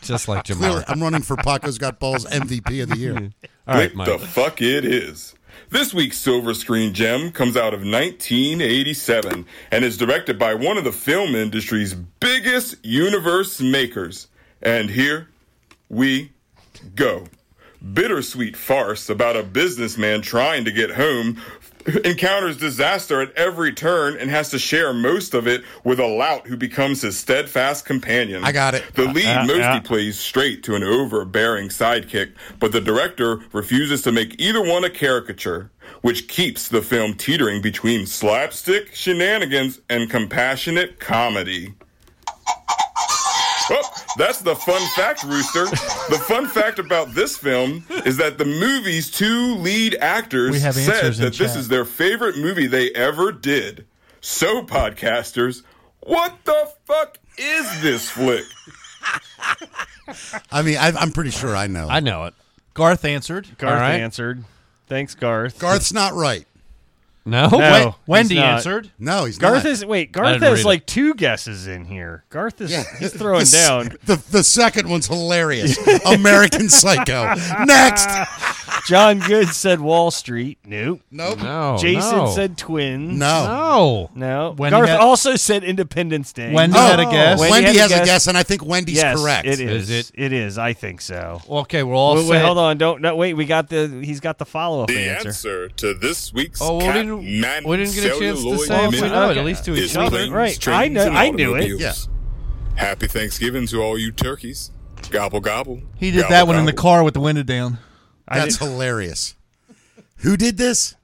Speaker 7: Just like
Speaker 8: Clearly, I'm running for Paco's Got Balls MVP of the year.
Speaker 18: Click the fuck it is. This week's Silver Screen Gem comes out of 1987 and is directed by one of the film industry's biggest universe makers. And here we go. Bittersweet farce about a businessman trying to get home encounters disaster at every turn and has to share most of it with a lout who becomes his steadfast companion.
Speaker 8: I got it.
Speaker 18: The lead
Speaker 8: Uh,
Speaker 18: mostly
Speaker 8: yeah.
Speaker 18: plays straight to an overbearing sidekick, but the director refuses to make either one a caricature, which keeps the film teetering between slapstick shenanigans and compassionate comedy. Oh, that's the fun fact, Rooster. The fun fact about this film is that the movie's two lead actors
Speaker 9: We have
Speaker 18: said
Speaker 9: answers in
Speaker 18: that this
Speaker 9: chat.
Speaker 18: is their favorite movie they ever did. So, podcasters, what the fuck is this flick?
Speaker 8: I mean, I, I'm pretty sure I know.
Speaker 7: I know it.
Speaker 9: Garth answered.
Speaker 6: Garth
Speaker 7: All right.
Speaker 6: answered. Thanks, Garth.
Speaker 8: Garth's not right.
Speaker 7: No,
Speaker 6: No,
Speaker 7: Wait,
Speaker 6: he's not.
Speaker 8: No, he's
Speaker 6: Garth
Speaker 8: not.
Speaker 6: is wait.
Speaker 8: I
Speaker 6: Garth
Speaker 8: didn't read
Speaker 6: has
Speaker 8: it.
Speaker 6: like two guesses in here. Garth is he's
Speaker 8: The
Speaker 6: throwing
Speaker 8: s-
Speaker 6: down.
Speaker 8: The, the second one's hilarious. American Psycho. Next.
Speaker 6: John Good said Wall Street. Nope.
Speaker 8: Nope.
Speaker 7: No,
Speaker 6: Jason
Speaker 7: Oh, no.
Speaker 6: said twins.
Speaker 7: No.
Speaker 6: No.
Speaker 7: Wendy
Speaker 6: Garth
Speaker 7: had-
Speaker 6: also said Independence Day.
Speaker 7: Wendy Oh. had a guess.
Speaker 8: Wendy has a guess, and I think Wendy's
Speaker 6: Yes,
Speaker 8: correct.
Speaker 6: It is.
Speaker 7: Is it?
Speaker 6: It is. I think so.
Speaker 7: Okay, we're all
Speaker 6: wait, wait,
Speaker 7: set.
Speaker 6: hold on. Don't no, wait. We got the. He's got the follow up
Speaker 18: The
Speaker 6: answer.
Speaker 18: answer to this week's
Speaker 6: Oh, well, we
Speaker 18: Cat
Speaker 6: didn't-
Speaker 18: Man
Speaker 6: we didn't get a chance to
Speaker 18: Celluloid
Speaker 6: say if we
Speaker 18: Minute
Speaker 6: know it, at least to
Speaker 18: is
Speaker 6: each other.
Speaker 18: planes,
Speaker 6: Right.
Speaker 18: trains,
Speaker 6: I know-
Speaker 18: and
Speaker 6: I knew it.
Speaker 18: automobiles. Happy Thanksgiving to all you turkeys. Gobble gobble.
Speaker 9: He did
Speaker 18: Gobble,
Speaker 9: that one in the
Speaker 18: gobble.
Speaker 9: car with the window down.
Speaker 8: That's hilarious. Who did this?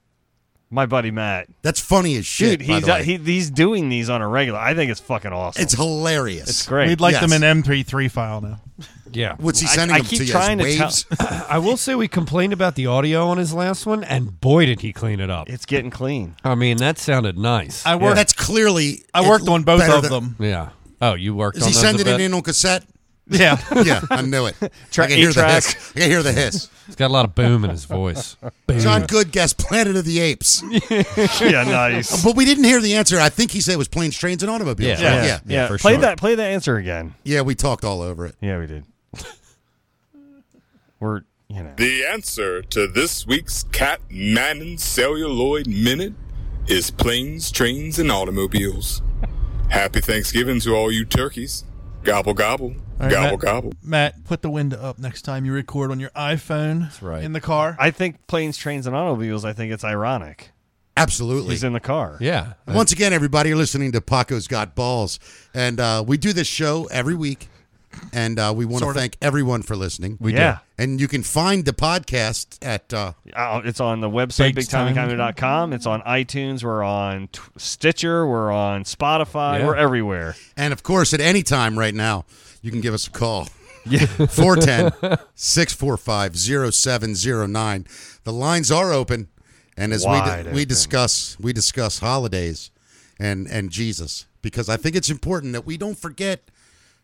Speaker 6: My buddy Matt.
Speaker 8: That's funny as shit.
Speaker 6: Dude,
Speaker 8: by
Speaker 6: he's
Speaker 8: the way.
Speaker 6: he, he's doing these on a regular. I think it's fucking awesome.
Speaker 8: It's hilarious.
Speaker 6: It's great.
Speaker 9: We'd like them in M33 file now.
Speaker 7: Yeah.
Speaker 8: What's he
Speaker 7: I-
Speaker 8: sending
Speaker 7: I,
Speaker 8: them
Speaker 7: keep
Speaker 8: to you?
Speaker 7: trying
Speaker 8: as waves?
Speaker 7: to tell. I will say we complained about the audio on his last one, and boy, did he clean it up.
Speaker 6: It's getting clean.
Speaker 7: I mean, that sounded nice.
Speaker 8: I worked- Yeah. That's clearly-
Speaker 9: I worked
Speaker 8: it-
Speaker 9: on both
Speaker 8: better
Speaker 9: of
Speaker 8: than-
Speaker 9: them.
Speaker 7: Yeah. Oh, you worked.
Speaker 8: Is
Speaker 7: on
Speaker 8: he
Speaker 7: those
Speaker 8: sending
Speaker 7: a
Speaker 8: it
Speaker 7: bit?
Speaker 8: in on cassette?
Speaker 9: Yeah.
Speaker 8: yeah, I knew it.
Speaker 7: Tra-
Speaker 8: I can hear the
Speaker 7: eight-track.
Speaker 8: hiss. I can hear the hiss.
Speaker 7: He's got a lot of boom in his voice. Boom.
Speaker 8: John Good guessed Planet of the Apes.
Speaker 6: Yeah, nice.
Speaker 8: But we didn't hear the answer. I think he said it was planes, trains, and automobiles.
Speaker 6: Yeah.
Speaker 8: right?
Speaker 6: Yeah.
Speaker 8: yeah.
Speaker 6: Yeah, Yeah, play sure. that- play the answer again.
Speaker 8: Yeah, we talked all over it.
Speaker 6: Yeah, we did. We're you know.
Speaker 18: The answer to this week's Cat Manning Celluloid Minute is planes, trains, and automobiles. Happy Thanksgiving to all you turkeys. Gobble gobble.
Speaker 9: All right,
Speaker 18: gobble
Speaker 9: Matt,
Speaker 18: gobble.
Speaker 9: Matt, put the window up next time you record on your iPhone. That's right. In the car.
Speaker 6: I think planes, trains, and automobiles. I think it's ironic.
Speaker 8: Absolutely.
Speaker 6: He's in the car.
Speaker 7: Yeah.
Speaker 8: Once again, everybody, you're listening to Paco's Got Balls. And uh, we do this show every week. And uh, we want to
Speaker 6: Sorta.
Speaker 8: thank everyone for listening.
Speaker 6: We do. Yeah.
Speaker 8: And you can find the podcast at. Uh,
Speaker 6: Uh, It's on the website,
Speaker 8: Big Time.
Speaker 6: bigtimecomedy.com. It's on iTunes. We're on t- Stitcher. We're on Spotify.
Speaker 8: Yeah.
Speaker 6: We're everywhere.
Speaker 8: And of course, at any time right now, you can give us a call. 410 645 0709. The lines are open. And as we,
Speaker 6: Wide
Speaker 8: we
Speaker 6: open.
Speaker 8: discuss we discuss holidays and, and Jesus, because I think it's important that we don't forget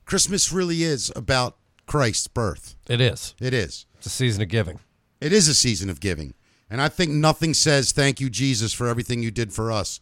Speaker 8: Christmas really is about Christ's birth.
Speaker 7: It is.
Speaker 8: It is.
Speaker 7: It's a season of giving.
Speaker 8: It is a season of giving. And I think nothing says thank you, Jesus, for everything you did for us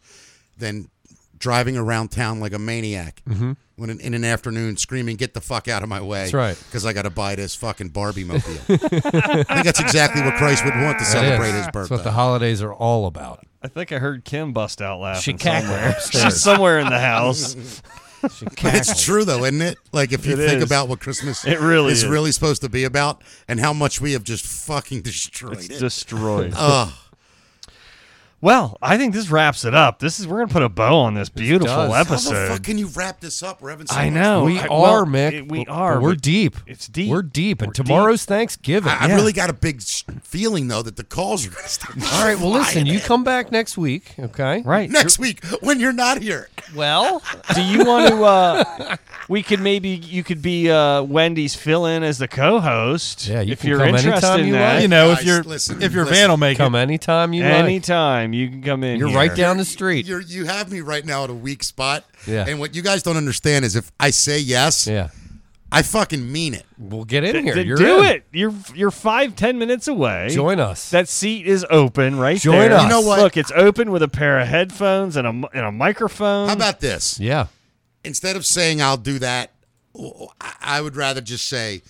Speaker 8: than driving around town like a maniac
Speaker 7: Mhm.
Speaker 8: when in, in an afternoon screaming, get the fuck out of my way.
Speaker 7: That's right.
Speaker 8: Because I got to buy this fucking Barbie mobile. I think that's exactly what Christ would want to
Speaker 7: It
Speaker 8: celebrate
Speaker 7: is.
Speaker 8: his
Speaker 7: That's
Speaker 8: birthday.
Speaker 7: what the holidays are all about.
Speaker 6: I think I heard Kim bust out laughing
Speaker 7: She cackled
Speaker 6: somewhere.
Speaker 7: upstairs.
Speaker 6: She's somewhere in the house.
Speaker 8: It's true though, isn't it? Like if you
Speaker 6: It
Speaker 8: think
Speaker 6: is.
Speaker 8: about what Christmas
Speaker 6: It really
Speaker 8: is,
Speaker 6: is.
Speaker 8: really supposed to be about, and how much we have just fucking destroyed
Speaker 6: It's
Speaker 8: it.
Speaker 6: destroyed.
Speaker 8: Ugh.
Speaker 6: Uh, Well, I think this wraps it up. This is we're gonna put a bow on this beautiful
Speaker 8: How
Speaker 6: episode.
Speaker 8: the fuck can you wrap this up? We're having so
Speaker 6: I
Speaker 8: much
Speaker 6: know.
Speaker 8: fun.
Speaker 6: Oh, I- well,
Speaker 7: are, Mick.
Speaker 6: it- we
Speaker 7: But
Speaker 6: are.
Speaker 7: We're
Speaker 6: but
Speaker 7: deep.
Speaker 6: It's deep.
Speaker 7: We're deep, and tomorrow's Thanksgiving.
Speaker 8: I, I really got a big s- feeling though that the calls are going to start.
Speaker 7: All right. Well, listen. You come back next week, okay?
Speaker 6: Right.
Speaker 8: next week when you're not here.
Speaker 7: Well,
Speaker 6: Do you want to? Uh, we could maybe you could be uh, Wendy's fill-in as the co-host. Yeah,
Speaker 7: you
Speaker 6: if
Speaker 7: can
Speaker 6: you're
Speaker 7: come
Speaker 6: interested
Speaker 7: anytime
Speaker 6: in
Speaker 7: you
Speaker 6: that.
Speaker 7: like. You know, if Guys, you're- listen, if your listen. van will make Come it. anytime you like.
Speaker 6: Anytime you can come in.
Speaker 7: You're
Speaker 6: here.
Speaker 7: right down the street.
Speaker 8: You're, you have me right now at a weak spot.
Speaker 7: Yeah.
Speaker 8: And what you guys don't understand is if I say yes,
Speaker 7: yeah,
Speaker 8: I fucking mean it.
Speaker 7: We'll get in
Speaker 6: D-
Speaker 7: here.
Speaker 6: d-
Speaker 7: You're
Speaker 6: do
Speaker 7: in.
Speaker 6: it. You're you're five ten minutes away.
Speaker 7: Join us.
Speaker 6: That seat is open right
Speaker 7: Join
Speaker 6: there.
Speaker 7: us. You know what?
Speaker 6: Look, it's open with a pair of headphones and a m- and a microphone.
Speaker 8: How about this?
Speaker 7: Yeah.
Speaker 8: Instead of saying I'll do that, w- I I would rather just say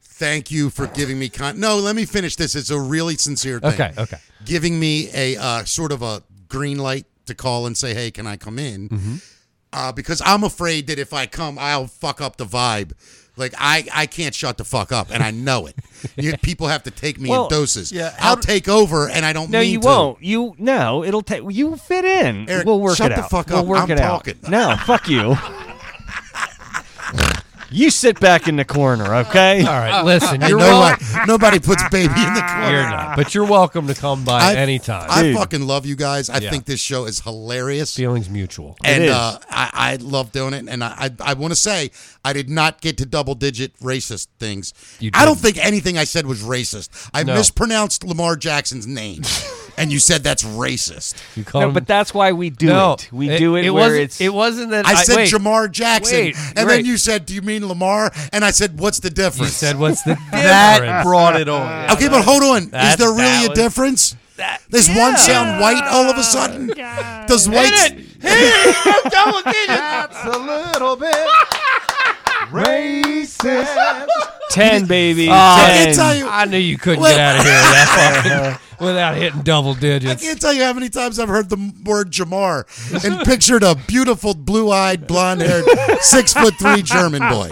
Speaker 8: thank you for giving me con. No, let me finish this. It's a really sincere thing.
Speaker 7: Okay, okay.
Speaker 8: Giving me a uh, sort of a green light to call and say, hey, can I come in? Uh, because I'm afraid that if I come, I'll fuck up the vibe. Like I, I can't shut the fuck up, and I know it. You, people have to take me
Speaker 6: Well,
Speaker 8: in doses.
Speaker 6: yeah,
Speaker 8: I'll take over, and I don't.
Speaker 6: No,
Speaker 8: mean
Speaker 6: you
Speaker 8: to.
Speaker 6: won't. You no, it'll take. You fit in.
Speaker 8: Eric,
Speaker 6: we'll work
Speaker 8: shut
Speaker 6: it
Speaker 8: the
Speaker 6: out.
Speaker 8: fuck
Speaker 6: we'll
Speaker 8: up.
Speaker 6: work
Speaker 8: I'm
Speaker 6: it out.
Speaker 8: talking.
Speaker 6: No, fuck you. you sit back in the corner, okay?
Speaker 7: All right. Listen.
Speaker 8: Hey,
Speaker 7: You're
Speaker 8: no
Speaker 7: welcome.
Speaker 8: one- nobody puts baby in the corner.
Speaker 7: You're not. But you're welcome to come by
Speaker 8: I-
Speaker 7: anytime.
Speaker 8: I fucking love you guys. I
Speaker 7: Yeah.
Speaker 8: think this show is hilarious.
Speaker 7: Feelings mutual.
Speaker 8: and
Speaker 7: It is.
Speaker 8: Uh, I, I love doing it. And I, I, I want to say I did not get to double digit racist things.
Speaker 7: You
Speaker 8: I don't
Speaker 7: didn't.
Speaker 8: think anything I said was racist. I
Speaker 7: No.
Speaker 8: mispronounced Lamar Jackson's name, and you said that's racist.
Speaker 7: You call
Speaker 6: No,
Speaker 7: him-
Speaker 6: but that's why we do
Speaker 7: No,
Speaker 6: it. We
Speaker 7: it-
Speaker 6: do it,
Speaker 7: it
Speaker 6: where
Speaker 7: wasn't-
Speaker 6: it's.
Speaker 7: it wasn't that
Speaker 8: I
Speaker 7: I-
Speaker 8: said
Speaker 7: wait.
Speaker 8: Jamar Jackson,
Speaker 7: Wait,
Speaker 8: and
Speaker 7: right.
Speaker 8: then you said, "Do you mean Lamar?" And I said, "What's the difference?"
Speaker 7: You said what's the
Speaker 8: That
Speaker 9: brought it on.
Speaker 8: okay, but hold on. Is
Speaker 7: That-
Speaker 8: there really
Speaker 7: that
Speaker 8: a
Speaker 7: was-
Speaker 8: difference? Does one sound white all of a sudden? Does white?
Speaker 7: double digits. That's a little bit racist.
Speaker 6: Ten, baby.
Speaker 8: I
Speaker 6: ten.
Speaker 8: can tell you.
Speaker 7: I knew you couldn't
Speaker 8: Well-
Speaker 7: get out of here without, fucking, without hitting double
Speaker 8: I
Speaker 7: digits.
Speaker 8: can't tell you how many times I've heard the word Jamar and pictured a beautiful blue-eyed, blonde-haired, six-foot-three German boy.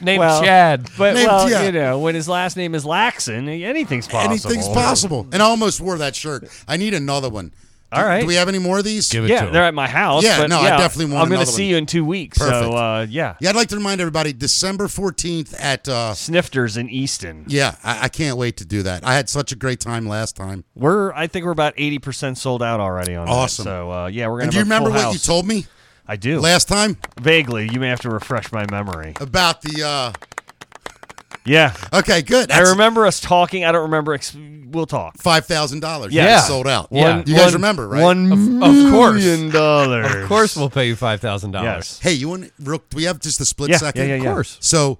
Speaker 7: Named
Speaker 6: Well,
Speaker 7: Chad.
Speaker 6: But
Speaker 8: Named
Speaker 6: well,
Speaker 8: Chad.
Speaker 6: you know, when his last name is Laxon, anything's possible.
Speaker 8: Anything's possible. And I almost wore that shirt. I need another one.
Speaker 6: All
Speaker 8: Do-
Speaker 6: right.
Speaker 8: Do we have any more of these?
Speaker 6: yeah, they're at my house.
Speaker 8: Yeah,
Speaker 6: but
Speaker 8: no, I
Speaker 6: yeah,
Speaker 8: definitely want
Speaker 6: I'm gonna
Speaker 8: another
Speaker 6: see
Speaker 8: one.
Speaker 6: you in two weeks. So
Speaker 8: Perfect.
Speaker 6: uh, yeah,
Speaker 8: Yeah, I'd like to remind everybody December 14th at. Uh,
Speaker 6: Snifters in Easton.
Speaker 8: yeah, I, I can't wait to do that. I had such a great time last time.
Speaker 6: We're I think we're about eighty percent sold out already on
Speaker 8: Awesome.
Speaker 6: that. So uh, yeah, we're gonna.
Speaker 8: And
Speaker 6: have
Speaker 8: do you
Speaker 6: a full
Speaker 8: remember what you
Speaker 6: house.
Speaker 8: told me
Speaker 6: I do.
Speaker 8: last time
Speaker 6: Vaguely, you may have to refresh my memory.
Speaker 8: about the. Uh,
Speaker 6: Yeah,
Speaker 8: okay, good.
Speaker 6: I
Speaker 8: That's
Speaker 6: remember us talking. I don't remember. Ex- we'll talk.
Speaker 8: five thousand dollars.
Speaker 6: Yeah.
Speaker 8: sold out.
Speaker 6: One-
Speaker 8: you guys
Speaker 6: one-
Speaker 8: remember, right?
Speaker 6: One
Speaker 7: Of course.
Speaker 6: million dollars.
Speaker 7: Of course, we'll pay you five thousand
Speaker 6: Yes.
Speaker 7: dollars.
Speaker 8: Hey, you want? Real, do we have just a split
Speaker 6: Yeah,
Speaker 8: second?
Speaker 6: yeah, yeah, yeah. Of
Speaker 7: course.
Speaker 8: So,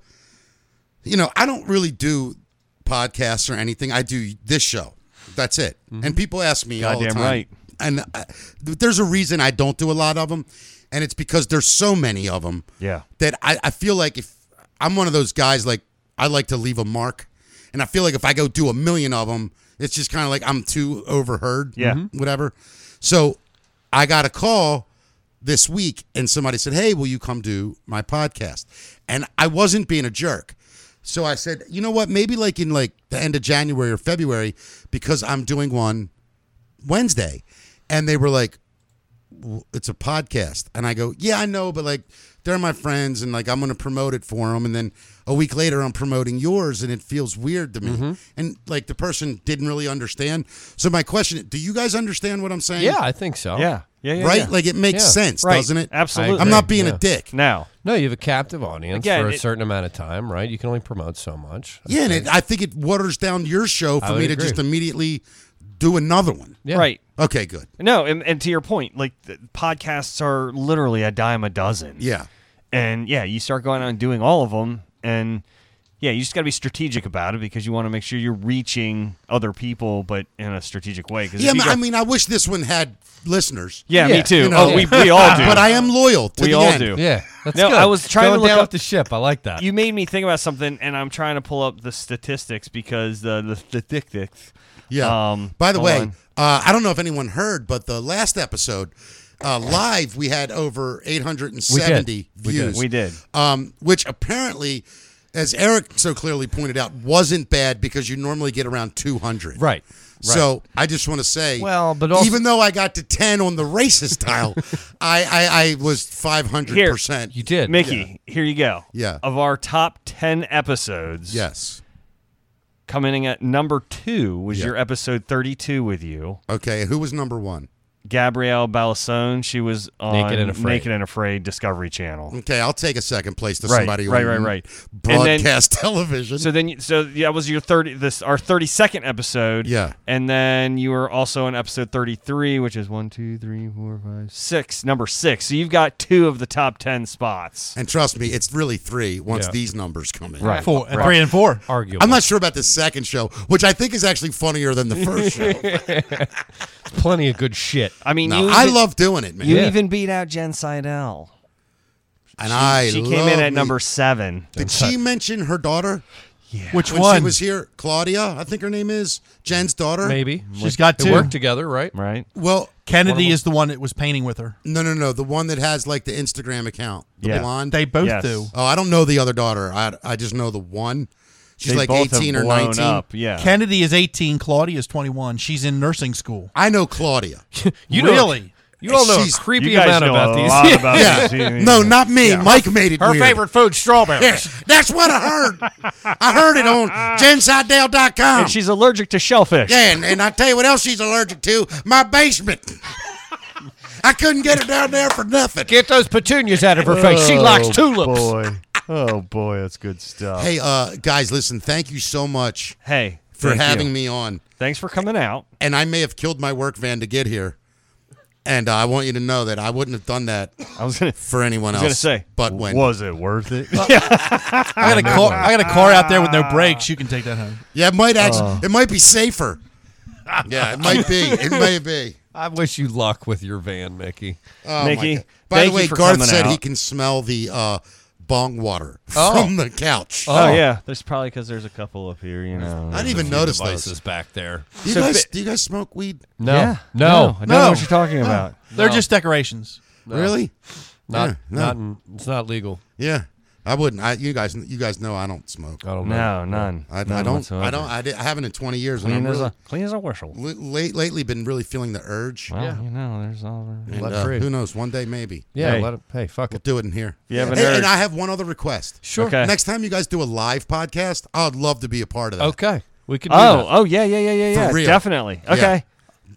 Speaker 8: you know, I don't really do podcasts or anything. I do this show. That's it. And people ask me all the
Speaker 6: Mm-hmm. Goddamn
Speaker 8: time.
Speaker 6: right.
Speaker 8: And uh, there's a reason I don't do a lot of them, and it's because there's so many of them
Speaker 6: Yeah.
Speaker 8: that I, I feel like if I'm one of those guys, like I like to leave a mark, and I feel like if I go do a million of them, it's just kind of like I'm too overheard, mm-hmm,
Speaker 6: Yeah. Mhm.
Speaker 8: whatever. So I got a call this week, and somebody said, "Hey, will you come do my podcast?" And I wasn't being a jerk. So I said, you know what? Maybe like in like the end of January or February, because I'm doing one Wednesday. And they were like, w- it's a podcast. And I go, yeah, I know, but like they're my friends and like I'm going to promote it for them. And then a week later, I'm promoting yours and it feels weird to me.
Speaker 7: Mm-hmm.
Speaker 8: And like the person didn't really understand. So my question do you guys understand what I'm saying?
Speaker 7: Yeah, I think so.
Speaker 6: Yeah. Yeah. yeah
Speaker 8: right?
Speaker 6: yeah.
Speaker 8: Like it makes
Speaker 7: Yeah.
Speaker 8: sense,
Speaker 6: Right.
Speaker 8: doesn't it?
Speaker 6: Absolutely.
Speaker 8: I'm not being
Speaker 7: Yeah.
Speaker 8: a dick.
Speaker 6: now.
Speaker 7: No, you have a captive audience
Speaker 6: Again,
Speaker 7: for a
Speaker 6: it-
Speaker 7: certain amount of time, right? You can only promote so much.
Speaker 8: Yeah, and it, I think it waters down your show
Speaker 7: I
Speaker 8: for
Speaker 7: would
Speaker 8: me to
Speaker 7: agree.
Speaker 8: just immediately do another one.
Speaker 7: Yeah.
Speaker 6: Right.
Speaker 8: Okay, good.
Speaker 6: No, and, and to your point, like the podcasts are literally a dime a dozen.
Speaker 8: Yeah.
Speaker 6: And yeah, you start going out and doing all of them, and yeah, you just got to be strategic about it because you want to make sure you're reaching other people, but in a strategic way. 'Cause if
Speaker 8: Yeah,
Speaker 6: you
Speaker 8: I
Speaker 6: go-
Speaker 8: mean, I wish this one had listeners.
Speaker 6: yeah, me
Speaker 7: Yeah.
Speaker 6: too.
Speaker 8: You know?
Speaker 6: oh, we, we all do.
Speaker 8: Uh, But I am loyal to
Speaker 6: we
Speaker 8: the
Speaker 6: all
Speaker 8: end.
Speaker 6: do.
Speaker 7: Yeah, that's
Speaker 6: No,
Speaker 7: good.
Speaker 6: I was trying to
Speaker 7: Going
Speaker 6: look
Speaker 7: down
Speaker 6: up-
Speaker 7: with the ship. I like that.
Speaker 6: You made me think about something, and I'm trying to pull up the statistics because uh, the statistics.
Speaker 8: Yeah.
Speaker 6: Um,
Speaker 8: By the
Speaker 6: hold
Speaker 8: way,
Speaker 6: on.
Speaker 8: uh, I don't know if anyone heard, but the last episode, Uh, live, we had over 870
Speaker 6: We did. We did.
Speaker 8: views.
Speaker 6: We did.
Speaker 8: Um, which apparently, as Eric so clearly pointed out, wasn't bad because you normally get around 200.
Speaker 7: Right.
Speaker 8: So I just want to say,
Speaker 7: Well, but
Speaker 8: even though I got to 10 on the racist tile, I, I, I was 500%.
Speaker 6: You did, Mickey. Here you go.
Speaker 8: Yeah.
Speaker 6: Of our top ten episodes,
Speaker 8: yes.
Speaker 6: Coming in at number two was
Speaker 8: Yeah.
Speaker 6: your episode thirty-two with you.
Speaker 8: Okay, who was number one?
Speaker 6: Gabrielle Balasone. She was on
Speaker 8: Naked and Afraid.
Speaker 6: Naked and Afraid Discovery Channel.
Speaker 8: Okay, I'll take a second place to
Speaker 6: right,
Speaker 8: somebody
Speaker 6: right,
Speaker 8: on
Speaker 6: right, right.
Speaker 8: broadcast
Speaker 6: And then-
Speaker 8: television.
Speaker 6: So then, you- so yeah, that was your thirty. This our thirty second episode.
Speaker 8: Yeah.
Speaker 6: and then you were also on episode thirty three, which is one, two, three, four, five, six, number six. So you've got two of the top ten spots.
Speaker 8: And trust me, it's really three once
Speaker 6: Yeah.
Speaker 8: these numbers come in.
Speaker 6: Right. Four- Right. three and
Speaker 9: four.
Speaker 7: Arguable.
Speaker 8: I'm not sure about the second show, which I think is actually funnier than the first show.
Speaker 7: Plenty of good shit.
Speaker 6: I mean,
Speaker 8: No,
Speaker 6: you
Speaker 8: I
Speaker 6: even-
Speaker 8: love doing it, man.
Speaker 6: You even beat out Jen Seidel,
Speaker 8: and
Speaker 6: She-
Speaker 8: I
Speaker 6: she came in
Speaker 8: love
Speaker 6: at
Speaker 8: me.
Speaker 6: number seven.
Speaker 8: Did she mention her daughter? Yeah.
Speaker 9: Which
Speaker 8: when
Speaker 9: one?
Speaker 8: She was here, Claudia. I think her name is Jen's daughter.
Speaker 7: Maybe.
Speaker 9: She's got two.
Speaker 7: together, right?
Speaker 6: Right.
Speaker 8: Well,
Speaker 9: Kennedy is the one that was painting with her.
Speaker 8: No, no, no. The one that has like the Instagram account. The
Speaker 9: Yeah.
Speaker 8: blonde.
Speaker 9: They both Yes. do.
Speaker 8: Oh, I don't know the other daughter. I, I just know the one. She's
Speaker 6: They
Speaker 8: like
Speaker 6: both have
Speaker 8: 18 or
Speaker 6: blown
Speaker 8: 19.
Speaker 6: up, yeah.
Speaker 9: Kennedy is 18. Claudia is 21. She's in nursing school.
Speaker 8: I know Claudia.
Speaker 9: you
Speaker 7: know-
Speaker 9: really?
Speaker 7: you all know a
Speaker 9: She's-
Speaker 7: creepy
Speaker 9: you guys
Speaker 7: amount
Speaker 9: know
Speaker 7: about
Speaker 9: a
Speaker 7: these.
Speaker 9: lot about
Speaker 8: Yeah.
Speaker 9: these.
Speaker 8: No, not me.
Speaker 9: Yeah.
Speaker 8: Mike made it
Speaker 7: Her
Speaker 8: weird.
Speaker 7: favorite food, strawberries.
Speaker 8: Yeah, That's what I heard. I heard it on jensidale.com.
Speaker 6: And she's allergic to shellfish.
Speaker 8: Yeah, and, and I tell you what else she's allergic to my basement. I couldn't get her down there for nothing.
Speaker 7: Get those petunias out of her face. She likes tulips.
Speaker 6: Oh boy, that's good stuff.
Speaker 8: Hey, uh, guys, listen, thank you so much.
Speaker 6: Hey,
Speaker 8: for
Speaker 6: thank
Speaker 8: having
Speaker 6: you.
Speaker 8: me on.
Speaker 6: Thanks for coming out.
Speaker 8: And I may have killed my work van to get here. And uh, I want you to know that I wouldn't have done that
Speaker 6: I was gonna,
Speaker 8: for anyone
Speaker 6: I was gonna
Speaker 8: else.
Speaker 6: say,
Speaker 8: but when
Speaker 6: was it worth it?
Speaker 9: I got a car. I got a car out there with no brakes. You can take that home.
Speaker 8: Yeah, it might actually.
Speaker 9: Oh.
Speaker 8: It might be safer. Yeah, it might be. It may be.
Speaker 7: I wish you luck with your van, Mickey.
Speaker 8: Oh, my God. By the way, Garth said he can smell the uh, bong water
Speaker 7: Oh.
Speaker 8: from the couch.
Speaker 6: Oh, yeah, there's probably because there's a couple up here. You know,
Speaker 8: I didn't even notice those.
Speaker 7: back there.
Speaker 8: Do you
Speaker 6: So
Speaker 8: guys
Speaker 6: fi-
Speaker 8: do you guys smoke weed?
Speaker 7: No.
Speaker 6: Yeah.
Speaker 7: No.
Speaker 6: No, I don't know what you're talking about.
Speaker 9: They're just decorations.
Speaker 7: No.
Speaker 8: Really?
Speaker 7: Not.
Speaker 8: Yeah, no.
Speaker 7: Not. In, it's not legal.
Speaker 8: Yeah, I wouldn't. I, you guys, you guys know I don't smoke. I
Speaker 7: don't
Speaker 6: No, none.
Speaker 8: I,
Speaker 6: None
Speaker 8: I don't. I
Speaker 6: whatsoever.
Speaker 8: don't. I, did, I haven't in twenty years. and
Speaker 6: Clean
Speaker 8: I'm
Speaker 6: as
Speaker 8: really,
Speaker 6: a clean as a whistle.
Speaker 8: li- late, lately, been really feeling the urge.
Speaker 6: Well, you know, there's all.
Speaker 8: And,
Speaker 7: Let
Speaker 8: uh,
Speaker 7: free.
Speaker 8: who knows? One day, maybe.
Speaker 7: Yeah, Hey. let it- hey, fuck
Speaker 8: we'll
Speaker 7: it.
Speaker 8: Do it in here.
Speaker 7: If you have an
Speaker 8: Hey,
Speaker 7: urge.
Speaker 8: and I have one other request.
Speaker 7: Sure. Okay.
Speaker 8: Next time you guys do a live podcast, I'd love to be a part of that.
Speaker 7: Okay. We can.
Speaker 6: Oh, oh yeah, yeah, yeah, yeah,
Speaker 8: For
Speaker 6: yeah.
Speaker 8: real.
Speaker 6: Definitely.
Speaker 8: Yeah.
Speaker 6: Okay.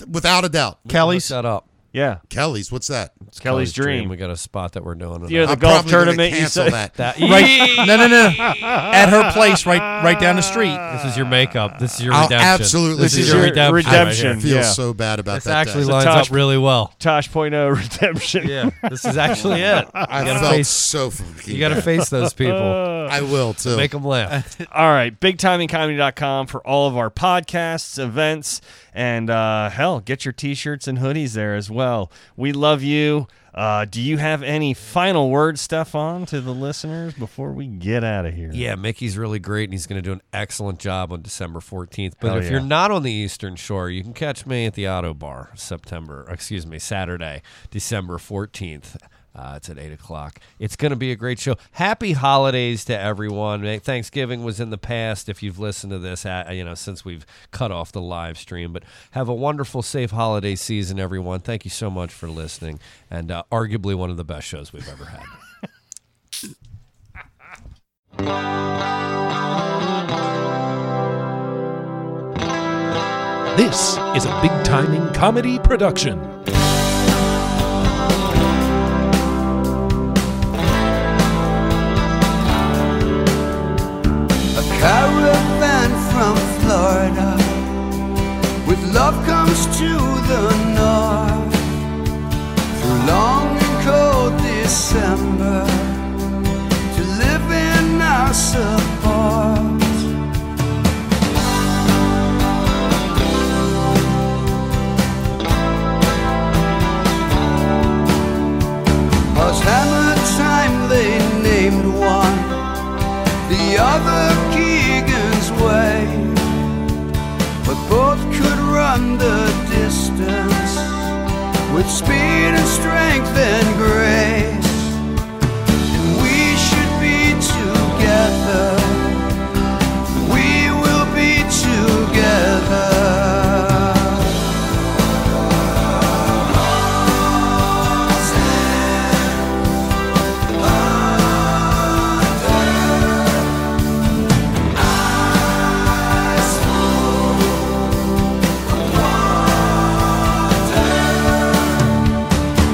Speaker 8: Without a doubt.
Speaker 9: Kelly's
Speaker 7: set up.
Speaker 6: Yeah.
Speaker 8: Kelly's. What's that?
Speaker 6: It's Kelly's dream.
Speaker 7: We got a spot that we're doing.
Speaker 6: Yeah, the
Speaker 8: I'm
Speaker 6: golf
Speaker 8: probably gonna
Speaker 6: tournament. You
Speaker 8: cancel
Speaker 6: said
Speaker 8: that.
Speaker 7: That-
Speaker 9: Right? No, no, no. At her place, right, right down the street.
Speaker 7: This is your makeup. This is your
Speaker 8: I'll
Speaker 7: redemption.
Speaker 8: absolutely
Speaker 7: Oh, This
Speaker 8: do
Speaker 7: is
Speaker 8: that.
Speaker 7: your redemption. right here.
Speaker 8: I feel so bad about
Speaker 7: This
Speaker 8: that.
Speaker 7: actually
Speaker 8: day.
Speaker 7: lines up really well.
Speaker 6: Tosh point oh redemption.
Speaker 7: Yeah, this is actually it.
Speaker 8: I
Speaker 7: You gotta
Speaker 8: felt
Speaker 7: face-
Speaker 8: so fucking.
Speaker 7: you gotta
Speaker 8: bad.
Speaker 7: face those people.
Speaker 8: I will too.
Speaker 7: Make them laugh.
Speaker 6: all right, bigtimingcomedy.com for all of our podcasts, events, and uh, hell, get your t-shirts and hoodies there as well. We love you. Uh, do you have any final word stuff on to the listeners before we get out of here?
Speaker 7: Yeah, Mickey's really great, and he's going to do an excellent job on December 14th. But
Speaker 6: Hell
Speaker 7: if
Speaker 6: yeah.
Speaker 7: you're not on the Eastern Shore, you can catch me at the Auto Bar September, excuse me, Saturday, December 14th. Uh, it's at 8 o'clock. It's going to be a great show. Happy holidays to everyone. Hey, Thanksgiving was in the past if you've listened to this, uh, you know, since we've cut off the live stream. But have a wonderful, safe holiday season, everyone. Thank you so much for listening. And uh, arguably one of the best shows we've ever had.
Speaker 1: This is a big timing comedy production.
Speaker 19: a caravan from Florida. With love comes to the north. Through long and cold December, to live in our support. Us hammer time they named one the other Keegan's way. But both could run the distance with speed and strength and grace. And we should be together. We will be together.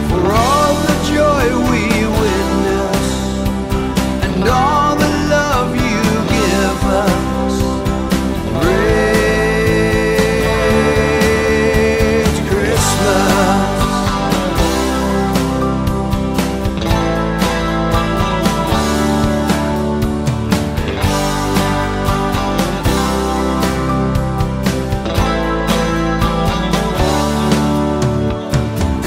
Speaker 19: For all the joy we witness and all the love you give us, great Christmas.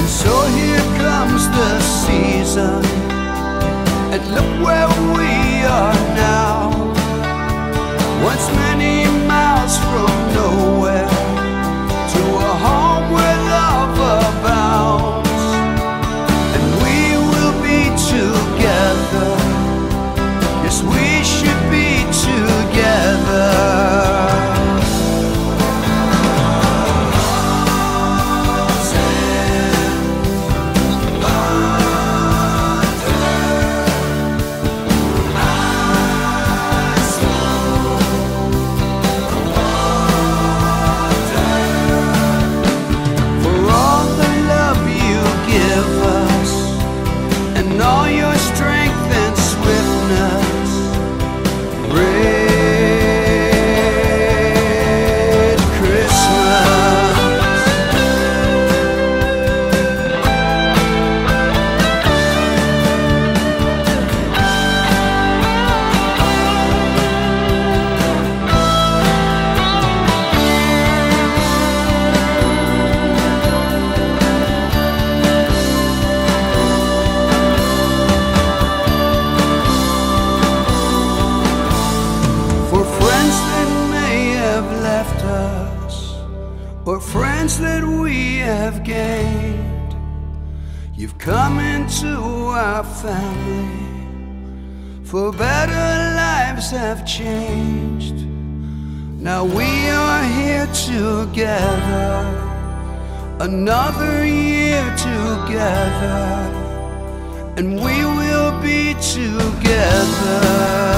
Speaker 19: And so here comes the season. And look where we are now. Once many miles from nowhere to a home where love abounds. And we will be together. Yes, we should be together. For all the love you give us, and all your strength and swiftness, Red Christmas. For friends that may have left us, or friends that we have gained, you've come into our family. For better lives have changed. Now we are here together, another year together, and we will be together.